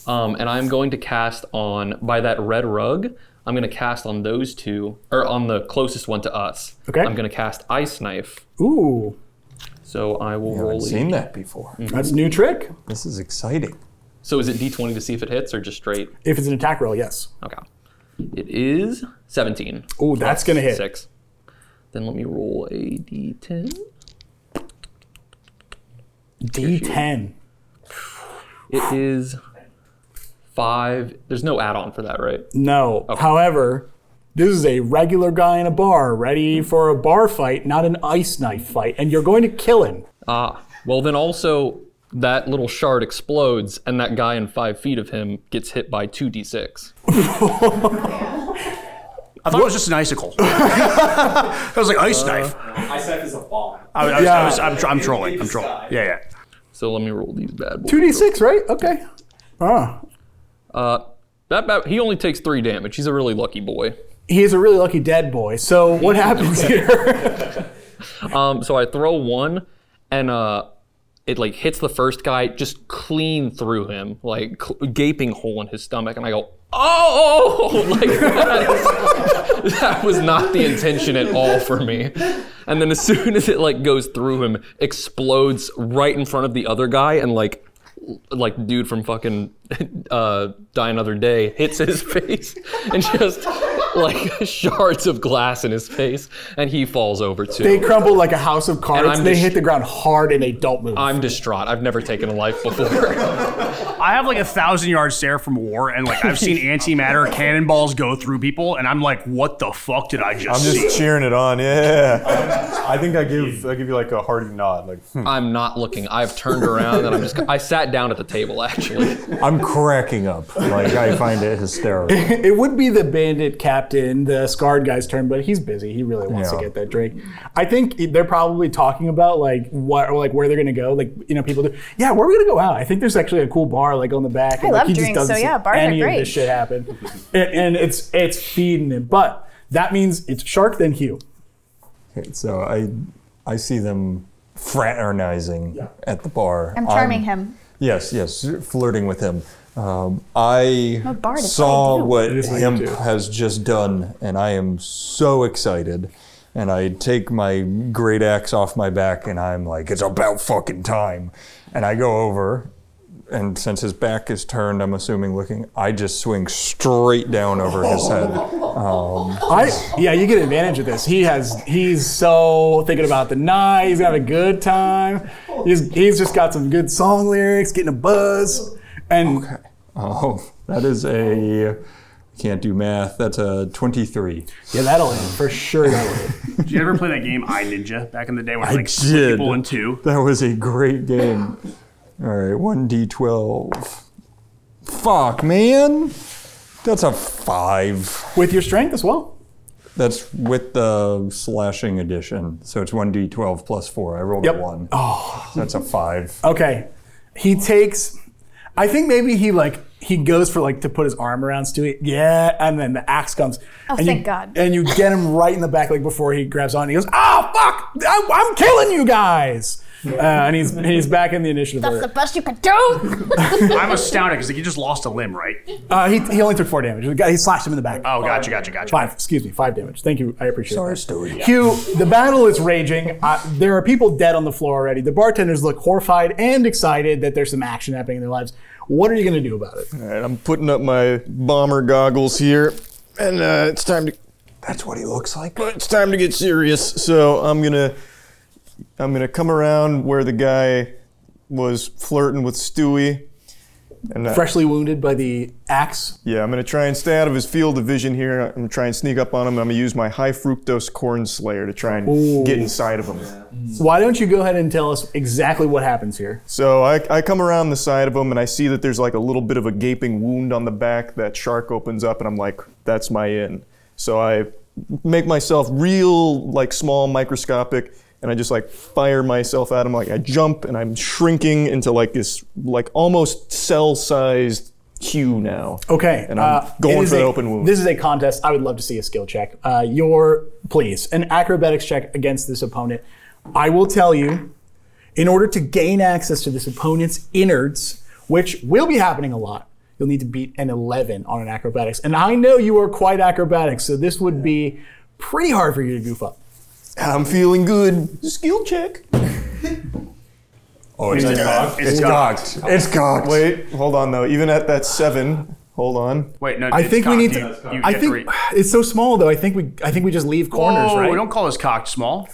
Speaker 9: Um, and I'm going to cast on by that red rug. I'm going to cast on those two, or on the closest one to us.
Speaker 8: Okay.
Speaker 9: I'm going to cast ice knife.
Speaker 8: Ooh,
Speaker 9: So I will
Speaker 11: haven't
Speaker 9: roll. a-
Speaker 11: seen that before.
Speaker 9: Mhm.
Speaker 8: that's a new trick.
Speaker 11: This is exciting.
Speaker 9: So is it d20 to see if it hits, or just straight?
Speaker 8: If it's an attack roll, yes.
Speaker 9: Okay. It is 17.
Speaker 8: Oh, that's gonna hit.
Speaker 9: Six. Then let me roll a d10.
Speaker 8: D10.
Speaker 9: It is five. There's no add-on for that, right?
Speaker 8: No. However, this is a regular guy in a bar,
Speaker 9: Mm-hmm.
Speaker 8: ready for a bar fight, not an ice knife fight, and you're going to kill him.
Speaker 9: Ah, well, then also that little shard explodes, and that guy in five feet of him gets hit by 2d6.
Speaker 3: I thought it was just an icicle. I was like ice knife.
Speaker 14: Ice knife is a bomb.
Speaker 3: I, I was, I
Speaker 14: Yeah.
Speaker 3: was, I'm, tr- I'm
Speaker 14: Deep
Speaker 3: trolling. I'm
Speaker 14: sky.
Speaker 3: trolling. Yeah, yeah.
Speaker 9: So let me roll these bad boys.
Speaker 8: Two D six, right? Okay. Ah.
Speaker 9: Uh, that bat, he only takes three damage. He's a really lucky boy.
Speaker 8: He is a really lucky dead boy. So what happens here?
Speaker 9: Um, so I throw one, and uh, it like hits the first guy just clean through him, like cl- gaping hole in his stomach, and I go, oh, like that, that was not the intention at all for me. And then as soon as it like goes through him, explodes right in front of the other guy, and like. Like dude from fucking uh, Die Another Day hits his face and just like shards of glass in his face, and he falls over too.
Speaker 8: They crumble like a house of cards.
Speaker 9: I'm
Speaker 8: They
Speaker 9: just-
Speaker 8: hit the ground hard and they don't move.
Speaker 9: I'm distraught. I've never taken a life before.
Speaker 3: I have like a thousand yard stare from war, and like I've seen antimatter cannonballs go through people, and I'm like, what the fuck did I
Speaker 4: I'm
Speaker 3: just see?
Speaker 4: just cheering it on. Yeah.
Speaker 10: I think I give I give you like a hearty nod, like hmm.
Speaker 9: I'm not looking. I've turned around and I'm just. I sat down at the table actually.
Speaker 11: I'm cracking up. Like I find it hysterical.
Speaker 8: it would be the bandit captain, the scarred guy's turn, but he's busy. He really wants
Speaker 11: Yeah.
Speaker 8: to get that drink. I think they're probably talking about like what or like where they're gonna go. Like you know, people do. Yeah, where are we gonna go out? I think there's actually a cool bar like on the back.
Speaker 5: I
Speaker 8: and, like,
Speaker 5: love
Speaker 8: he just
Speaker 5: drinks,
Speaker 8: doesn't
Speaker 5: so
Speaker 8: see
Speaker 5: yeah, bars are
Speaker 8: any of
Speaker 5: great.
Speaker 8: this shit happen, and, and it's it's feeding him. But that means it's shark then Hugh.
Speaker 11: Okay, so I I see them fraternizing at the bar.
Speaker 5: I'm charming him.
Speaker 11: Yes, yes, flirting with him. Um, I
Speaker 5: I'm a bard, it's what I
Speaker 11: saw
Speaker 5: do.
Speaker 11: what
Speaker 5: It is what you
Speaker 11: Hemp
Speaker 5: do.
Speaker 11: has just done, and I am so excited. And I take my great axe off my back, and I'm like, it's about fucking time. And I go over, and since his back is turned, I'm assuming looking, I just swing straight down over his head. Um,
Speaker 8: I yeah, you get advantage of this. He has he's so thinking about the night. He's having a good time. He's he's just got some good song lyrics, getting a buzz, and
Speaker 11: Oh, that is a can't do math. That's a twenty-three.
Speaker 8: Yeah, that'll end for sure. That'll end.
Speaker 3: Did you ever play that game I Ninja back in the day when
Speaker 11: I
Speaker 3: like split
Speaker 11: did.
Speaker 3: people in two?
Speaker 11: That was a great game. All right, one d twelve. Fuck, man. That's a five.
Speaker 8: With your strength as well.
Speaker 11: That's with the slashing edition, so it's one d twelve plus four. I rolled a one. Oh, that's a five.
Speaker 8: Okay. He takes I think maybe he like he goes for like to put his arm around Stewie. Yeah, and then the axe comes.
Speaker 5: Oh,
Speaker 8: and
Speaker 5: thank
Speaker 8: you,
Speaker 5: God.
Speaker 8: And you get him right in the back like before he grabs on. And he goes, "Ah, fuck! I, I'm killing you guys!" Uh, and he's he's back in the initiative.
Speaker 5: That's
Speaker 8: order.
Speaker 5: the best you could do.
Speaker 3: I'm astounded because he just lost a limb, right?
Speaker 8: Uh, he, he only took four damage. The guy- He slashed him in the back.
Speaker 3: Oh, gotcha, gotcha, gotcha.
Speaker 8: Five, excuse me, five damage. Thank you, I appreciate
Speaker 11: Sorry,
Speaker 8: that.
Speaker 11: Stewie.
Speaker 8: Hugh, the battle is raging. Uh, there are people dead on the floor already. The bartenders look horrified and excited that there's some action happening in their lives. What are you going to do about it?
Speaker 4: All right, I'm putting up my bomber goggles here, and uh, it's time to.
Speaker 11: That's what he looks like.
Speaker 4: But it's time to get serious. So I'm gonna, I'm gonna come around where the guy was flirting with Stewie, and uh,
Speaker 8: Freshly wounded by the axe.
Speaker 4: Yeah, I'm gonna try and stay out of his field of vision here. I'm gonna try and sneak up on him. I'm gonna use my high fructose corn slayer to try and
Speaker 8: Ooh.
Speaker 4: get inside of him.
Speaker 8: Why don't you go ahead and tell us exactly what happens here?
Speaker 4: So I, I come around the side of him and I see that there's like a little bit of a gaping wound on the back. That shark opens up and I'm like, that's my in. So I make myself real, like small, microscopic, and I just like fire myself at him. Like I jump and I'm shrinking into like this, like almost cell sized hue now.
Speaker 8: Okay.
Speaker 4: And I'm
Speaker 8: uh, it
Speaker 4: going
Speaker 8: is
Speaker 4: for the
Speaker 8: a-
Speaker 4: open wound.
Speaker 8: This is a contest. I would love to see a skill check. Uh, your, please, an acrobatics check against this opponent. I will tell you, in order to gain access to this opponent's innards, which will be happening a lot, you'll need to beat an 11 on an acrobatics. And I know you are quite acrobatic, so this would be pretty hard for you to goof up.
Speaker 4: I'm feeling good. Skill check.
Speaker 11: Oh, it's,
Speaker 4: It's
Speaker 11: cocked.
Speaker 4: cocked. It's
Speaker 11: cocked. It's cocked.
Speaker 4: Wait, hold on though. Even at that seven, hold on.
Speaker 3: Wait, no.
Speaker 8: I
Speaker 3: it's
Speaker 8: think we need
Speaker 3: cocked. You-
Speaker 8: to.
Speaker 3: you
Speaker 8: I
Speaker 3: get
Speaker 8: think
Speaker 3: three.
Speaker 8: it's so small though. I think we. I think we just leave corners,
Speaker 3: Whoa,
Speaker 8: right?
Speaker 3: Oh, Don't call this cocked small.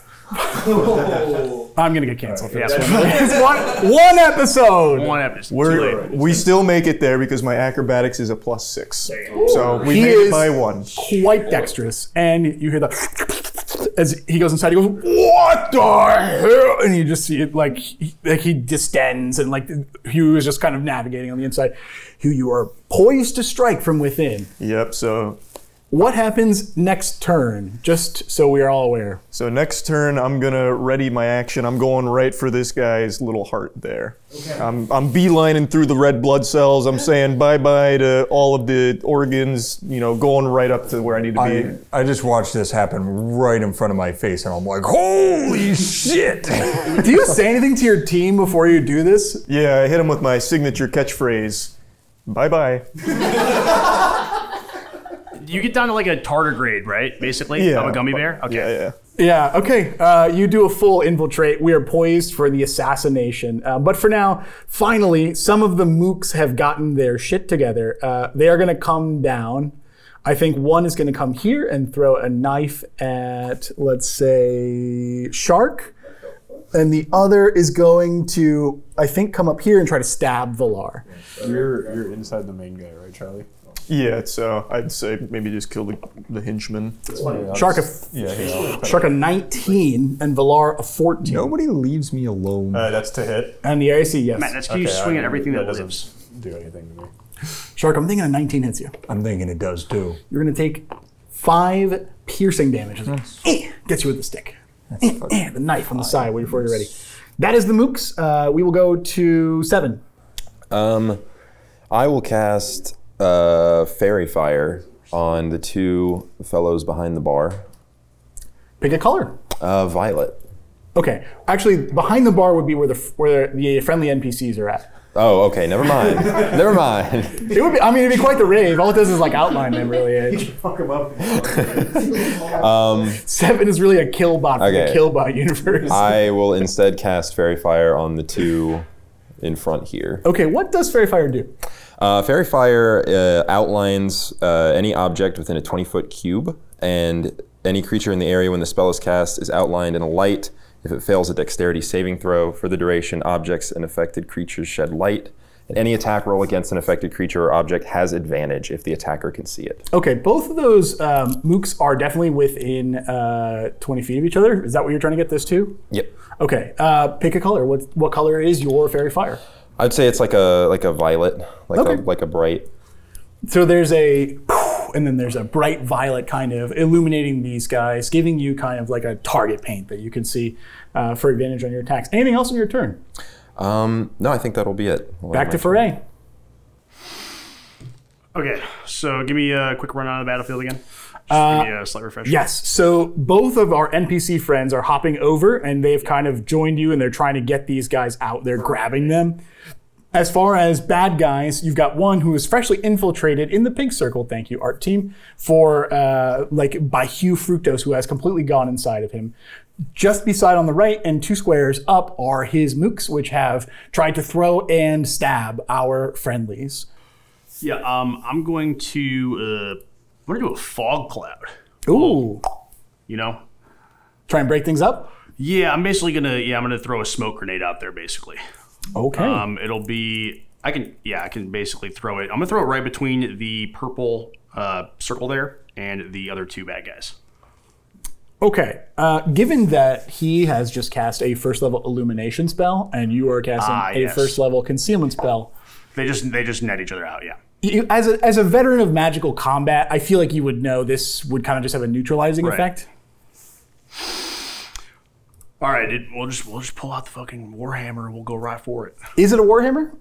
Speaker 8: I'm gonna get canceled for
Speaker 3: Yeah,
Speaker 8: this.
Speaker 3: that's
Speaker 8: One.
Speaker 3: fine.
Speaker 8: It's one, one episode.
Speaker 3: One episode.
Speaker 4: We're, we still make it there because my acrobatics is a plus six. So we
Speaker 8: He
Speaker 4: made
Speaker 8: is
Speaker 4: it by one.
Speaker 8: Quite dexterous, and you hear the as he goes inside. He goes, "What the hell?" And you just see it like he, like he distends, and like Hugh is just kind of navigating on the inside. Hugh, you are poised to strike from within.
Speaker 4: Yep. So
Speaker 8: What happens next turn? Just so we are all aware.
Speaker 4: so next turn, I'm gonna ready my action. I'm going right for this guy's little heart there. I'm I'm beelining through the red blood cells. I'm saying bye bye to all of the organs. You know, going right up to where I need to be.
Speaker 11: I, I just watched this happen right in front of my face, and I'm like, holy shit!
Speaker 8: Do you say anything to your team before you do this?
Speaker 4: Yeah, I hit him with my signature catchphrase. Bye bye.
Speaker 3: You get down to like a tardigrade, right? Basically,
Speaker 4: Yeah.
Speaker 3: of a gummy bear. Okay.
Speaker 4: Yeah, yeah.
Speaker 8: Yeah, okay. Uh, you do a full infiltrate. We are poised for the assassination. Uh, but for now, finally, some of the mooks have gotten their shit together. Uh, they are going to come down. I think one is going to come here and throw a knife at, let's say, Shark. And the other is going to, I think, come up here and try to stab Valar.
Speaker 10: You're you're inside the main guy, right, Charlie?
Speaker 4: Yeah, so I'd say maybe just kill the, the henchman.
Speaker 8: Shark a,
Speaker 4: Yeah, he's-
Speaker 8: Shark a 19 and Valar a 14.
Speaker 11: Nobody leaves me alone.
Speaker 10: Uh, that's to hit.
Speaker 8: And the AC, yes.
Speaker 3: Matt, that's can you
Speaker 10: Okay,
Speaker 3: swing
Speaker 10: I-
Speaker 3: at everything that,
Speaker 10: that doesn't-
Speaker 3: lives.
Speaker 10: Do anything to me.
Speaker 8: Shark, I'm thinking a 19 hits you.
Speaker 11: I'm thinking it does too.
Speaker 8: You're going to take five piercing damage. Eh, Gets you with the stick. Eh, eh, the knife on the side where- before you're ready. That is the mooks. Uh, we will go to seven.
Speaker 7: Um, I will cast uh, Fairy Fire on the two fellows behind the bar.
Speaker 8: Pick a color.
Speaker 7: Uh, violet.
Speaker 8: Okay. Actually, behind the bar would be where the where the friendly NPCs are at.
Speaker 7: Oh, okay. Never mind. never mind.
Speaker 8: It would be. I mean, it'd be quite the rave. All it does is like outline them, really.
Speaker 15: Fuck him up.
Speaker 7: Um,
Speaker 8: Seven is really a kill bot for the
Speaker 7: Okay.
Speaker 8: kill bot universe.
Speaker 7: I will instead cast Fairy Fire on the two in front here.
Speaker 8: okay. What does fairy fire do?
Speaker 7: Uh, fairy fire uh, outlines uh, any object within a 20 foot cube, and any creature in the area when the spell is cast is outlined in a light. If it fails a dexterity saving throw for the duration, objects and affected creatures shed light. And any attack roll against an affected creature or object has advantage if the attacker can see it.
Speaker 8: Okay, both of those um, mooks are definitely within uh, 20 feet of each other. Is that what you're trying to get this to?
Speaker 7: Yep.
Speaker 8: Okay, uh, pick a color. What what color is your fairy fire?
Speaker 7: I'd say it's like a like a violet, like a
Speaker 8: Okay.
Speaker 7: like a bright.
Speaker 8: So there's a, and then there's a bright violet kind of illuminating these guys, giving you kind of like a target paint that you can see uh, for advantage on your attacks. Anything else on your turn?
Speaker 7: Um, no, I think that'll be it.
Speaker 8: Back to foray.
Speaker 3: Okay, so give me a quick run on the battlefield again. Just give me a slight refresher.
Speaker 8: Yes. So both of our NPC friends are hopping over and they've kind of joined you and they're trying to get these guys out. They're grabbing them. As far as bad guys, you've got one who is freshly infiltrated in the pink circle, thank you, art team, for uh, like by Hugh Fructose, who has completely gone inside of him. Just beside on the right and two squares up are his mooks, which have tried to throw and stab our friendlies.
Speaker 3: Yeah, um, I'm going to uh, I'm gonna do a fog cloud.
Speaker 8: Ooh.
Speaker 3: You know?
Speaker 8: Try and break things up?
Speaker 3: Yeah, I'm basically gonna yeah, I'm gonna throw a smoke grenade out there basically.
Speaker 8: Okay.
Speaker 3: Um, it'll be I can yeah, I can basically throw it. I'm gonna throw it right between the purple uh, circle there and the other two bad guys.
Speaker 8: Okay. Uh, given that he has just cast a first level illumination spell and you are casting
Speaker 3: Ah,
Speaker 8: a
Speaker 3: yes.
Speaker 8: first level concealment spell,
Speaker 3: They just they just net each other out, yeah.
Speaker 8: you, as, a, as a veteran of magical combat, I feel like you would know this would kind of just have a neutralizing
Speaker 3: Right.
Speaker 8: effect.
Speaker 3: All right, it, we'll just we'll just pull out the fucking warhammer and we'll go right for it.
Speaker 8: Is it a Warhammer?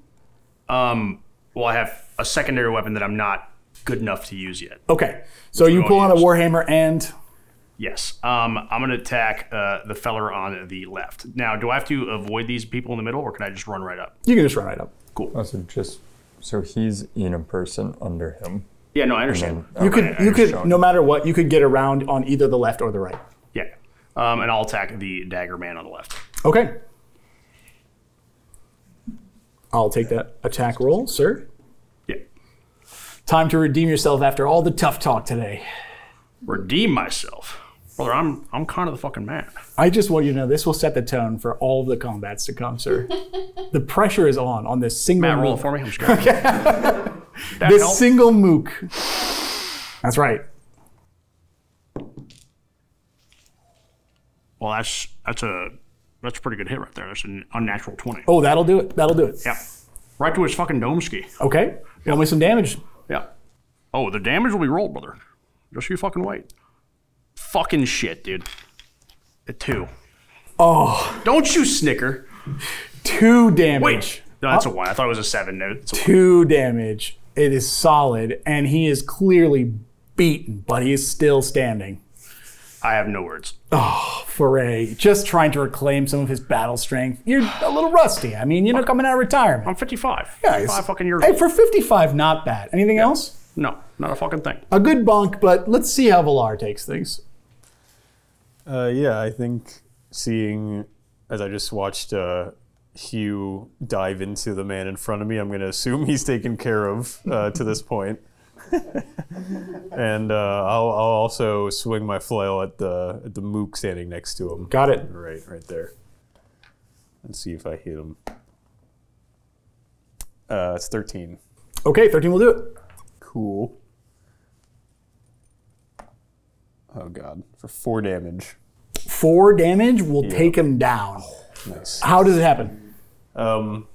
Speaker 3: Um, well, I have a secondary weapon that I'm not good enough to use yet.
Speaker 8: Okay. So
Speaker 3: Which
Speaker 8: you
Speaker 3: we
Speaker 8: pull
Speaker 3: won't
Speaker 8: out a Warhammer and.
Speaker 3: Yes. Um, I'm going to attack uh, the feller on the left. Now, do I have to avoid these people in the middle, or can I just run right up?
Speaker 8: You can just run right up.
Speaker 3: Cool.
Speaker 11: Oh, so just so he's in a person under him.
Speaker 3: Yeah, no, I understand.
Speaker 8: You could, you could, no matter what, you could get around on either the left or the right.
Speaker 3: Yeah. Um, and I'll attack the dagger man on the left.
Speaker 8: Okay. I'll take that attack roll, sir.
Speaker 3: Yeah.
Speaker 8: Time to redeem yourself after all the tough talk today.
Speaker 3: Redeem myself, brother. I'm I'm kind of the fucking man.
Speaker 8: I just want you to know this will set the tone for all of the combats to come, sir. the pressure is on on this single.
Speaker 3: Matt, roll it
Speaker 8: mook.
Speaker 3: for me. I'm scared. That
Speaker 8: This
Speaker 3: helped.
Speaker 8: single mook. That's right.
Speaker 3: Well, that's that's a that's a pretty good hit right there. That's an unnatural twenty.
Speaker 8: Oh, that'll do it. That'll do it.
Speaker 3: Yeah. Right to his fucking dome ski.
Speaker 8: Okay. Roll me some damage.
Speaker 3: Yeah. Oh, the damage will be rolled, brother. Just you fucking wait. Fucking shit, dude. A two.
Speaker 8: Oh,
Speaker 3: Don't you snicker.
Speaker 8: two damage. Oh.
Speaker 3: Wait. No, that's a one. I thought it was a seven. No, it's a
Speaker 8: Two damage. It is solid, and he is clearly beaten, but he is still standing.
Speaker 3: I have no words.
Speaker 8: Oh, Foray, just trying to reclaim some of his battle strength. You're a little rusty. I mean, you know, coming out of retirement.
Speaker 3: I'm 55.
Speaker 8: Yeah, it's-
Speaker 3: 55 fucking years
Speaker 8: Hey,
Speaker 3: old.
Speaker 8: for 55, not bad. Anything else?
Speaker 3: No, not a fucking thing.
Speaker 8: a good bonk, but let's see how Valar takes things.
Speaker 10: Uh, yeah, I think seeing as I just watched uh, Hugh dive into the man in front of me, I'm going to assume he's taken care of uh, to this point. and uh, I'll, I'll also swing my flail at the at the mook standing next to him.
Speaker 16: Got it.
Speaker 10: Right, right there. Let's see if I hit him. Uh, it's thirteen.
Speaker 16: Okay, 13 will do it.
Speaker 10: Cool. Oh god, for four damage.
Speaker 8: Four damage will take him down.
Speaker 10: Nice.
Speaker 8: How does it happen?
Speaker 10: Um,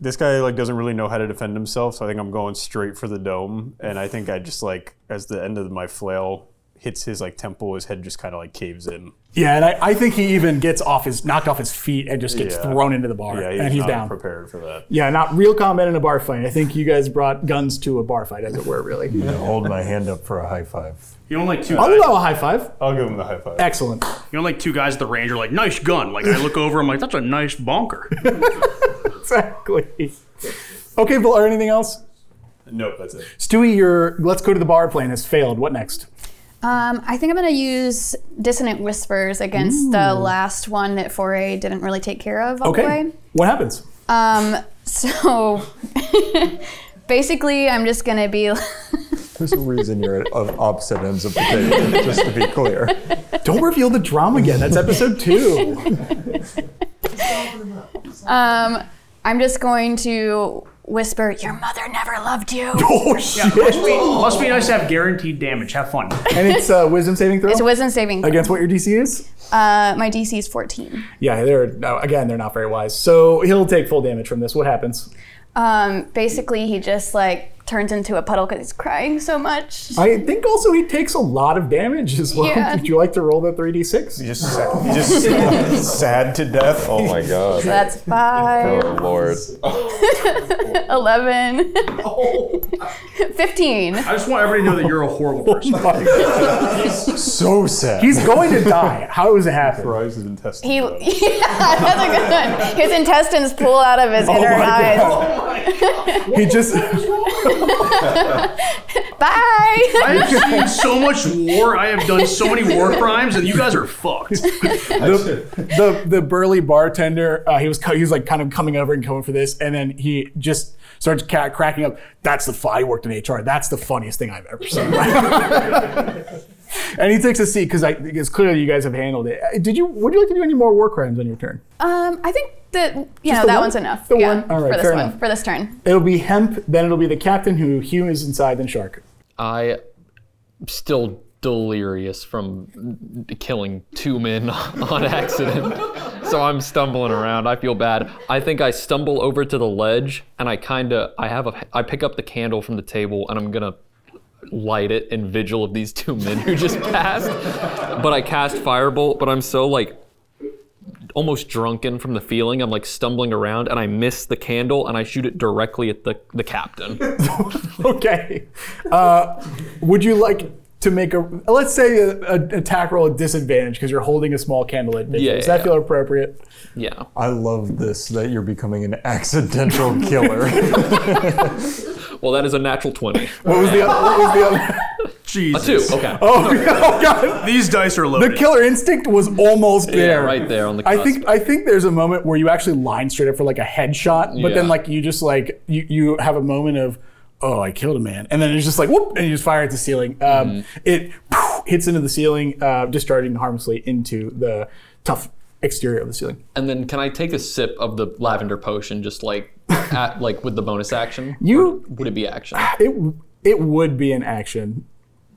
Speaker 10: this guy like doesn't really know how to defend himself, so I think I'm going straight for the dome, and I think I just like as the end of my flail hits his like temple, his head just kind of like caves in.
Speaker 8: Yeah, and I, I think he even gets off his knocked off his feet and just gets
Speaker 10: Yeah.
Speaker 8: thrown into the bar.
Speaker 10: Yeah,
Speaker 8: and he's
Speaker 10: not
Speaker 8: down.
Speaker 10: Prepared for that.
Speaker 8: Yeah, not real combat in a bar fight. I think you guys brought guns to a bar fight, as it were, really.
Speaker 11: Hold my hand up for a high five.
Speaker 3: You only like two.
Speaker 8: I'll
Speaker 3: guys-
Speaker 8: allow a high five.
Speaker 10: I'll give him the high five.
Speaker 8: Excellent.
Speaker 3: You know, like two guys at the range are like, nice gun. Like, I look over, I'm like, that's a nice bonker.
Speaker 8: exactly. Okay, Valar, anything else?
Speaker 10: Nope, that's it.
Speaker 8: Stewie, your let's go to the bar plan has failed. What next?
Speaker 5: Um, I think I'm going to use Dissonant Whispers against the
Speaker 8: Ooh.
Speaker 5: last one that Foray didn't really take care of all
Speaker 8: okay.
Speaker 5: the way.
Speaker 8: What happens?
Speaker 5: Um, so basically, I'm just going to be.
Speaker 11: There's a reason you're at of opposite ends of the table, just to be clear.
Speaker 8: Don't reveal the drama again. That's episode two.
Speaker 5: Um, I'm just going to whisper, Your mother never loved you.
Speaker 3: Yeah, must, be, must be nice to have guaranteed damage. Have fun.
Speaker 8: and it's uh, wisdom saving throw.
Speaker 5: It's a wisdom saving throw.
Speaker 8: Against what your DC is?
Speaker 5: Uh, my DC is 14.
Speaker 8: Yeah, they're no, again they're not very wise. So he'll take full damage from this. What happens?
Speaker 5: Um, basically, he just like turns into a puddle because he's crying so much.
Speaker 8: I think also he takes a lot of damage as well.
Speaker 5: Yeah.
Speaker 8: Would you like to roll the three d six?
Speaker 4: Just sad, just sad to death.
Speaker 7: Oh my god.
Speaker 5: So that's five,
Speaker 7: Oh lord.
Speaker 5: 11, 15.
Speaker 3: I just want everybody to know that you're a horrible person.
Speaker 11: so sad.
Speaker 8: He's going to die. How does it happen?
Speaker 10: Rises intestines.
Speaker 5: He, yeah, that's a good one. His intestines pull out of
Speaker 8: Oh
Speaker 5: his inner eyes.
Speaker 8: He just
Speaker 3: I
Speaker 5: Bye.
Speaker 3: have seen so much war. I have done so many war crimes, and you guys are fucked.
Speaker 8: the the burly bartender. Uh, he was co- he was like kind of coming over and coming for this, and then he just starts ca- cracking up. That's the f- I worked in HR. That's the funniest thing I've ever seen. and he takes a seat because I because clearly you guys have handled it. Uh, Did you would you like to do any more war crimes on your turn?
Speaker 5: Um, I think that you
Speaker 8: Just
Speaker 5: know
Speaker 8: the
Speaker 5: that
Speaker 8: one?
Speaker 5: one's enough.
Speaker 8: The
Speaker 5: yeah,
Speaker 8: one? All
Speaker 5: for
Speaker 8: right,
Speaker 5: this
Speaker 8: fair
Speaker 5: one,
Speaker 8: enough.
Speaker 5: for this turn.
Speaker 8: It'll be hemp. Then it'll be the captain who Hugh is inside. Then shark.
Speaker 9: I am still delirious from killing two men on accident. so I'm stumbling around. I feel bad. I think I stumble over to the ledge and I kind of I have a I pick up the candle from the table and I'm going to light it in vigil of these two men who just passed. But I cast firebolt, but I'm so like almost drunken from the feeling. I'm like stumbling around and I miss the candle and I shoot it directly at the the captain.
Speaker 8: okay. Uh, would you like to make a let's say a- a- an attack roll at disadvantage because you're holding a small candle at vigil?
Speaker 11: Yeah,
Speaker 8: Does that
Speaker 11: yeah,
Speaker 8: feel appropriate?
Speaker 9: Yeah.
Speaker 11: I love this that you're becoming an accidental killer.
Speaker 9: Well, that is a natural 20.
Speaker 8: What was the other? What was the other?
Speaker 9: A two. Okay.
Speaker 8: Oh, oh God!
Speaker 3: These dice are
Speaker 8: The killer instinct was almost there.
Speaker 9: right there on the
Speaker 8: I think I think there's a moment where you actually line straight up for like a headshot, but
Speaker 9: Yeah.
Speaker 8: then like you just like you you have a moment of oh I killed a man, and then it's just like whoop, and you just fire at the ceiling. Um, It poof, hits into the ceiling, uh, discharging harmlessly into the tough exterior of the ceiling.
Speaker 9: And then can I take a sip of the lavender potion just like at like with the bonus action?
Speaker 8: You
Speaker 9: Would it be action?
Speaker 8: it it would be an action,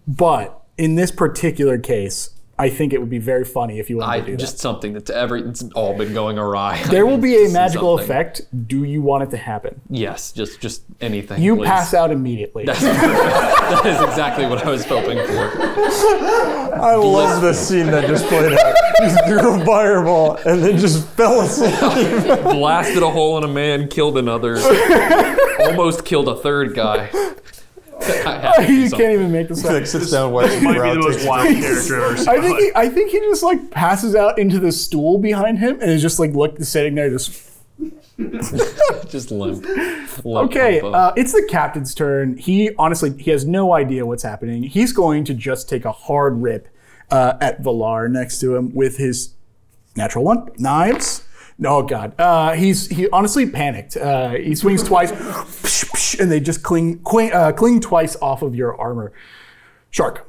Speaker 8: but in this particular case, I think it would be very funny if you wanted
Speaker 9: I
Speaker 8: to do that.
Speaker 9: just something that's every it's all been going awry.
Speaker 8: There will be a
Speaker 9: Just
Speaker 8: magical
Speaker 9: something.
Speaker 8: effect. Do you want it to happen?
Speaker 9: Yes, just just anything.
Speaker 8: You
Speaker 9: please.
Speaker 8: pass out immediately.
Speaker 9: That's, that is exactly what I was hoping for.
Speaker 11: I love the scene that just played out. He threw a fireball and then just fell asleep.
Speaker 9: Blasted a hole in a man, killed another, almost killed a third guy.
Speaker 8: you can't even make this up.
Speaker 11: sits down, wipes his
Speaker 3: might be
Speaker 11: brow,
Speaker 3: the most
Speaker 11: takes a
Speaker 3: wild
Speaker 11: deep
Speaker 3: character I've ever seen.
Speaker 8: I think he, I think he just like passes out into the stool behind him and is just like look, sitting there just
Speaker 9: Just limp. limp
Speaker 8: okay.
Speaker 9: Pompo.
Speaker 8: Uh, it's the captain's turn. He honestly he has no idea what's happening. He's going to just take a hard rip uh, at Valar next to him with his natural one knives. Oh God, uh, he's he honestly panicked. Uh, he swings twice. and they just cling cling, uh, cling twice off of your armor. Shark.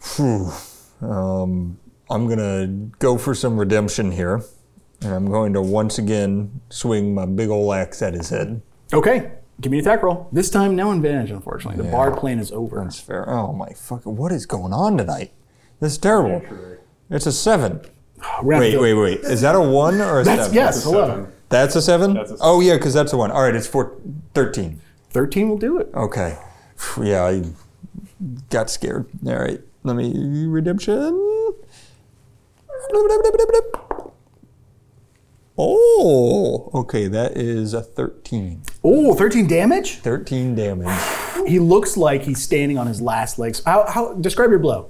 Speaker 11: Phew. Um, I'm gonna go for some redemption here, and I'm going to once again swing my big ol' axe at his head.
Speaker 8: Okay, give me an attack roll. This time, no advantage, unfortunately. The
Speaker 11: Yeah.
Speaker 8: bard plan is over. That's
Speaker 11: fair. Oh my fucking! What is going on tonight? This is terrible. It's a seven.
Speaker 8: we're not
Speaker 11: Wait,
Speaker 8: doing-
Speaker 11: wait, wait. Is that a one or a
Speaker 8: That's-
Speaker 11: seven?
Speaker 8: yes, That's a seven. 11.
Speaker 11: That's a seven? Oh, yeah, because that's a one. All right, it's four, 13.
Speaker 8: 13 will do it.
Speaker 11: Okay. Phew, Yeah, I got scared. All right, let me. Redemption. Oh, okay, that is a 13.
Speaker 8: Oh, 13 damage?
Speaker 11: 13 damage.
Speaker 8: He looks like he's standing on his last legs. How, how describe your blow?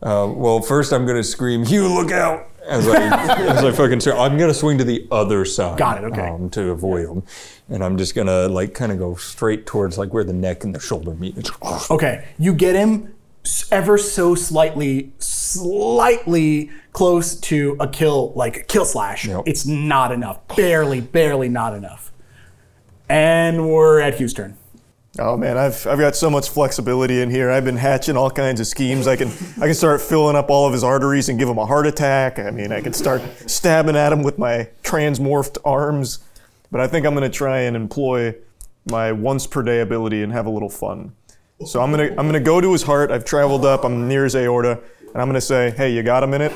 Speaker 11: Uh, well, first I'm going to scream, you look out! As I, as I fucking swing. I'm going to swing to the other side.
Speaker 8: Got it, okay.
Speaker 11: Um, to avoid him. And I'm just going to, like, kind of go straight towards, like, where the neck and the shoulder meet.
Speaker 8: Okay, you get him s- ever so slightly, slightly close to a kill, like a kill slash. It's not enough. Barely, barely not enough. And we're at Hughes' turn.
Speaker 4: Oh man, I've, I've got so much flexibility in here. I've been hatching all kinds of schemes. I can I can start filling up all of his arteries and give him a heart attack. I mean, I can start stabbing at him with my transmorphed arms. But I think I'm gonna try and employ my once per day ability and have a little fun. So I'm gonna I'm gonna go to his heart. I've traveled up. I'm near his aorta, and I'm gonna say, Hey, you got a minute?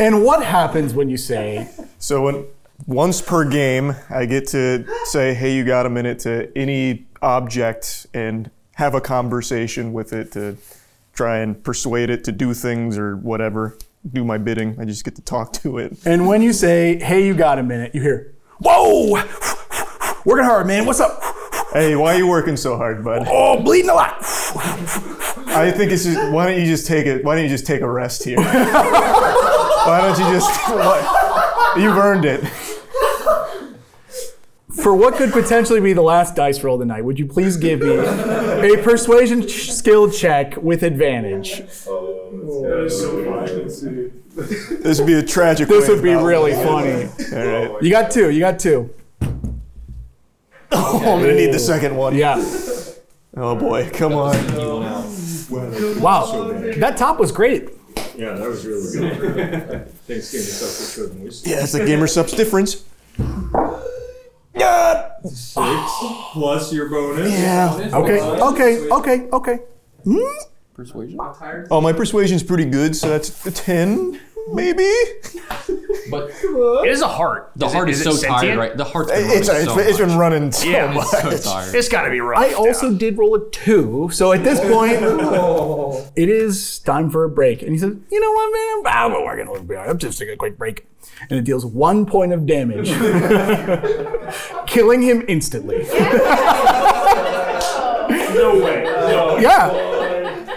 Speaker 8: And what happens when you say?
Speaker 4: So when once per game, I get to say, "Hey, you got a minute?" to any object and have a conversation with it to try and persuade it to do things or whatever. Do my bidding. I just get to talk to it.
Speaker 8: And when you say, hey, you got a minute, you hear, whoa, working hard, man. What's up?
Speaker 4: Hey, why are you working so hard, bud?
Speaker 8: Oh, bleeding a lot.
Speaker 4: I think it's just. Why don't you just take it? Why don't you just take a rest here? why don't you just? What, you've earned it.
Speaker 8: For what could potentially be the last dice roll of the night, would you please give me a persuasion ch- skill check with advantage?
Speaker 14: That is so funny.
Speaker 4: This would be a tragic.
Speaker 8: This
Speaker 4: way
Speaker 8: would be
Speaker 4: about-
Speaker 8: really funny.
Speaker 4: All right.
Speaker 8: You got two. You got two.
Speaker 4: Oh, I'm gonna need the second one.
Speaker 8: Yeah.
Speaker 4: Oh boy, come on.
Speaker 8: Wow, that top was great.
Speaker 15: Yeah, that was really good. Thanks, game yourself for good voice.
Speaker 4: Yeah, it's the gamer subs difference.
Speaker 15: Six plus your bonus.
Speaker 4: Yeah.
Speaker 8: Okay. Okay. Okay. Okay. Hmm?
Speaker 9: Persuasion.
Speaker 4: Oh, my persuasion's pretty good, so that's a 10, maybe?
Speaker 9: But
Speaker 3: It is a heart.
Speaker 9: The
Speaker 3: Is it-
Speaker 9: heart is
Speaker 3: is
Speaker 9: so
Speaker 3: it
Speaker 9: tired,
Speaker 3: sentient?
Speaker 9: right? The heart's been
Speaker 4: It's,
Speaker 9: running
Speaker 4: it's,
Speaker 9: so
Speaker 4: it's been running so
Speaker 3: Yeah,
Speaker 4: much.
Speaker 3: it's so tired. It's gotta be rough.
Speaker 8: I also did roll a two, so at this point, it is time for a break. And he says, "You know what, man? I'm- I'm working a little bit. I'm just taking a quick break." And it deals one point of damage, killing him instantly.
Speaker 14: No way. No.
Speaker 8: Yeah.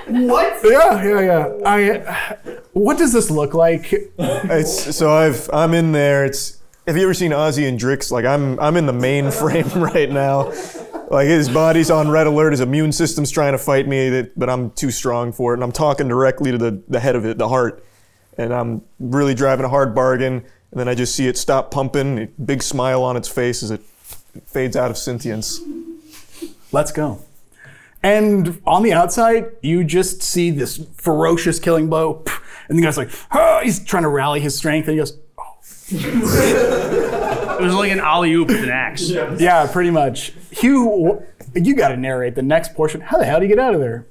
Speaker 8: What? Yeah, yeah, yeah. I. What does this look like?
Speaker 4: It's, so I've, I'm in there. It's Have you ever seen Ozzy and Drix? Like, I'm, I'm in the mainframe right now. Like, his body's on red alert. His immune system's trying to fight me, that- but I'm too strong for it. And I'm talking directly to the, the head of it, the heart. And I'm really driving a hard bargain. And then I just see it stop pumping, a big smile on its face as it fades out of sentience.
Speaker 8: Let's go. And on the outside, you just see this ferocious killing blow. pff, And the guy's like, "Huh," he's trying to rally his strength. And he goes,
Speaker 3: It was like an alley oop with an axe.
Speaker 8: Yeah, pretty much. Hugh, wh- you got to narrate the next portion. How the hell do you get out of there?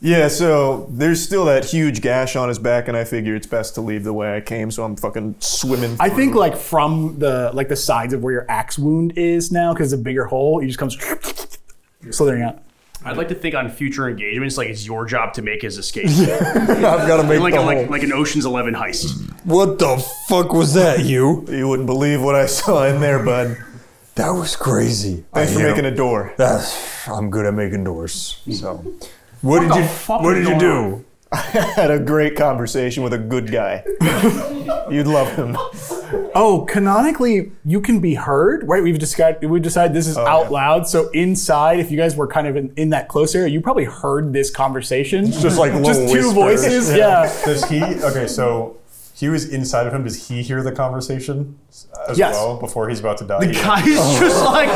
Speaker 4: Yeah, so there's still that huge gash on his back, and I figure it's best to leave the way I came, so I'm fucking swimming.
Speaker 8: I think like from the like the sides of where your axe wound is now, because the bigger hole, he just comes slithering out.
Speaker 3: I'd like to think on future engagements, like it's your job to make his escape.
Speaker 11: I've got to make
Speaker 3: like,
Speaker 11: the
Speaker 3: a, like,
Speaker 11: whole-
Speaker 3: like an Ocean's Eleven heist.
Speaker 11: What the fuck was that, you?
Speaker 4: You wouldn't believe what I saw in there, bud.
Speaker 11: That was crazy.
Speaker 4: Thanks
Speaker 11: I
Speaker 4: for
Speaker 11: hit
Speaker 4: making
Speaker 11: him.
Speaker 4: a door.
Speaker 11: That's, I'm good at making doors. So, what, did you? What did you do?
Speaker 4: I had a great conversation with a good guy. You'd love him.
Speaker 8: Oh, canonically, you can be heard, right? We've decided we decided this is
Speaker 4: Oh,
Speaker 8: out loud. So inside, if you guys were kind of in, in that close area, you probably heard this conversation.
Speaker 4: Just like
Speaker 8: just
Speaker 4: little
Speaker 8: two
Speaker 4: whispers.
Speaker 8: voices.
Speaker 4: Yeah.
Speaker 8: Yeah.
Speaker 15: Does he? Okay, so
Speaker 10: he was inside of him, does he hear the conversation as
Speaker 8: Yes.
Speaker 10: well before he's about to die?
Speaker 8: The guy is
Speaker 4: Oh.
Speaker 8: just like,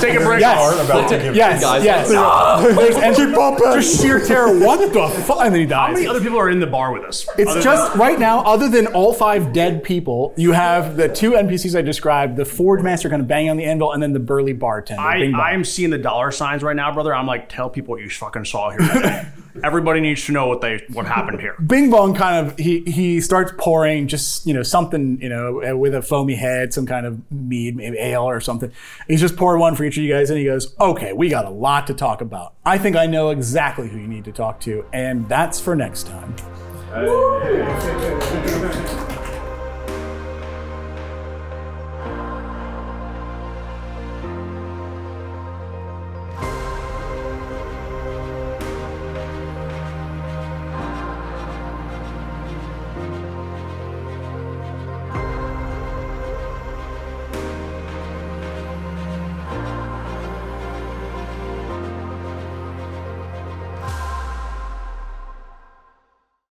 Speaker 10: take a break.
Speaker 8: Yes,
Speaker 10: about to give
Speaker 8: yes,
Speaker 10: Guys,
Speaker 8: yes.
Speaker 10: ah.
Speaker 8: There's- and
Speaker 10: Keep popping.
Speaker 8: Just sheer terror. What the fuck? And then he dies.
Speaker 3: How many other people are in the bar with us?
Speaker 8: It's
Speaker 3: Other
Speaker 8: just
Speaker 3: than-
Speaker 8: right now, other than all five dead people, you have the two NPCs I described, the Ford master kind of banging on the anvil, and then the burly bartender.
Speaker 3: I,
Speaker 8: Bing bong.
Speaker 3: I am seeing the dollar signs right now, brother. I'm like, tell people what you fucking saw here. today. Everybody needs to know what they what happened here.
Speaker 8: Bing Bong kind of he he starts pouring just you know something you know with a foamy head, some kind of mead, maybe ale or something. He's just pouring one for each of you guys, and he goes, "Okay, we got a lot to talk about. I think I know exactly who you need to talk to, and that's for next time."
Speaker 14: Hey.